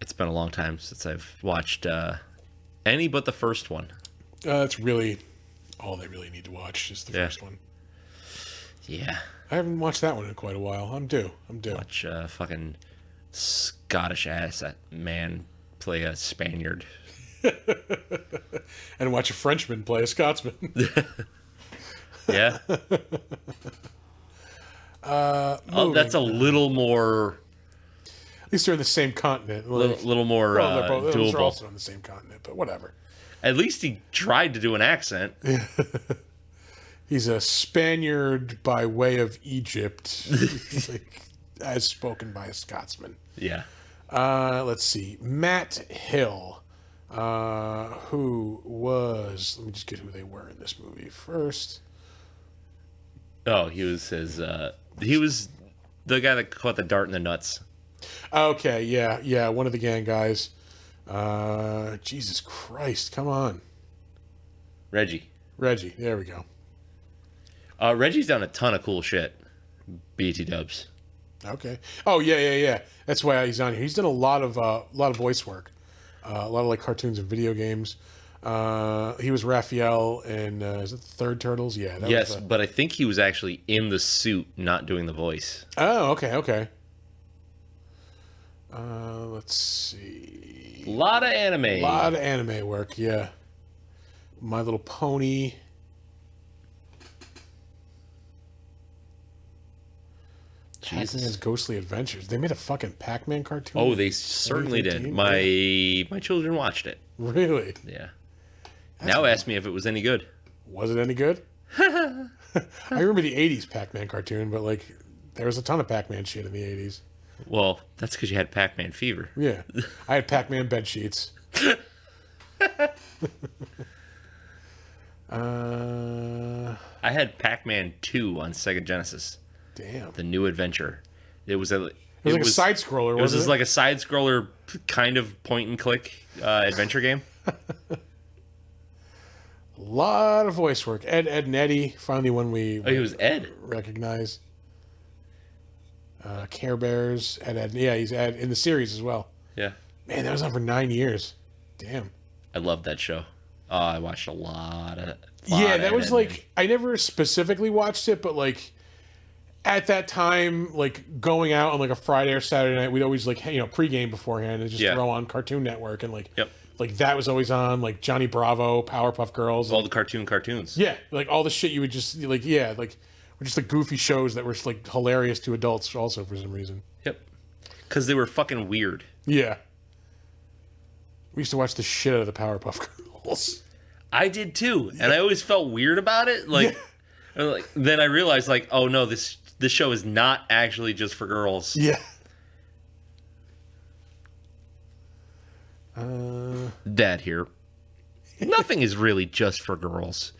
[SPEAKER 3] It's been a long time since I've watched uh, any but the first one.
[SPEAKER 1] Uh, that's really all they really need to watch is the
[SPEAKER 3] Yeah.
[SPEAKER 1] first one.
[SPEAKER 3] Yeah,
[SPEAKER 1] I haven't watched that one in quite a while. I'm due. I'm due.
[SPEAKER 3] watch uh, fucking Scottish ass man play a Spaniard.
[SPEAKER 1] And watch a Frenchman play a Scotsman.
[SPEAKER 3] Yeah.
[SPEAKER 1] Uh,
[SPEAKER 3] oh, that's a little more,
[SPEAKER 1] At least they're in the same continent.
[SPEAKER 3] little,
[SPEAKER 1] Like,
[SPEAKER 3] little more
[SPEAKER 1] well, they're
[SPEAKER 3] uh,
[SPEAKER 1] both, those are
[SPEAKER 3] doable.
[SPEAKER 1] also on the same continent, but whatever.
[SPEAKER 3] At least he tried to do an accent.
[SPEAKER 1] He's a Spaniard by way of Egypt, like, as spoken by a Scotsman.
[SPEAKER 3] Yeah.
[SPEAKER 1] Uh, let's see. Matt Hill, uh, who was. Let me just get who they were in this movie first.
[SPEAKER 3] Oh, he was his. Uh, he was the guy that caught the dart in the nuts.
[SPEAKER 1] Okay, yeah, yeah, one of the gang guys. Uh, Jesus Christ, come on.
[SPEAKER 3] Reggie.
[SPEAKER 1] Reggie, there we go.
[SPEAKER 3] Uh, Reggie's done a ton of cool shit. BT Dubs.
[SPEAKER 1] Okay. Oh yeah, yeah, yeah. That's why he's on here. He's done a lot of uh, a lot of voice work, uh, a lot of like cartoons and video games. Uh, he was Raphael in uh, is it the Third Turtles? Yeah. That
[SPEAKER 3] Yes,
[SPEAKER 1] Was uh, the-
[SPEAKER 3] but I think he was actually in the suit, not doing the voice.
[SPEAKER 1] oh, okay, okay. Uh, let's see.
[SPEAKER 3] A lot of anime.
[SPEAKER 1] A lot of anime work. Yeah. My Little Pony. Pac-Man's
[SPEAKER 3] Jesus.
[SPEAKER 1] Ghostly Adventures. They made a fucking Pac-Man cartoon.
[SPEAKER 3] Oh, they certainly did.
[SPEAKER 1] 2013?
[SPEAKER 3] My my children watched it.
[SPEAKER 1] really?
[SPEAKER 3] Yeah. Now ask me if it was any good.
[SPEAKER 1] Was it any good? I remember the 80s Pac Man cartoon, but like there was a ton of Pac Man shit in the 80s.
[SPEAKER 3] Well, that's because you had Pac-Man fever.
[SPEAKER 1] Yeah. I had Pac Man bed sheets. uh,
[SPEAKER 3] I had Pac-Man Two on Sega Genesis,
[SPEAKER 1] damn.
[SPEAKER 3] the new adventure. It was a.
[SPEAKER 1] It was like a side scroller,
[SPEAKER 3] It was
[SPEAKER 1] wasn't
[SPEAKER 3] just
[SPEAKER 1] it?
[SPEAKER 3] like a side scroller kind of point and click uh, adventure game.
[SPEAKER 1] a lot of voice work. Ed, Ed, and Eddie, finally one we
[SPEAKER 3] Oh, he was Ed.
[SPEAKER 1] recognize. Uh, Care Bears, Ed, Ed. Yeah, he's Ed in the series as well.
[SPEAKER 3] Yeah.
[SPEAKER 1] Man, that was on for nine years. Damn.
[SPEAKER 3] I loved that show. Oh, I watched a lot of. lot
[SPEAKER 1] yeah
[SPEAKER 3] of
[SPEAKER 1] that was
[SPEAKER 3] anime.
[SPEAKER 1] like i never specifically watched it but like at that time like going out on like a friday or saturday night we'd always like you know pregame beforehand and just
[SPEAKER 3] Yeah.
[SPEAKER 1] throw on cartoon network and like
[SPEAKER 3] Yep.
[SPEAKER 1] like that was always on like johnny bravo powerpuff girls
[SPEAKER 3] all the cartoon cartoons.
[SPEAKER 1] yeah like all the shit you would just like yeah like were just the goofy shows that were like hilarious to adults also for some reason
[SPEAKER 3] Yep. Because they were fucking weird.
[SPEAKER 1] yeah we used to watch the shit out of the powerpuff girls
[SPEAKER 3] I did too, and I always felt weird about it. Like, I was like, then I realized, like, oh no, this this show is not actually just for girls.
[SPEAKER 1] yeah uh
[SPEAKER 3] Dad here. Nothing is really just for girls.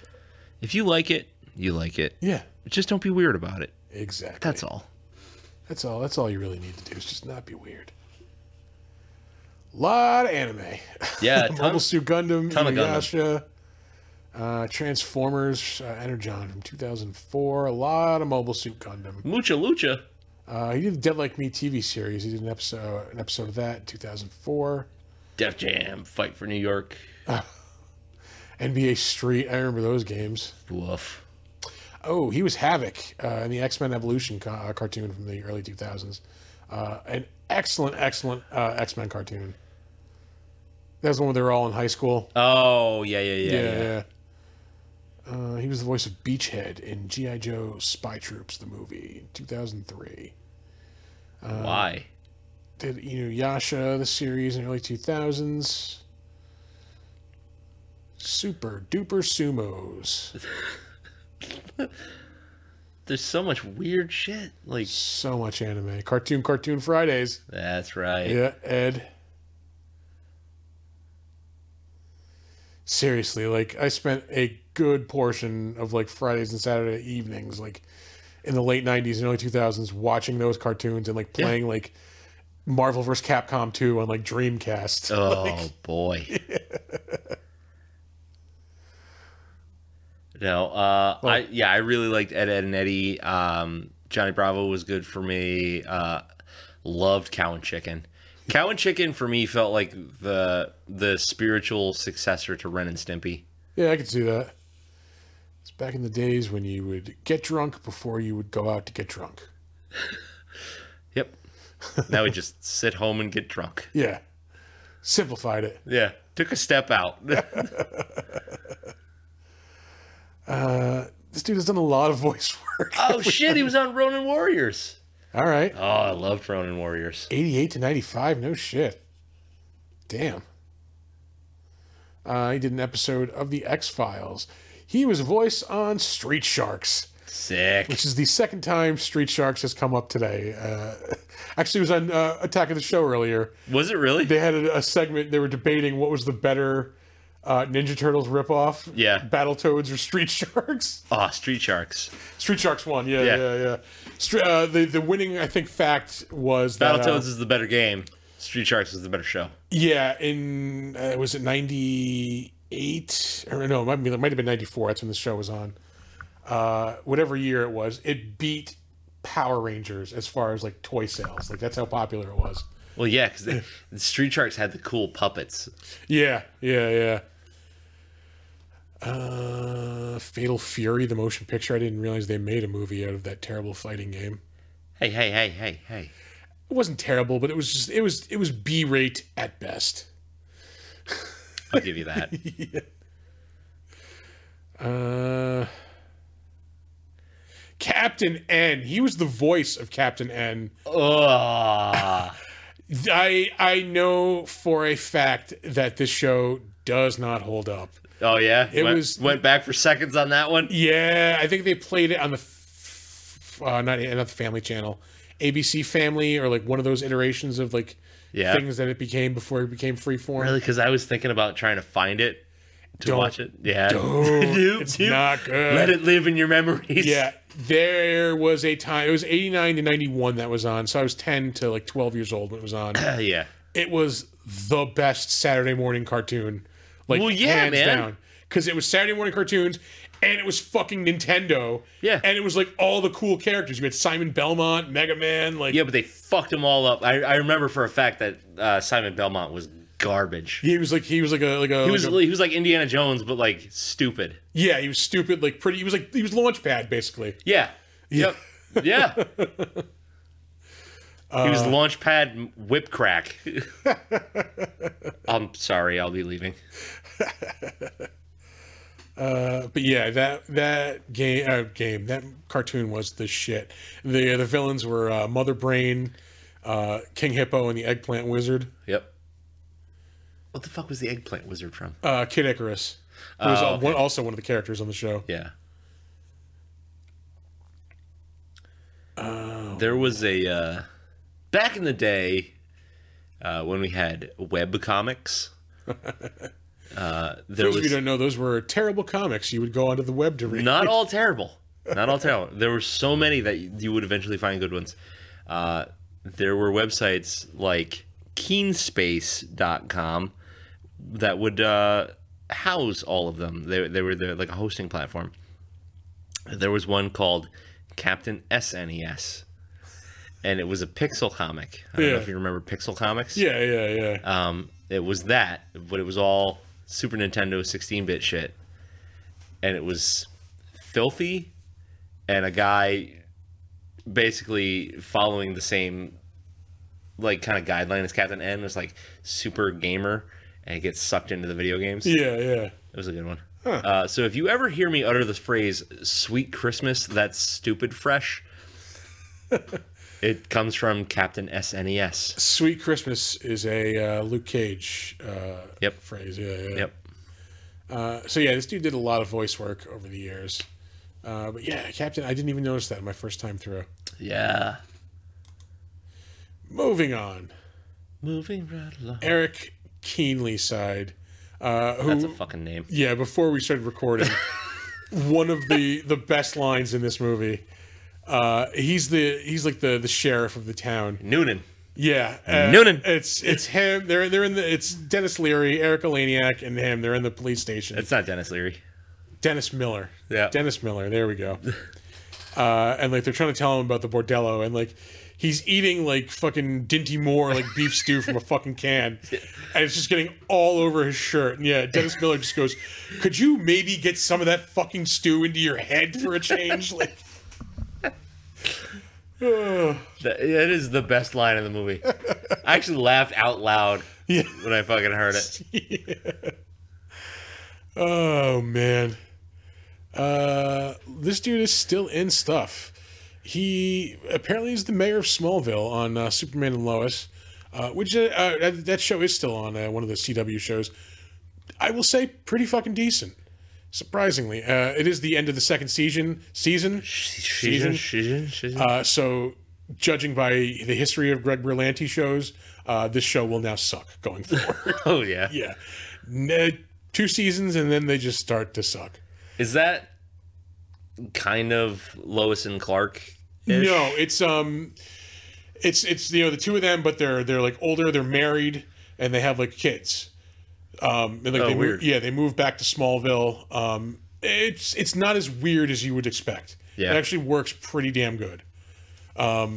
[SPEAKER 3] If you like it, you like it.
[SPEAKER 1] yeah
[SPEAKER 3] Just don't be weird about it.
[SPEAKER 1] Exactly.
[SPEAKER 3] That's all.
[SPEAKER 1] That's all. That's all you really need to do is just not be weird. Lot of anime.
[SPEAKER 3] Yeah,
[SPEAKER 1] Mobile
[SPEAKER 3] tons.
[SPEAKER 1] Suit Gundam,
[SPEAKER 3] ton of
[SPEAKER 1] Inuyasha, uh, Transformers, uh, Energon from 2004. A lot of Mobile Suit Gundam.
[SPEAKER 3] Mucha Lucha.
[SPEAKER 1] Uh, he did the Dead Like Me TV series. He did an episode, an episode of that in 2004.
[SPEAKER 3] Def Jam. Fight for New York.
[SPEAKER 1] NBA Street. I remember those games.
[SPEAKER 3] Woof.
[SPEAKER 1] Oh, he was Havoc uh, in the X Men Evolution ca- uh, cartoon from the early 2000s. Uh, an excellent, excellent uh, X Men cartoon. That's the one where they were all in high school.
[SPEAKER 3] Oh yeah yeah yeah.
[SPEAKER 1] Yeah,
[SPEAKER 3] yeah.
[SPEAKER 1] yeah. Uh, he was the voice of Beachhead in G.I. Joe Spy Troops, the movie, 2003.
[SPEAKER 3] Why?
[SPEAKER 1] Did Inuyasha, the series in the early 2000s. Super Duper Sumos.
[SPEAKER 3] there's so much weird shit. Like
[SPEAKER 1] So much anime. Cartoon Cartoon Fridays.
[SPEAKER 3] that's right.
[SPEAKER 1] Yeah, Ed. Seriously, like I spent a good portion of like Fridays and Saturday evenings, like in the late '90s and early 2000s, watching those cartoons and like playing like Marvel vs. Capcom 2 on like Dreamcast.
[SPEAKER 3] Oh boy. No, uh, I yeah, I really liked Ed, Ed and Eddie. Um, Johnny Bravo was good for me. Uh, loved Cow and Chicken. Cow and Chicken for me felt like the the spiritual successor to Ren and Stimpy.
[SPEAKER 1] Yeah, I could see that. It's back in the days when you would get drunk before you would go out to get drunk.
[SPEAKER 3] Yep. now we just sit home and get drunk.
[SPEAKER 1] Yeah, simplified it.
[SPEAKER 3] Yeah, Oh, took a step out.
[SPEAKER 1] This dude has done a lot of voice work.
[SPEAKER 3] oh shit, he was on Ronin Warriors.
[SPEAKER 1] All right.
[SPEAKER 3] Oh, I loved Ronin Warriors.
[SPEAKER 1] 88 to 95 no shit damn uh, he did an episode of the x-files he was a voice on street sharks
[SPEAKER 3] Sick.
[SPEAKER 1] which is the second time street sharks has come up today uh, actually it was on uh, attack of the show earlier
[SPEAKER 3] Was it really?
[SPEAKER 1] they had a, a segment they were debating what was the better uh, ninja turtles ripoff
[SPEAKER 3] Yeah.
[SPEAKER 1] battletoads or street sharks
[SPEAKER 3] Ah, Street Sharks.
[SPEAKER 1] street sharks won yeah yeah
[SPEAKER 3] Yeah.
[SPEAKER 1] yeah, Stre- uh, the, the winning i think fact was that uh,
[SPEAKER 3] Battletoads is the better game. Street Sharks is the better show.
[SPEAKER 1] Yeah, in uh, was it ninety eight or no? It might, be, it might have been ninety four. That's when the show was on. Uh, whatever year it was, it beat Power Rangers as far as like toy sales. Like that's how popular it was.
[SPEAKER 3] Well, yeah, because Street Sharks had the cool puppets.
[SPEAKER 1] Yeah, yeah, yeah. Uh, Fatal Fury, the motion picture. I didn't realize they made a movie out of that terrible fighting game.
[SPEAKER 3] Hey, hey, hey, hey, hey.
[SPEAKER 1] It wasn't terrible, but it was just it was it was B rate at best.
[SPEAKER 3] I'll give you that.
[SPEAKER 1] Uh, Captain N. He was the voice of Captain N.
[SPEAKER 3] oh,
[SPEAKER 1] I I know for a fact that this show does not hold up.
[SPEAKER 3] oh yeah.
[SPEAKER 1] It
[SPEAKER 3] went,
[SPEAKER 1] was-
[SPEAKER 3] went back for seconds on that one.
[SPEAKER 1] Yeah, I think they played it on the f- uh, not not the Family Channel, ABC Family, or like one of those iterations of like
[SPEAKER 3] Yeah.
[SPEAKER 1] things that it became before it became Freeform.
[SPEAKER 3] Really? Because I was thinking about trying to find it to
[SPEAKER 1] Don't.
[SPEAKER 3] watch it. Yeah.
[SPEAKER 1] Don't.
[SPEAKER 3] Nope,
[SPEAKER 1] Oh, It's
[SPEAKER 3] nope.
[SPEAKER 1] not good.
[SPEAKER 3] Let it live in your memories.
[SPEAKER 1] Yeah, there was a time. It was eighty nine to ninety one that was on. So I was ten to like twelve years old when it was on.
[SPEAKER 3] yeah.
[SPEAKER 1] it was the best Saturday morning cartoon. Like
[SPEAKER 3] Well, yeah,
[SPEAKER 1] hands
[SPEAKER 3] man.
[SPEAKER 1] down. Because it was Saturday morning cartoons and it was fucking Nintendo.
[SPEAKER 3] Yeah.
[SPEAKER 1] And it was like all the cool characters. You had Simon Belmont, Mega Man, like
[SPEAKER 3] Yeah, but they fucked them all up. I, I remember for a fact that uh, Simon Belmont was garbage.
[SPEAKER 1] he was like he was like a like a,
[SPEAKER 3] He was
[SPEAKER 1] like a-
[SPEAKER 3] he was like Indiana Jones, but like stupid.
[SPEAKER 1] Yeah, he was stupid, like pretty he was like he was launchpad basically.
[SPEAKER 3] Yeah. Yep. Yeah. he
[SPEAKER 1] Uh,
[SPEAKER 3] was Launchpad Whip Crack. I'm sorry, I'll be leaving.
[SPEAKER 1] Uh, But yeah, that that game uh, game that cartoon was the shit. The the villains were uh, Mother Brain, uh, King Hippo, and the Eggplant Wizard.
[SPEAKER 3] Yep. What the fuck was the eggplant wizard from?
[SPEAKER 1] Uh, Kid Icarus, who was
[SPEAKER 3] Oh,
[SPEAKER 1] uh, one, also one of the characters on the show.
[SPEAKER 3] Yeah.
[SPEAKER 1] oh.
[SPEAKER 3] there was a uh, back in the day uh, when we had web comics. uh,
[SPEAKER 1] Those of
[SPEAKER 3] there was
[SPEAKER 1] you who don't know, those were terrible comics you would go onto the web to read.
[SPEAKER 3] not all terrible. Not all terrible. There were so many that you you would eventually find good ones. Uh, there were websites like keenspace.com that would uh, house all of them. They, they were there, like a hosting platform. There was one called Captain SNES, and it was a pixel comic. I don't know
[SPEAKER 1] Yeah.
[SPEAKER 3] if you remember pixel comics.
[SPEAKER 1] Yeah, yeah, yeah.
[SPEAKER 3] Um, it was that, but it was all Super Nintendo 16 bit shit. And it was filthy and a guy basically following the same like kind of guideline as Captain N was like super gamer and gets sucked into the video games.
[SPEAKER 1] yeah, yeah.
[SPEAKER 3] It was a good one. Uh, so if you ever hear me utter the phrase "sweet Christmas," that's stupid fresh. it comes from Captain E SNES.
[SPEAKER 1] Sweet Christmas is a uh, Luke Cage uh,
[SPEAKER 3] Yep.
[SPEAKER 1] phrase. Yeah, yeah.
[SPEAKER 3] Yep.
[SPEAKER 1] Uh, so yeah, this dude did a lot of voice work over the years. Uh, but yeah, Captain, I didn't even notice that my first time through.
[SPEAKER 2] Yeah.
[SPEAKER 1] Moving on,
[SPEAKER 3] Moving right along.
[SPEAKER 1] Eric Keenly side, uh, who
[SPEAKER 3] That's a fucking name.
[SPEAKER 1] Yeah, before we started recording, one of the the best lines in this movie. Uh, he's the he's like the the sheriff of the town.
[SPEAKER 3] Noonan.
[SPEAKER 1] Yeah, uh,
[SPEAKER 3] Noonan.
[SPEAKER 1] It's it's him. They're they're in the it's Dennis Leary, Eric Laniak, and him. They're in the police station.
[SPEAKER 3] It's not Dennis Leary.
[SPEAKER 1] Dennis Miller.
[SPEAKER 3] Yeah.
[SPEAKER 1] Dennis Miller. There we go. Uh, and like they're trying to tell him about the bordello, and like he's eating like fucking Dinty Moore like beef stew from a fucking can, and it's just getting all over his shirt. And yeah, Dennis Miller just goes, "Could you maybe get some of that fucking stew into your head for a change?" Like, Ugh.
[SPEAKER 3] That, that is the best line in the movie. I actually laughed out loud
[SPEAKER 1] yeah.
[SPEAKER 3] when I fucking heard it.
[SPEAKER 1] Oh man, uh, this dude is still in stuff. He apparently is the mayor of Smallville on uh, Superman and Lois, uh, which uh, uh, that- that show is still on uh, one of the CW shows. I will say, pretty fucking decent. Surprisingly, uh, it is the end of the second season. Season,
[SPEAKER 3] Season, season, season.
[SPEAKER 1] uh, so judging by the history of Greg Berlanti shows, uh, this show will now suck going forward.
[SPEAKER 3] oh yeah.
[SPEAKER 1] yeah, no, two seasons and then they just start to suck.
[SPEAKER 3] Is that kind of Lois and Clark?
[SPEAKER 1] No, it's um, it's it's you know the two of them, but they're they're like older, they're married, and they have like kids. Um, and like
[SPEAKER 3] Oh,
[SPEAKER 1] they
[SPEAKER 3] weird.
[SPEAKER 1] Move, yeah, they move back to Smallville. Um, it's it's not as weird as you would expect.
[SPEAKER 3] Yeah.
[SPEAKER 1] it actually works pretty damn good. Um,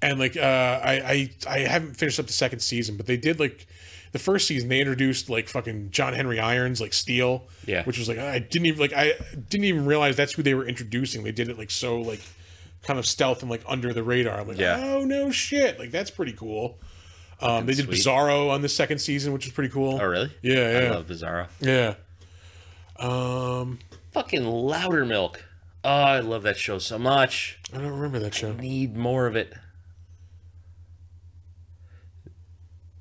[SPEAKER 1] and like uh, I I I haven't finished up the second season, but they did like. The first season, they introduced like fucking John Henry Irons, like Steel,
[SPEAKER 3] Yeah.
[SPEAKER 1] which was like I didn't even like I didn't even realize that's who they were introducing. They did it like so like kind of stealth and like under the radar. I'm like,
[SPEAKER 3] Yeah.
[SPEAKER 1] oh no shit, like that's pretty cool. Um, they did
[SPEAKER 3] sweet.
[SPEAKER 1] Bizarro on the second season, which is pretty cool.
[SPEAKER 3] Oh really?
[SPEAKER 1] Yeah,
[SPEAKER 3] I
[SPEAKER 1] yeah,
[SPEAKER 3] love Bizarro.
[SPEAKER 1] yeah. Um,
[SPEAKER 3] Fucking Loudermilk. Oh, I love that show so much.
[SPEAKER 1] I don't remember that show.
[SPEAKER 3] Need more of it.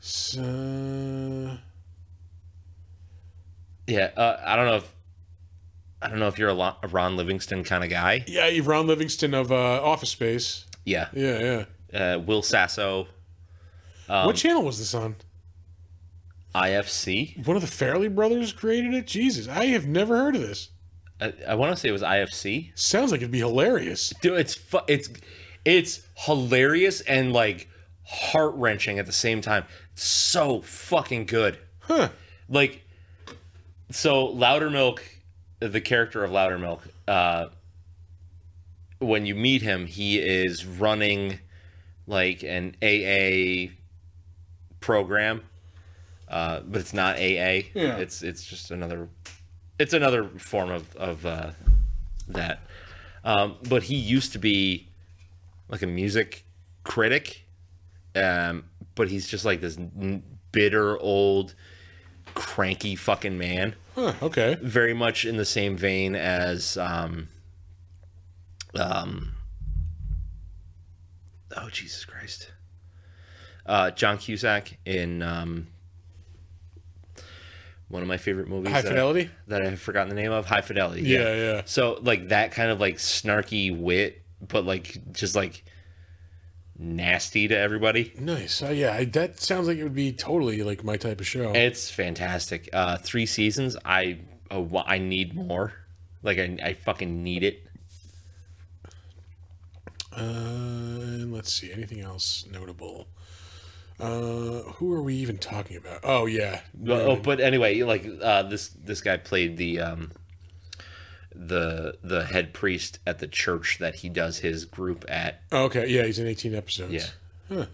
[SPEAKER 1] So,
[SPEAKER 3] Yeah, uh, I don't know if I don't know if you're a, Lo- a Ron Livingston kind of guy.
[SPEAKER 1] yeah, Ron Livingston of uh, Office Space.
[SPEAKER 3] Yeah,
[SPEAKER 1] Yeah, yeah.
[SPEAKER 3] uh, Will Sasso, Um,
[SPEAKER 1] what channel was this on?
[SPEAKER 3] IFC.
[SPEAKER 1] One of the Fairley brothers created it. Jesus, I have never heard of this.
[SPEAKER 3] I, I want to say it was IFC.
[SPEAKER 1] Sounds like it'd be hilarious.
[SPEAKER 3] Dude, it's fu- it's it's hilarious and like heart wrenching at the same time. It's so fucking good.
[SPEAKER 1] Huh.
[SPEAKER 3] Like, so Loudermilk, the character of Loudermilk, uh, when you meet him, he is running like an AA program, uh, but it's not AA.
[SPEAKER 1] Yeah.
[SPEAKER 3] It's it's just another it's another form of of uh, that. Um, but he used to be like a music critic, um, but he's just like this n- bitter old cranky fucking man
[SPEAKER 1] Huh. Okay.
[SPEAKER 3] very much in the same vein as um um oh jesus christ uh john cusack in um one of my favorite movies
[SPEAKER 1] High
[SPEAKER 3] that I-
[SPEAKER 1] Fidelity.
[SPEAKER 3] that i have forgotten the name of high fidelity
[SPEAKER 1] Yeah, yeah.
[SPEAKER 3] so like that kind of like snarky wit but like just like nasty to everybody
[SPEAKER 1] Nice. Uh, yeah, I, that sounds like it would be totally like my type of show.
[SPEAKER 3] It's fantastic. Uh, three seasons. I uh, wa- I need more. Like I, I fucking need it.
[SPEAKER 1] Uh, and Uh, let's see, anything else notable? Uh, who are we even talking about? Oh yeah,
[SPEAKER 3] But, oh, but anyway, like uh, this this guy played the um, the the head priest at the church that he does his group at.
[SPEAKER 1] okay, yeah, he's in eighteen episodes.
[SPEAKER 3] Yeah.
[SPEAKER 1] Huh.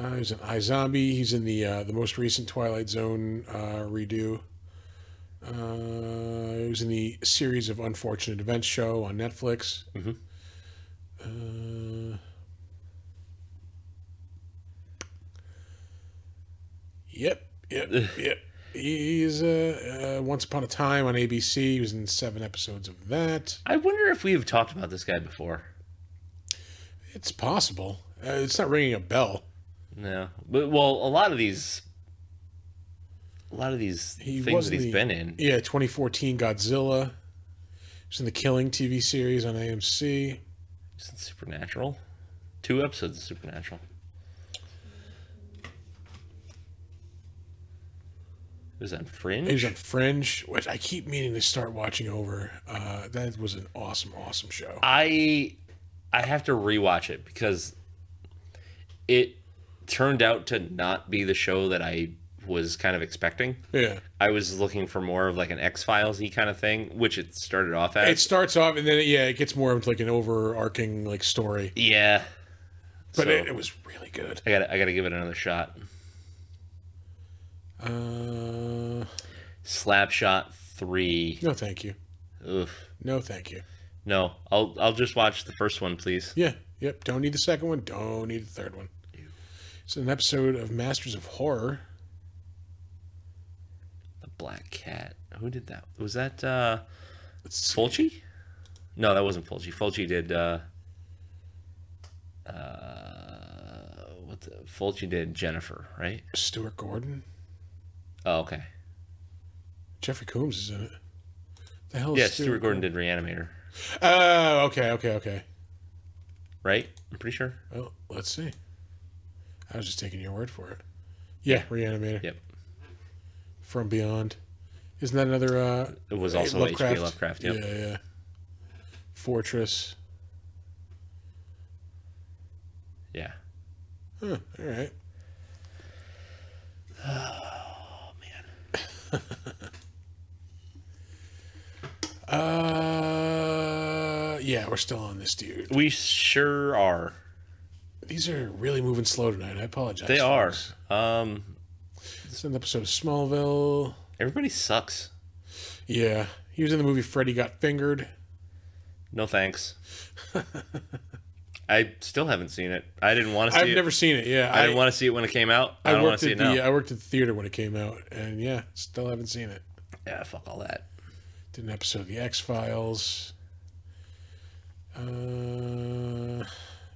[SPEAKER 1] Uh, he's in iZombie. He's in the uh, the most recent Twilight Zone uh, redo. Uh, he was in the series of unfortunate events show on Netflix. Uh, yep, yep, yep. He's uh, uh, Once Upon a Time on ABC. He was in seven episodes of that.
[SPEAKER 3] I wonder if we have talked about this guy before.
[SPEAKER 1] It's possible. Uh, it's not ringing a bell.
[SPEAKER 3] No, but well, a lot of these, a lot of these
[SPEAKER 1] He
[SPEAKER 3] things
[SPEAKER 1] was
[SPEAKER 3] that he's
[SPEAKER 1] the-
[SPEAKER 3] been in.
[SPEAKER 1] Yeah, 2014 Godzilla. She's in the Killing TV series on AMC.
[SPEAKER 3] Is it Supernatural? Two episodes of Supernatural. Is that Fringe?
[SPEAKER 1] It was on Fringe, which I keep meaning to start watching over. Uh, that was an awesome, awesome show.
[SPEAKER 3] I I have to rewatch it because it turned out to not be the show that I was kind of expecting.
[SPEAKER 1] Yeah.
[SPEAKER 3] I was looking for more of like an X Files y kind of thing, which it started off as.
[SPEAKER 1] It starts off and then, yeah, it gets more of like an overarching like story,
[SPEAKER 3] yeah,
[SPEAKER 1] but
[SPEAKER 3] So,
[SPEAKER 1] it, it was really good.
[SPEAKER 3] I got I got to give it another shot.
[SPEAKER 1] Uh,
[SPEAKER 3] Slapshot three.
[SPEAKER 1] no, thank you.
[SPEAKER 3] Oof.
[SPEAKER 1] No, thank you.
[SPEAKER 3] No, I'll I'll just watch the first one, please.
[SPEAKER 1] Yeah. Yep. Don't need the second one. Don't need the third one. It's an episode of Masters of Horror.
[SPEAKER 3] The Black Cat. Who did that? Was that uh
[SPEAKER 1] It's
[SPEAKER 3] Fulci? No, that wasn't Fulci. Fulci did uh uh what the Fulci did Jennifer, right?
[SPEAKER 1] Stuart Gordon.
[SPEAKER 3] Oh, okay.
[SPEAKER 1] Jeffrey Coombs is in it. The hell is
[SPEAKER 3] Yeah, Stuart Gordon did Reanimator,
[SPEAKER 1] Oh, okay, okay, okay.
[SPEAKER 3] right? I'm pretty sure.
[SPEAKER 1] Well, let's see. I was just taking your word for it. Yeah, Reanimator.
[SPEAKER 3] Yep.
[SPEAKER 1] From Beyond. Isn't that another uh
[SPEAKER 3] It was also
[SPEAKER 1] Lovecraft?
[SPEAKER 3] H.P. Lovecraft, yep.
[SPEAKER 1] Yeah, yeah. Fortress.
[SPEAKER 3] Yeah.
[SPEAKER 1] Huh, all right. Oh man. uh yeah, we're still on this dude.
[SPEAKER 3] We sure are.
[SPEAKER 1] These are really moving slow tonight. I apologize.
[SPEAKER 3] They are.
[SPEAKER 1] folks.
[SPEAKER 3] Um
[SPEAKER 1] This is an episode of Smallville.
[SPEAKER 3] everybody sucks.
[SPEAKER 1] Yeah. He was in the movie Freddy Got Fingered.
[SPEAKER 3] No thanks. I still haven't seen it. I didn't want to see
[SPEAKER 1] I've
[SPEAKER 3] it.
[SPEAKER 1] never seen it. Yeah.
[SPEAKER 3] I didn't want to see it when it came out. I, don't want
[SPEAKER 1] worked
[SPEAKER 3] to see
[SPEAKER 1] at
[SPEAKER 3] it now.
[SPEAKER 1] the I worked at the theater when it came out and yeah, still haven't seen it.
[SPEAKER 3] yeah, fuck all that.
[SPEAKER 1] Did an episode of The X Files. Uh,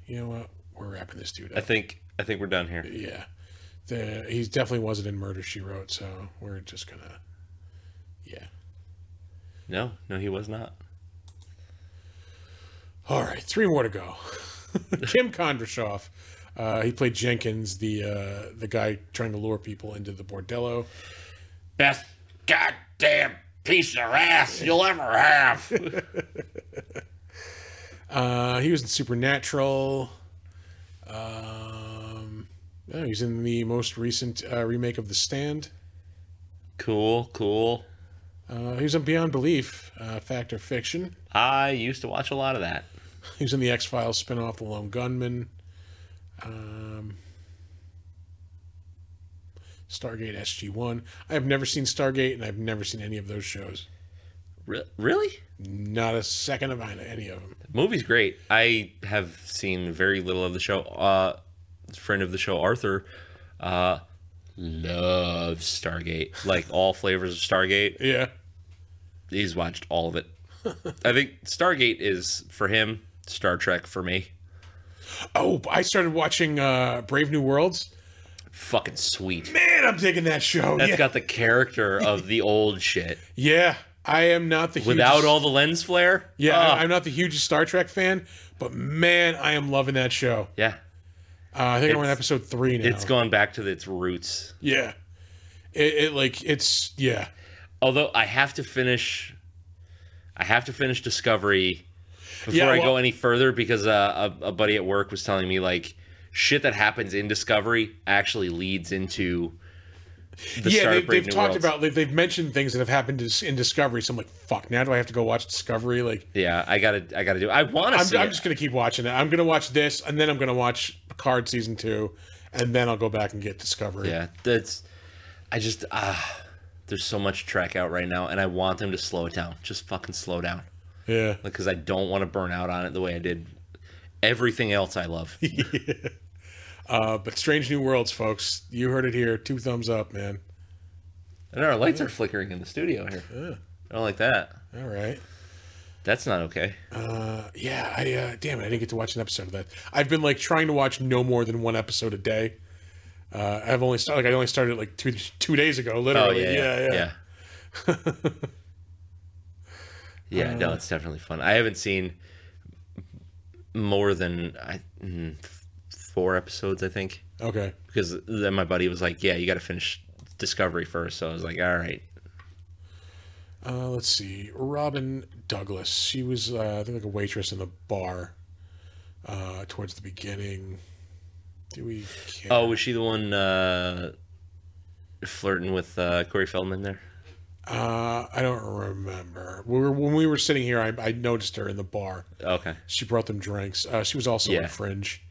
[SPEAKER 1] you know what? We're wrapping this dude
[SPEAKER 3] I
[SPEAKER 1] up.
[SPEAKER 3] think I think we're done here.
[SPEAKER 1] yeah, the, he definitely wasn't in Murder She Wrote, so we're just gonna. Yeah.
[SPEAKER 3] No, no, he was not.
[SPEAKER 1] All right, three more to go. Kim Kondrashov. Uh, he played Jenkins, the uh, the guy trying to lure people into the bordello.
[SPEAKER 3] Best goddamn piece of ass you'll ever have.
[SPEAKER 1] Uh, he was in Supernatural. Um, oh, he's in the most recent uh, remake of The Stand.
[SPEAKER 3] cool, cool.
[SPEAKER 1] Uh, he was on Beyond Belief, uh, Fact or Fiction.
[SPEAKER 3] I used to watch a lot of that.
[SPEAKER 1] He was in the X Files spinoff, The Lone Gunman. Um, Stargate SG One. I have never seen Stargate, and I've never seen any of those shows.
[SPEAKER 3] Re- really?
[SPEAKER 1] Not a second of mine- any of them.
[SPEAKER 3] The movie's great. I have seen very little of the show. Uh, friend of the show, Arthur, uh, loves Stargate. Like all flavors of Stargate.
[SPEAKER 1] Yeah,
[SPEAKER 3] he's watched all of it. I think Stargate is for him, Star Trek for me.
[SPEAKER 1] Oh, I started watching uh, Brave New Worlds.
[SPEAKER 3] Fucking sweet.
[SPEAKER 1] Man, I'm digging that show.
[SPEAKER 3] That's
[SPEAKER 1] yeah.
[SPEAKER 3] got the character of the old shit
[SPEAKER 1] yeah, I am not the
[SPEAKER 3] without
[SPEAKER 1] hugest,
[SPEAKER 3] all the lens flare.
[SPEAKER 1] Yeah,
[SPEAKER 3] Ah,
[SPEAKER 1] I- I'm not the hugest Star Trek fan, but man, I am loving that show.
[SPEAKER 3] yeah.
[SPEAKER 1] Uh, I think I'm on
[SPEAKER 3] It's-
[SPEAKER 1] episode three now.
[SPEAKER 3] It's gone back to its roots.
[SPEAKER 1] yeah, it, it like it's yeah.
[SPEAKER 3] Although I have to finish, I have to finish Discovery before
[SPEAKER 1] Yeah,
[SPEAKER 3] I
[SPEAKER 1] well-
[SPEAKER 3] go any further because uh, a, a buddy at work was telling me like shit that happens in Discovery actually leads into the
[SPEAKER 1] yeah,
[SPEAKER 3] start
[SPEAKER 1] they,
[SPEAKER 3] of Brave
[SPEAKER 1] they've
[SPEAKER 3] New
[SPEAKER 1] talked
[SPEAKER 3] Worlds.
[SPEAKER 1] about like, they've mentioned things that have happened dis- in Discovery. So I'm like, fuck. Now do I have to go watch Discovery? Like,
[SPEAKER 3] Yeah, I gotta, I gotta do. I want to
[SPEAKER 1] I'm,
[SPEAKER 3] see.
[SPEAKER 1] I'm
[SPEAKER 3] it.
[SPEAKER 1] just gonna keep watching it. I'm gonna watch this, and then I'm gonna watch Picard season two, and then I'll go back and get Discovery.
[SPEAKER 3] Yeah, that's. I just ah, there's so much track out right now, and I want them to slow it down. Just fucking slow down,
[SPEAKER 1] yeah.
[SPEAKER 3] because I don't want to burn out on it the way I did everything else I love.
[SPEAKER 1] Uh, but Strange New Worlds, folks. You heard it here. Two thumbs up, man.
[SPEAKER 3] and our lights are flickering in the studio here. I don't like that.
[SPEAKER 1] All right.
[SPEAKER 3] That's not okay.
[SPEAKER 1] Uh, yeah, I uh, damn it, I didn't get to watch an episode of that. I've been like trying to watch no more than one episode a day. Uh, I've only started, like I only started like two two days ago,
[SPEAKER 3] Oh
[SPEAKER 1] literally.
[SPEAKER 3] yeah, yeah, yeah.
[SPEAKER 1] yeah,
[SPEAKER 3] yeah. Yeah, no, it's definitely fun. I haven't seen more than I, mm, four episodes, I think,
[SPEAKER 1] Okay.
[SPEAKER 3] because then my buddy was like, "Yeah, you got to finish Discovery first. So I was like, "All right."
[SPEAKER 1] Uh, let's see. Robin Douglas. She was, uh, I think, like a waitress in a bar uh, towards the beginning. Do we? Care?
[SPEAKER 3] Oh, was she the one uh, flirting with uh, Corey Feldman there?
[SPEAKER 1] Uh, I don't remember. We were, when we were sitting here, I, I noticed her in the bar.
[SPEAKER 3] Okay,
[SPEAKER 1] She brought them drinks. Uh, she was also in
[SPEAKER 3] Yeah.
[SPEAKER 1] Fringe.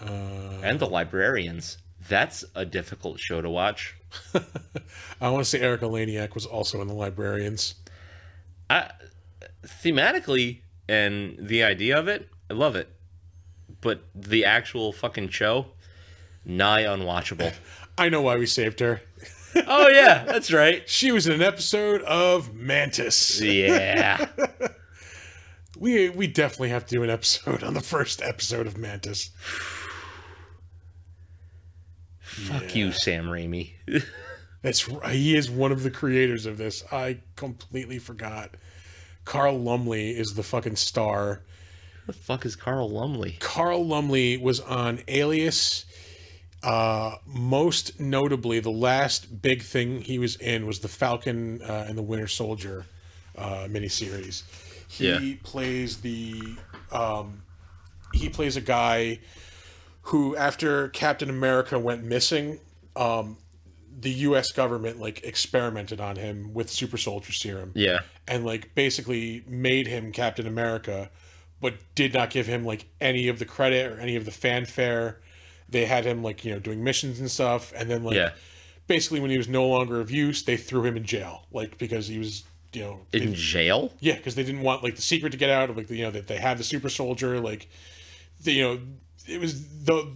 [SPEAKER 3] and the Librarians. That's a difficult show to watch.
[SPEAKER 1] I want to say Erica Laniak was also in The Librarians.
[SPEAKER 3] I thematically and the idea of it, I love it. But the actual fucking show, nigh unwatchable.
[SPEAKER 1] I know why we saved her.
[SPEAKER 3] oh yeah, that's right.
[SPEAKER 1] She was in an episode of Mantis.
[SPEAKER 3] Yeah.
[SPEAKER 1] We we definitely have to do an episode on the first episode of Mantis.
[SPEAKER 3] Fuck you, Sam Raimi.
[SPEAKER 1] That's r- he is one of the creators of this. I completely forgot. Carl Lumley is the fucking star.
[SPEAKER 3] the fuck is Carl Lumley?
[SPEAKER 1] Carl Lumley was on Alias. Uh, most notably, the last big thing he was in was the Falcon uh, and the Winter Soldier uh, miniseries. He
[SPEAKER 3] Yeah.
[SPEAKER 1] plays the um, he plays a guy who, after Captain America went missing, um, the U.S. government like experimented on him with super soldier serum
[SPEAKER 3] Yeah.
[SPEAKER 1] and like basically made him Captain America, but did not give him like any of the credit or any of the fanfare. They had him like you know doing missions and stuff, and then like
[SPEAKER 3] Yeah.
[SPEAKER 1] basically when he was no longer of use, they threw him in jail like because he was you know
[SPEAKER 3] In jail?
[SPEAKER 1] yeah because they didn't want like the secret to get out of like the, you know that they have the super soldier like the, you know it was the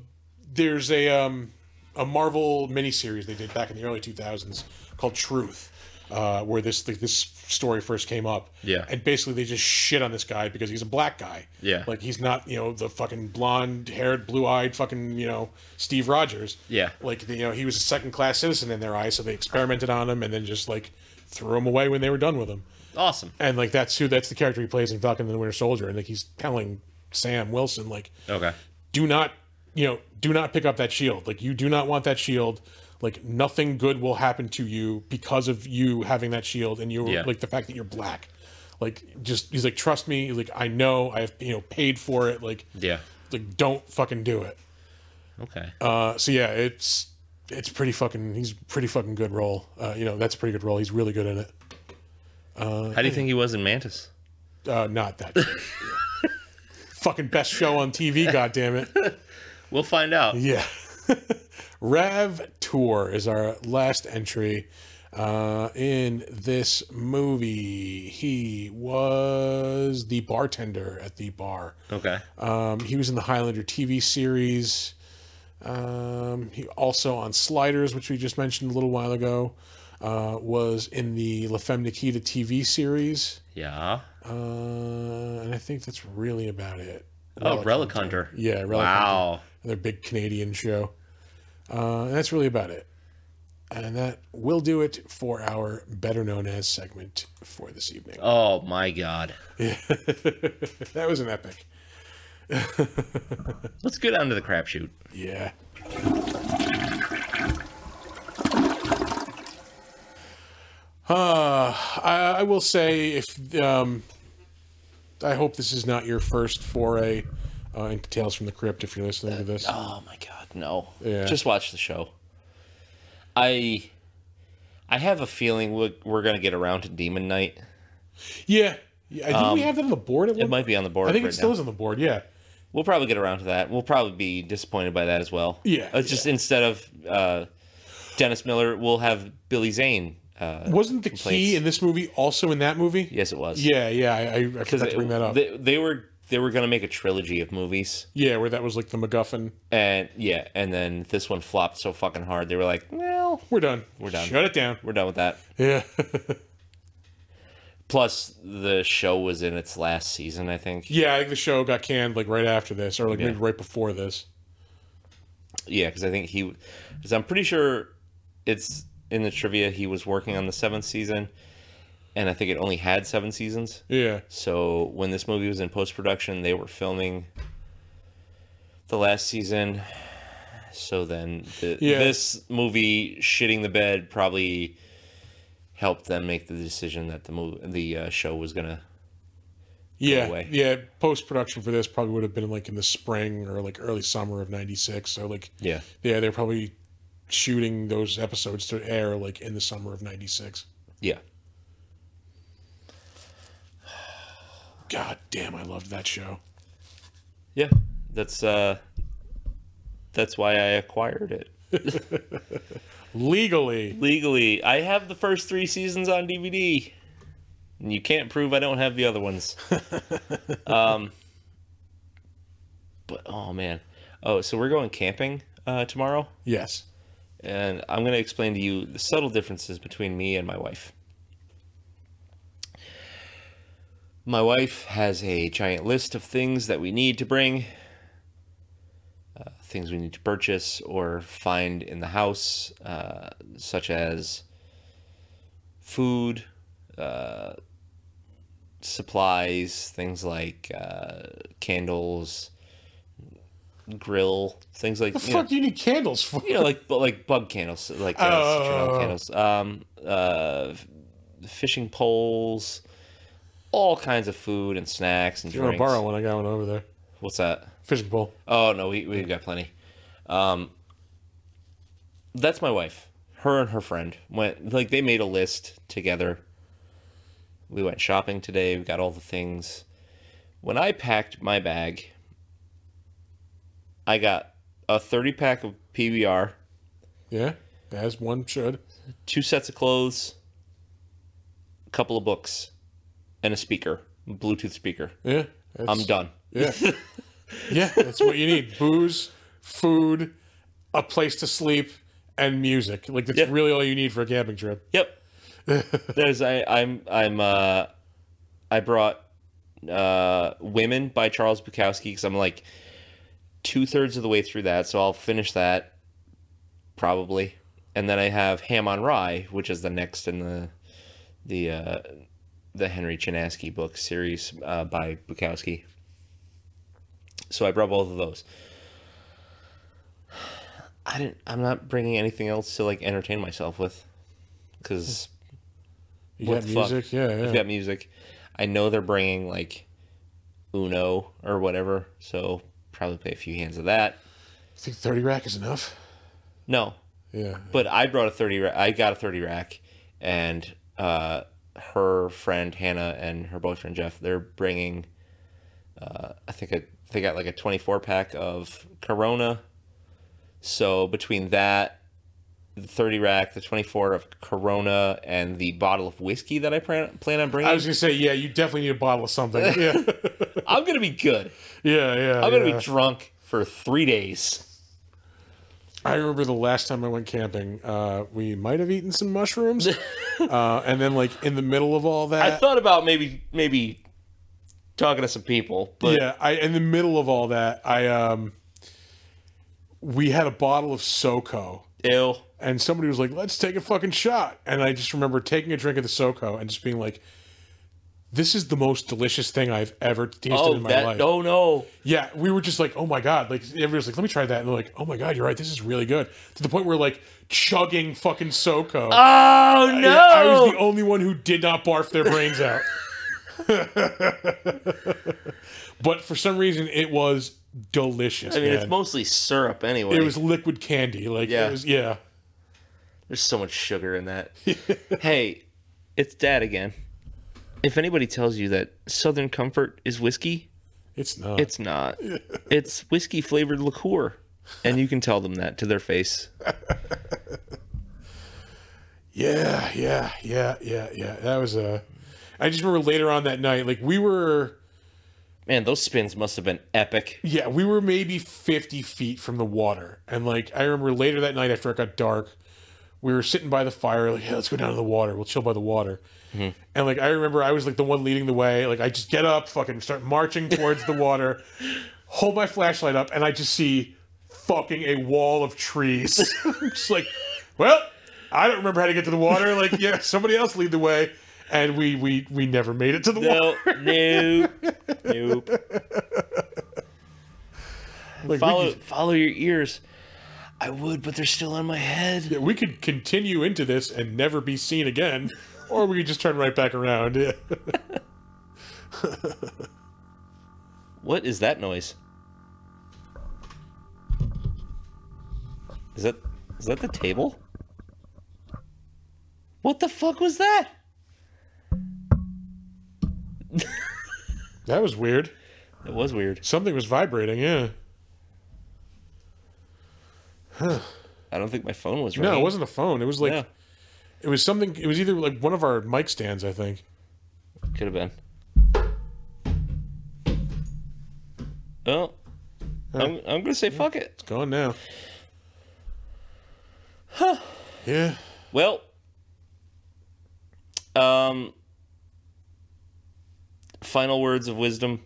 [SPEAKER 1] there's a um a Marvel miniseries they did back in the early 2000s called Truth uh, where this like, this story first came up
[SPEAKER 3] Yeah.
[SPEAKER 1] and basically they just shit on this guy because he's a black guy
[SPEAKER 3] Yeah.
[SPEAKER 1] like he's not you know the fucking blonde haired blue eyed fucking you know Steve Rogers
[SPEAKER 3] Yeah.
[SPEAKER 1] like you know he was a second class citizen in their eyes so they experimented on him and then just like threw him away when they were done with him
[SPEAKER 3] Awesome.
[SPEAKER 1] and like that's who that's the character he plays in Falcon and the Winter Soldier, and like he's telling Sam Wilson like,
[SPEAKER 3] Okay.
[SPEAKER 1] do not, you know, do not pick up that shield. Like you do not want that shield. Like nothing good will happen to you because of you having that shield and you
[SPEAKER 3] Yeah.
[SPEAKER 1] like the fact that you're black. Like just he's like trust me. He's like I know I've you know paid for it. Like
[SPEAKER 3] Yeah.
[SPEAKER 1] like don't fucking do it.
[SPEAKER 3] Okay.
[SPEAKER 1] Uh, so yeah, it's it's pretty fucking. He's pretty fucking good role. Uh, you know that's a pretty good role. He's really good in it.
[SPEAKER 3] How do you think he was in Mantis?
[SPEAKER 1] Uh, not that. good. Yeah. Fucking best show on TV, goddammit.
[SPEAKER 3] We'll find out.
[SPEAKER 1] Yeah. Rav Tour is our last entry. Uh, in this movie, he was the bartender at the bar.
[SPEAKER 3] Okay.
[SPEAKER 1] Um, he was in the Highlander TV series. Um, he also on Sliders, which we just mentioned a little while ago, uh, was in the La Femme Nikita TV series.
[SPEAKER 3] Yeah.
[SPEAKER 1] Uh, and I think that's really about it.
[SPEAKER 3] Oh,
[SPEAKER 1] Relic
[SPEAKER 3] Relic
[SPEAKER 1] Hunter.
[SPEAKER 3] Hunter.
[SPEAKER 1] Yeah, Relic Hunter,
[SPEAKER 3] Wow.
[SPEAKER 1] Their big Canadian show. Uh, and that's really about it. And that will do it for our better known as segment for this evening.
[SPEAKER 3] Oh my god.
[SPEAKER 1] that was an epic.
[SPEAKER 3] Let's go down to the crapshoot.
[SPEAKER 1] Yeah. Uh, I, I will say if um, I hope this is not your first foray uh, into Tales from the Crypt. If you're listening to this,
[SPEAKER 2] Oh my god, no.
[SPEAKER 1] Yeah.
[SPEAKER 2] Just watch the show. I I have a feeling we're, we're going to get around to Demon Knight.
[SPEAKER 1] yeah, yeah. I think we have that on the board. At
[SPEAKER 2] Um, It
[SPEAKER 1] one,
[SPEAKER 2] might be on the board
[SPEAKER 1] I think
[SPEAKER 2] right
[SPEAKER 1] it still
[SPEAKER 2] now.
[SPEAKER 1] is on the board. Yeah,
[SPEAKER 2] We'll probably get around to that. We'll probably be disappointed by that as well.
[SPEAKER 1] Yeah,
[SPEAKER 2] Uh, just instead of uh, Dennis Miller, we'll have Billy Zane. Uh,
[SPEAKER 1] wasn't the key
[SPEAKER 2] Complaints.
[SPEAKER 1] in this movie also in that movie?
[SPEAKER 2] yes, it was.
[SPEAKER 1] yeah, yeah. I, I, I
[SPEAKER 2] because
[SPEAKER 1] forgot to bring that up.
[SPEAKER 2] They, they were they were going to make a trilogy of movies,
[SPEAKER 1] yeah, where that was like the MacGuffin.
[SPEAKER 2] and yeah, and then this one flopped so fucking hard. They were like, well,
[SPEAKER 1] We're done.
[SPEAKER 2] We're done.
[SPEAKER 1] Shut it down.
[SPEAKER 2] we're done with that.
[SPEAKER 1] Yeah.
[SPEAKER 2] Plus, the show was in its last season, I think.
[SPEAKER 1] Yeah, I think the show got canned like right after this, or like maybe right before this.
[SPEAKER 2] Yeah, because I think he, because I'm pretty sure it's in the trivia he was working on the seventh season,
[SPEAKER 3] and I think it only had seven seasons.
[SPEAKER 1] Yeah.
[SPEAKER 3] So when this movie was in post production, they were filming the last season. So then the,
[SPEAKER 1] Yeah.
[SPEAKER 3] this movie shitting the bed probably helped them make the decision that the movie, the uh, show was gonna.
[SPEAKER 1] Yeah.
[SPEAKER 3] away.
[SPEAKER 1] Yeah. Post production for this probably would have been like in the spring or like early summer of 96. So, like,
[SPEAKER 3] Yeah.
[SPEAKER 1] yeah, they're probably shooting those episodes to air like in the summer of 96.
[SPEAKER 3] Yeah.
[SPEAKER 1] God damn, I loved that show.
[SPEAKER 3] Yeah. That's uh. That's why I acquired it
[SPEAKER 1] Legally.
[SPEAKER 3] legally. I have the first three seasons on DVD. And you can't prove I don't have the other ones. um, but oh man, oh so we're going camping uh, tomorrow,
[SPEAKER 1] Yes.
[SPEAKER 3] and I'm going to explain to you the subtle differences between me and my wife. My wife has a giant list of things that we need to bring, uh, things we need to purchase or find in the house, uh, such as food, uh, supplies, things like uh, candles, grill, things like
[SPEAKER 1] The
[SPEAKER 3] you know,
[SPEAKER 1] fuck do you need candles for?
[SPEAKER 3] you know, like but like bug candles, like uh,
[SPEAKER 1] Oh.
[SPEAKER 3] citronelle candles, um, uh, f- fishing poles, all kinds of food and snacks and
[SPEAKER 1] You want
[SPEAKER 3] drinks.
[SPEAKER 1] to borrow one? I got one over there.
[SPEAKER 3] What's that?
[SPEAKER 1] Fishing pole.
[SPEAKER 3] Oh no, we we've got plenty. Um, that's my wife. Her and her friend went like they made a list together. We went shopping today. We got all the things. When I packed my bag, I got a thirty pack of PBR.
[SPEAKER 1] Yeah. As one should.
[SPEAKER 3] two sets of clothes, a couple of books, and a speaker, Bluetooth speaker.
[SPEAKER 1] Yeah.
[SPEAKER 3] I'm
[SPEAKER 1] that's-
[SPEAKER 3] done.
[SPEAKER 1] Yeah. yeah, that's what you need. Booze, food, a place to sleep, and music. Like that's
[SPEAKER 3] Yeah.
[SPEAKER 1] really all you need for a camping trip.
[SPEAKER 3] Yep. There's I I'm I'm uh I brought uh Women by Charles Bukowski cuz I'm like two thirds of the way through that, so I'll finish that probably. And then I have Ham on Rye, which is the next in the the uh the Henry Chinaski book series uh, by Bukowski. So I brought both of those. I didn't. I'm not bringing anything else to like entertain myself with, because
[SPEAKER 1] You
[SPEAKER 3] What
[SPEAKER 1] got
[SPEAKER 3] the fuck?
[SPEAKER 1] music, yeah, yeah.
[SPEAKER 3] I've got music. I know they're bringing like Uno or whatever, so probably play a few hands of that.
[SPEAKER 1] I think thirty rack is enough.
[SPEAKER 3] No,
[SPEAKER 1] Yeah.
[SPEAKER 3] but I brought a thirty. Ra- I got a thirty rack, and uh, her friend Hannah and her boyfriend Jeff. They're bringing. Uh, I think a, they got like a twenty-four pack of Corona. So between that, the thirty rack, the twenty-four of Corona, and the bottle of whiskey that I plan, plan on bringing,
[SPEAKER 1] I was gonna say, yeah, you definitely need a bottle of something. Yeah. yeah,
[SPEAKER 3] I'm gonna be good.
[SPEAKER 1] yeah.
[SPEAKER 3] I'm gonna
[SPEAKER 1] yeah.
[SPEAKER 3] be drunk for three days.
[SPEAKER 1] I remember the last time I went camping, uh, we might have eaten some mushrooms. uh, and then like in the middle of all that
[SPEAKER 3] I thought about maybe maybe talking to some people, but
[SPEAKER 1] yeah, I in the middle of all that, I um we had a bottle of SoCo
[SPEAKER 3] ew.
[SPEAKER 1] and somebody was like, "Let's take a fucking shot." And I just remember taking a drink of the SoCo and just being like, "This is the most delicious thing I've ever tasted
[SPEAKER 3] Oh,
[SPEAKER 1] in my
[SPEAKER 3] that
[SPEAKER 1] life."
[SPEAKER 3] oh no.
[SPEAKER 1] Yeah, we were just like, "Oh my god!" Like everybody was like, "Let me try that," and they're like, "Oh my god, you're right. This is really good." To the point where like chugging fucking SoCo.
[SPEAKER 3] Oh no!
[SPEAKER 1] Yeah, I was the only one who did not barf their brains out. but for some reason, it was delicious.
[SPEAKER 3] I mean,
[SPEAKER 1] man.
[SPEAKER 3] it's mostly syrup anyway.
[SPEAKER 1] it was liquid candy. Like
[SPEAKER 3] Yeah.
[SPEAKER 1] it was, yeah.
[SPEAKER 3] There's so much sugar in that. hey, it's Dad again. If anybody tells you that Southern Comfort is whiskey,
[SPEAKER 1] It's not.
[SPEAKER 3] it's not. it's whiskey flavored liqueur, and you can tell them that to their face.
[SPEAKER 1] Yeah, yeah, yeah, yeah, yeah. That was a. I just remember later on that night, like we were,
[SPEAKER 3] Man, those spins must have been epic.
[SPEAKER 1] yeah, we were maybe fifty feet from the water, and like I remember later that night after it got dark, we were sitting by the fire, like, hey, let's go down to the water. We'll chill by the water. And like I remember, I was like the one leading the way. Like I just get up, fucking start marching towards the water, hold my flashlight up, and I just see fucking a wall of trees. I'm just like, well, I don't remember how to get to the water. Like, yeah, somebody else lead the way. and we we we never made it to the war.
[SPEAKER 3] No, nope, nope.
[SPEAKER 1] Like,
[SPEAKER 3] Follow,
[SPEAKER 1] we, could,
[SPEAKER 3] follow your ears. I would, but they're still on my head.
[SPEAKER 1] yeah, we could continue into this and never be seen again, or we could just turn right back around. Yeah.
[SPEAKER 3] What is that noise? Is that is that the table? What the fuck was that?
[SPEAKER 1] That was weird.
[SPEAKER 3] That was weird.
[SPEAKER 1] Something was vibrating. Yeah.
[SPEAKER 3] I don't think my phone was right.
[SPEAKER 1] No, it wasn't a phone. It was like
[SPEAKER 3] Yeah,
[SPEAKER 1] it was something. It was either like one of our mic stands, I think.
[SPEAKER 3] could have been. Oh, I'm, I'm gonna say fuck it.
[SPEAKER 1] It's gone now. Yeah.
[SPEAKER 3] Well, um, final words of wisdom.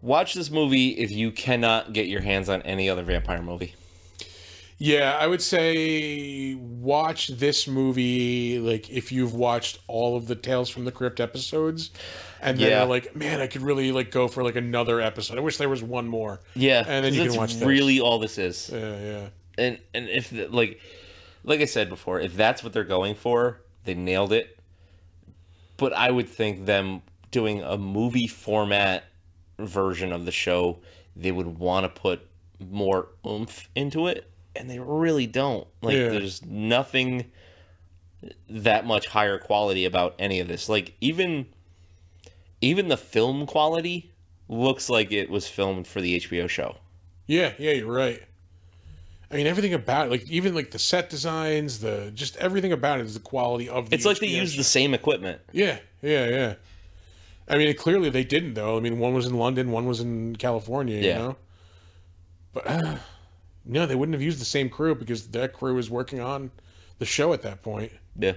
[SPEAKER 3] Watch this movie if you cannot get your hands on any other vampire movie.
[SPEAKER 1] Yeah, I would say watch this movie like if you've watched all of the Tales from the Crypt episodes and then
[SPEAKER 3] Yeah.
[SPEAKER 1] you're like, man, I could really like go for like another episode. I wish there was one more.
[SPEAKER 3] Yeah,
[SPEAKER 1] And then you
[SPEAKER 3] 'cause
[SPEAKER 1] can
[SPEAKER 3] that's
[SPEAKER 1] watch this.
[SPEAKER 3] really all this is.
[SPEAKER 1] Yeah, yeah.
[SPEAKER 3] and and if the, like like I said before, if that's what they're going for, they nailed it. But I would think them doing a movie format version of the show, they would want to put more oomph into it, and they really don't. Like
[SPEAKER 1] Yeah.
[SPEAKER 3] there's nothing that much higher quality about any of this. Like even even the film quality looks like it was filmed for the HBO show.
[SPEAKER 1] Yeah, yeah, you're right. I mean, everything about it, like even like the set designs, the just everything about it is the quality of the
[SPEAKER 3] It's like they
[SPEAKER 1] HBO
[SPEAKER 3] used the same equipment.
[SPEAKER 1] Yeah, yeah, yeah. I mean, clearly they didn't though. I mean, one was in London, one was in California. You
[SPEAKER 3] Yeah.
[SPEAKER 1] know, but uh, no, they wouldn't have used the same crew because that crew was working on the show at that point.
[SPEAKER 3] Yeah.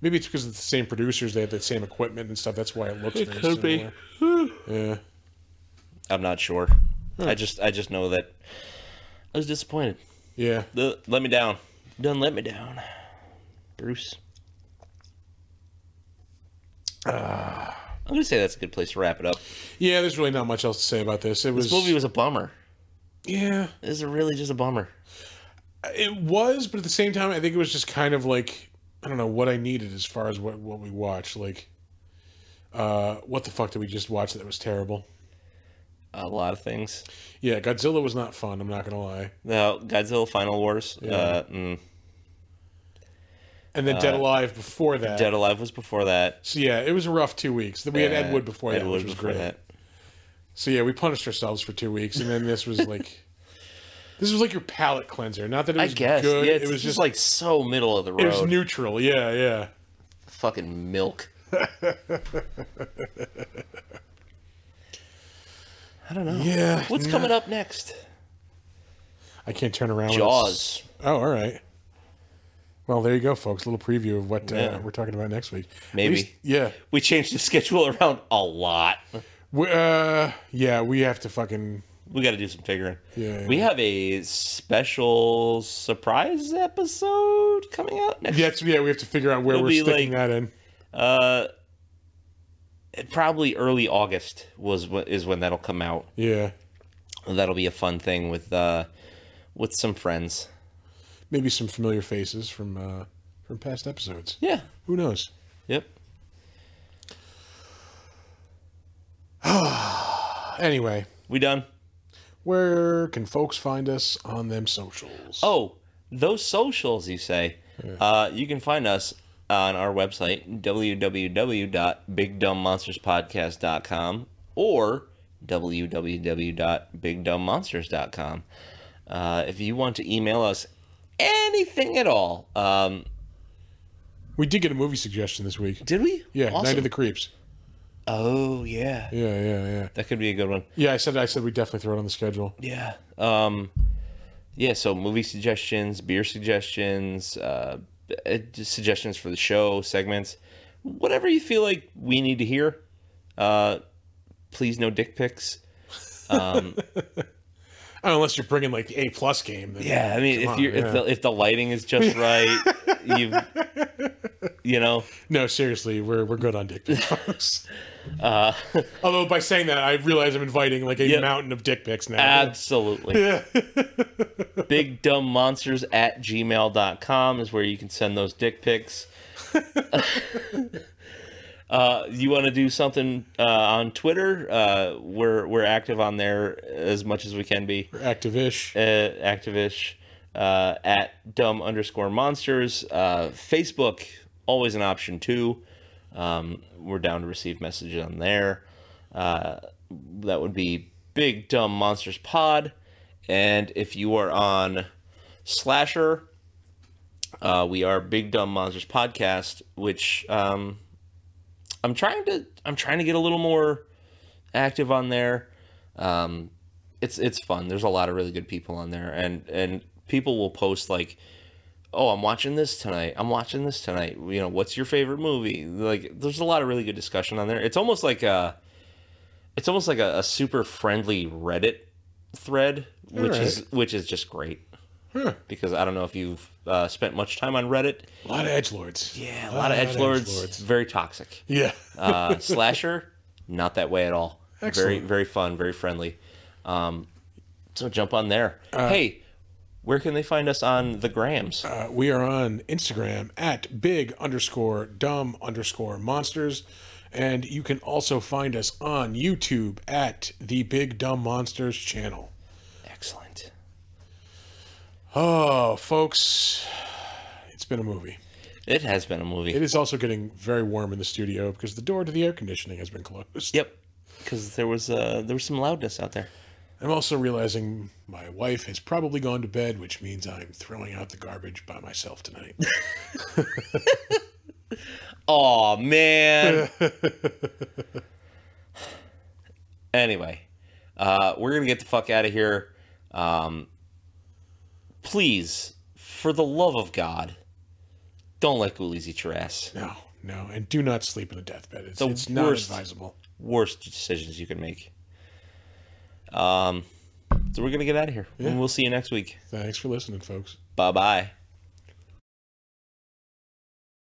[SPEAKER 1] Maybe it's because it's the same producers. They have the same equipment and stuff. That's why it looks.
[SPEAKER 3] It
[SPEAKER 1] very
[SPEAKER 3] could be.
[SPEAKER 1] similar. Yeah.
[SPEAKER 3] I'm not sure. I just I just know that I was disappointed.
[SPEAKER 1] Yeah.
[SPEAKER 3] The, let me down. Done let me down. Bruce. I'm gonna say that's a good place to wrap it up.
[SPEAKER 1] Yeah. There's really not much else to say about this. It was.
[SPEAKER 3] This movie was a bummer.
[SPEAKER 1] yeah.
[SPEAKER 3] This is really just a bummer.
[SPEAKER 1] It was, but at the same time, I think it was just kind of like I don't know what I needed as far as what what we watched. Like, uh, what the fuck did we just watch that was terrible?
[SPEAKER 3] A lot of things.
[SPEAKER 1] Yeah, Godzilla was not fun. I'm not gonna lie.
[SPEAKER 3] Now Godzilla Final Wars. Uh, mm,
[SPEAKER 1] And then Dead Alive before that.
[SPEAKER 3] Uh, Dead Alive was before that.
[SPEAKER 1] so yeah, it was a rough two weeks. Then we had Ed Wood before that,
[SPEAKER 3] Ed
[SPEAKER 1] which
[SPEAKER 3] Wood
[SPEAKER 1] was
[SPEAKER 3] before
[SPEAKER 1] great.
[SPEAKER 3] that.
[SPEAKER 1] So yeah, we punished ourselves for two weeks, and then this was like, this was like your palate cleanser. Not that it
[SPEAKER 3] I
[SPEAKER 1] was
[SPEAKER 3] guess.
[SPEAKER 1] good.
[SPEAKER 3] yeah,
[SPEAKER 1] it was just like
[SPEAKER 3] like so middle of the
[SPEAKER 1] it was
[SPEAKER 3] road.
[SPEAKER 1] neutral. Yeah, yeah.
[SPEAKER 3] Fucking milk. I don't know.
[SPEAKER 1] Yeah,
[SPEAKER 3] What's
[SPEAKER 1] no.
[SPEAKER 3] coming up next?
[SPEAKER 1] I can't turn around. when it's-
[SPEAKER 3] Jaws.
[SPEAKER 1] Oh, all right. Well, there you go, folks. A little preview of what uh,
[SPEAKER 3] Yeah.
[SPEAKER 1] we're talking about next week. At
[SPEAKER 3] Maybe.
[SPEAKER 1] least- yeah.
[SPEAKER 3] We changed the schedule around a lot.
[SPEAKER 1] We, uh, yeah, we have to fucking.
[SPEAKER 3] We got to do some figuring.
[SPEAKER 1] Yeah,
[SPEAKER 3] We have a special surprise episode coming out next.
[SPEAKER 1] Yeah, it's- yeah, we have to figure out where
[SPEAKER 3] It'll
[SPEAKER 1] we're
[SPEAKER 3] be
[SPEAKER 1] sticking
[SPEAKER 3] like-
[SPEAKER 1] that in.
[SPEAKER 3] Uh, probably early August was wh- is when that'll come out.
[SPEAKER 1] Yeah.
[SPEAKER 3] That'll be a fun thing with uh, with some friends.
[SPEAKER 1] maybe some familiar faces from uh, from past episodes.
[SPEAKER 3] Yeah.
[SPEAKER 1] Who knows?
[SPEAKER 3] Yep.
[SPEAKER 1] Anyway,
[SPEAKER 3] We done.
[SPEAKER 1] where can folks find us on them socials?
[SPEAKER 3] Oh, those socials, you say. Uh, you can find us on our website, www.bigdumbmonsterspodcast.com or www.bigdumbmonsters.com. Uh, if you want to email us anything at all, um,
[SPEAKER 1] We did get a movie suggestion this week.
[SPEAKER 3] did we?
[SPEAKER 1] Yeah, Night
[SPEAKER 3] Awesome.
[SPEAKER 1] of the Creeps.
[SPEAKER 3] oh, yeah.
[SPEAKER 1] Yeah, yeah, yeah.
[SPEAKER 3] That could be a good one.
[SPEAKER 1] Yeah, I said I said we definitely throw it on the schedule.
[SPEAKER 3] Yeah. Um, yeah. So movie suggestions, beer suggestions, uh, eh, just suggestions for the show segments, whatever you feel like we need to hear. Uh, please no dick pics.
[SPEAKER 1] Oh, unless you're bringing like the A plus game. Then.
[SPEAKER 3] Yeah. I mean, if
[SPEAKER 1] on,
[SPEAKER 3] you are
[SPEAKER 1] yeah.
[SPEAKER 3] if the if the lighting is just right, you you know
[SPEAKER 1] No, seriously, we're we're good on dick pics, folks. Although by saying that, I realize I'm inviting like a
[SPEAKER 3] Uh, Yeah.
[SPEAKER 1] mountain of dick pics now.
[SPEAKER 3] absolutely big dumb monsters at gmail.com is where you can send those dick pics uh, you want to do something uh, on twitter uh, we're we're active on there as much as we can be
[SPEAKER 1] Active-ish.
[SPEAKER 3] uh, activish uh, at dumb underscore monsters uh, facebook always an option too um, we're down to receive messages on there uh, that would be big dumb monsters pod and if you are on slasher uh, we are big dumb monsters podcast which um, i'm trying to i'm trying to get a little more active on there um, it's it's fun. There's a lot of really good people on there, and and people will post like, "Oh, I'm watching this tonight. I'm watching this tonight." You know, what's your favorite movie? Like, there's a lot of really good discussion on there. It's almost like a, it's almost like a, a super friendly Reddit thread, which is which is just great. Because I don't know if you've uh, spent much time on Reddit.
[SPEAKER 1] A lot of edge lords.
[SPEAKER 3] Yeah, a lot of edge lords. Very toxic.
[SPEAKER 1] Yeah.
[SPEAKER 3] Uh, slasher, not that way at all. Very,
[SPEAKER 1] Excellent.
[SPEAKER 3] very fun, very friendly. Um, so jump on there. hey, where can they find us on the Grams?
[SPEAKER 1] Uh, we are on Instagram at big underscore dumb underscore monsters. And you can also find us on YouTube at the Big Dumb Monsters channel.
[SPEAKER 3] Excellent.
[SPEAKER 1] Oh, folks, it's been a movie.
[SPEAKER 3] It has been a movie.
[SPEAKER 1] It is also getting very warm in the studio because the door to the air conditioning has been closed.
[SPEAKER 3] Yep, because there was uh, there was some loudness out there.
[SPEAKER 1] I'm also realizing my wife has probably gone to bed, which means I'm throwing out the garbage by myself tonight.
[SPEAKER 3] Oh man. anyway, uh, we're gonna get the fuck out of here. Um, please, for the love of God, don't let ghoulies eat your ass.
[SPEAKER 1] no, no, and do not sleep in a deathbed. It's,
[SPEAKER 3] The
[SPEAKER 1] it's not
[SPEAKER 3] worst.
[SPEAKER 1] advisable.
[SPEAKER 3] Worst decisions you can make. Um, so we're gonna get out of here, and we'll see you next week.
[SPEAKER 1] Thanks for listening, folks.
[SPEAKER 3] Bye bye.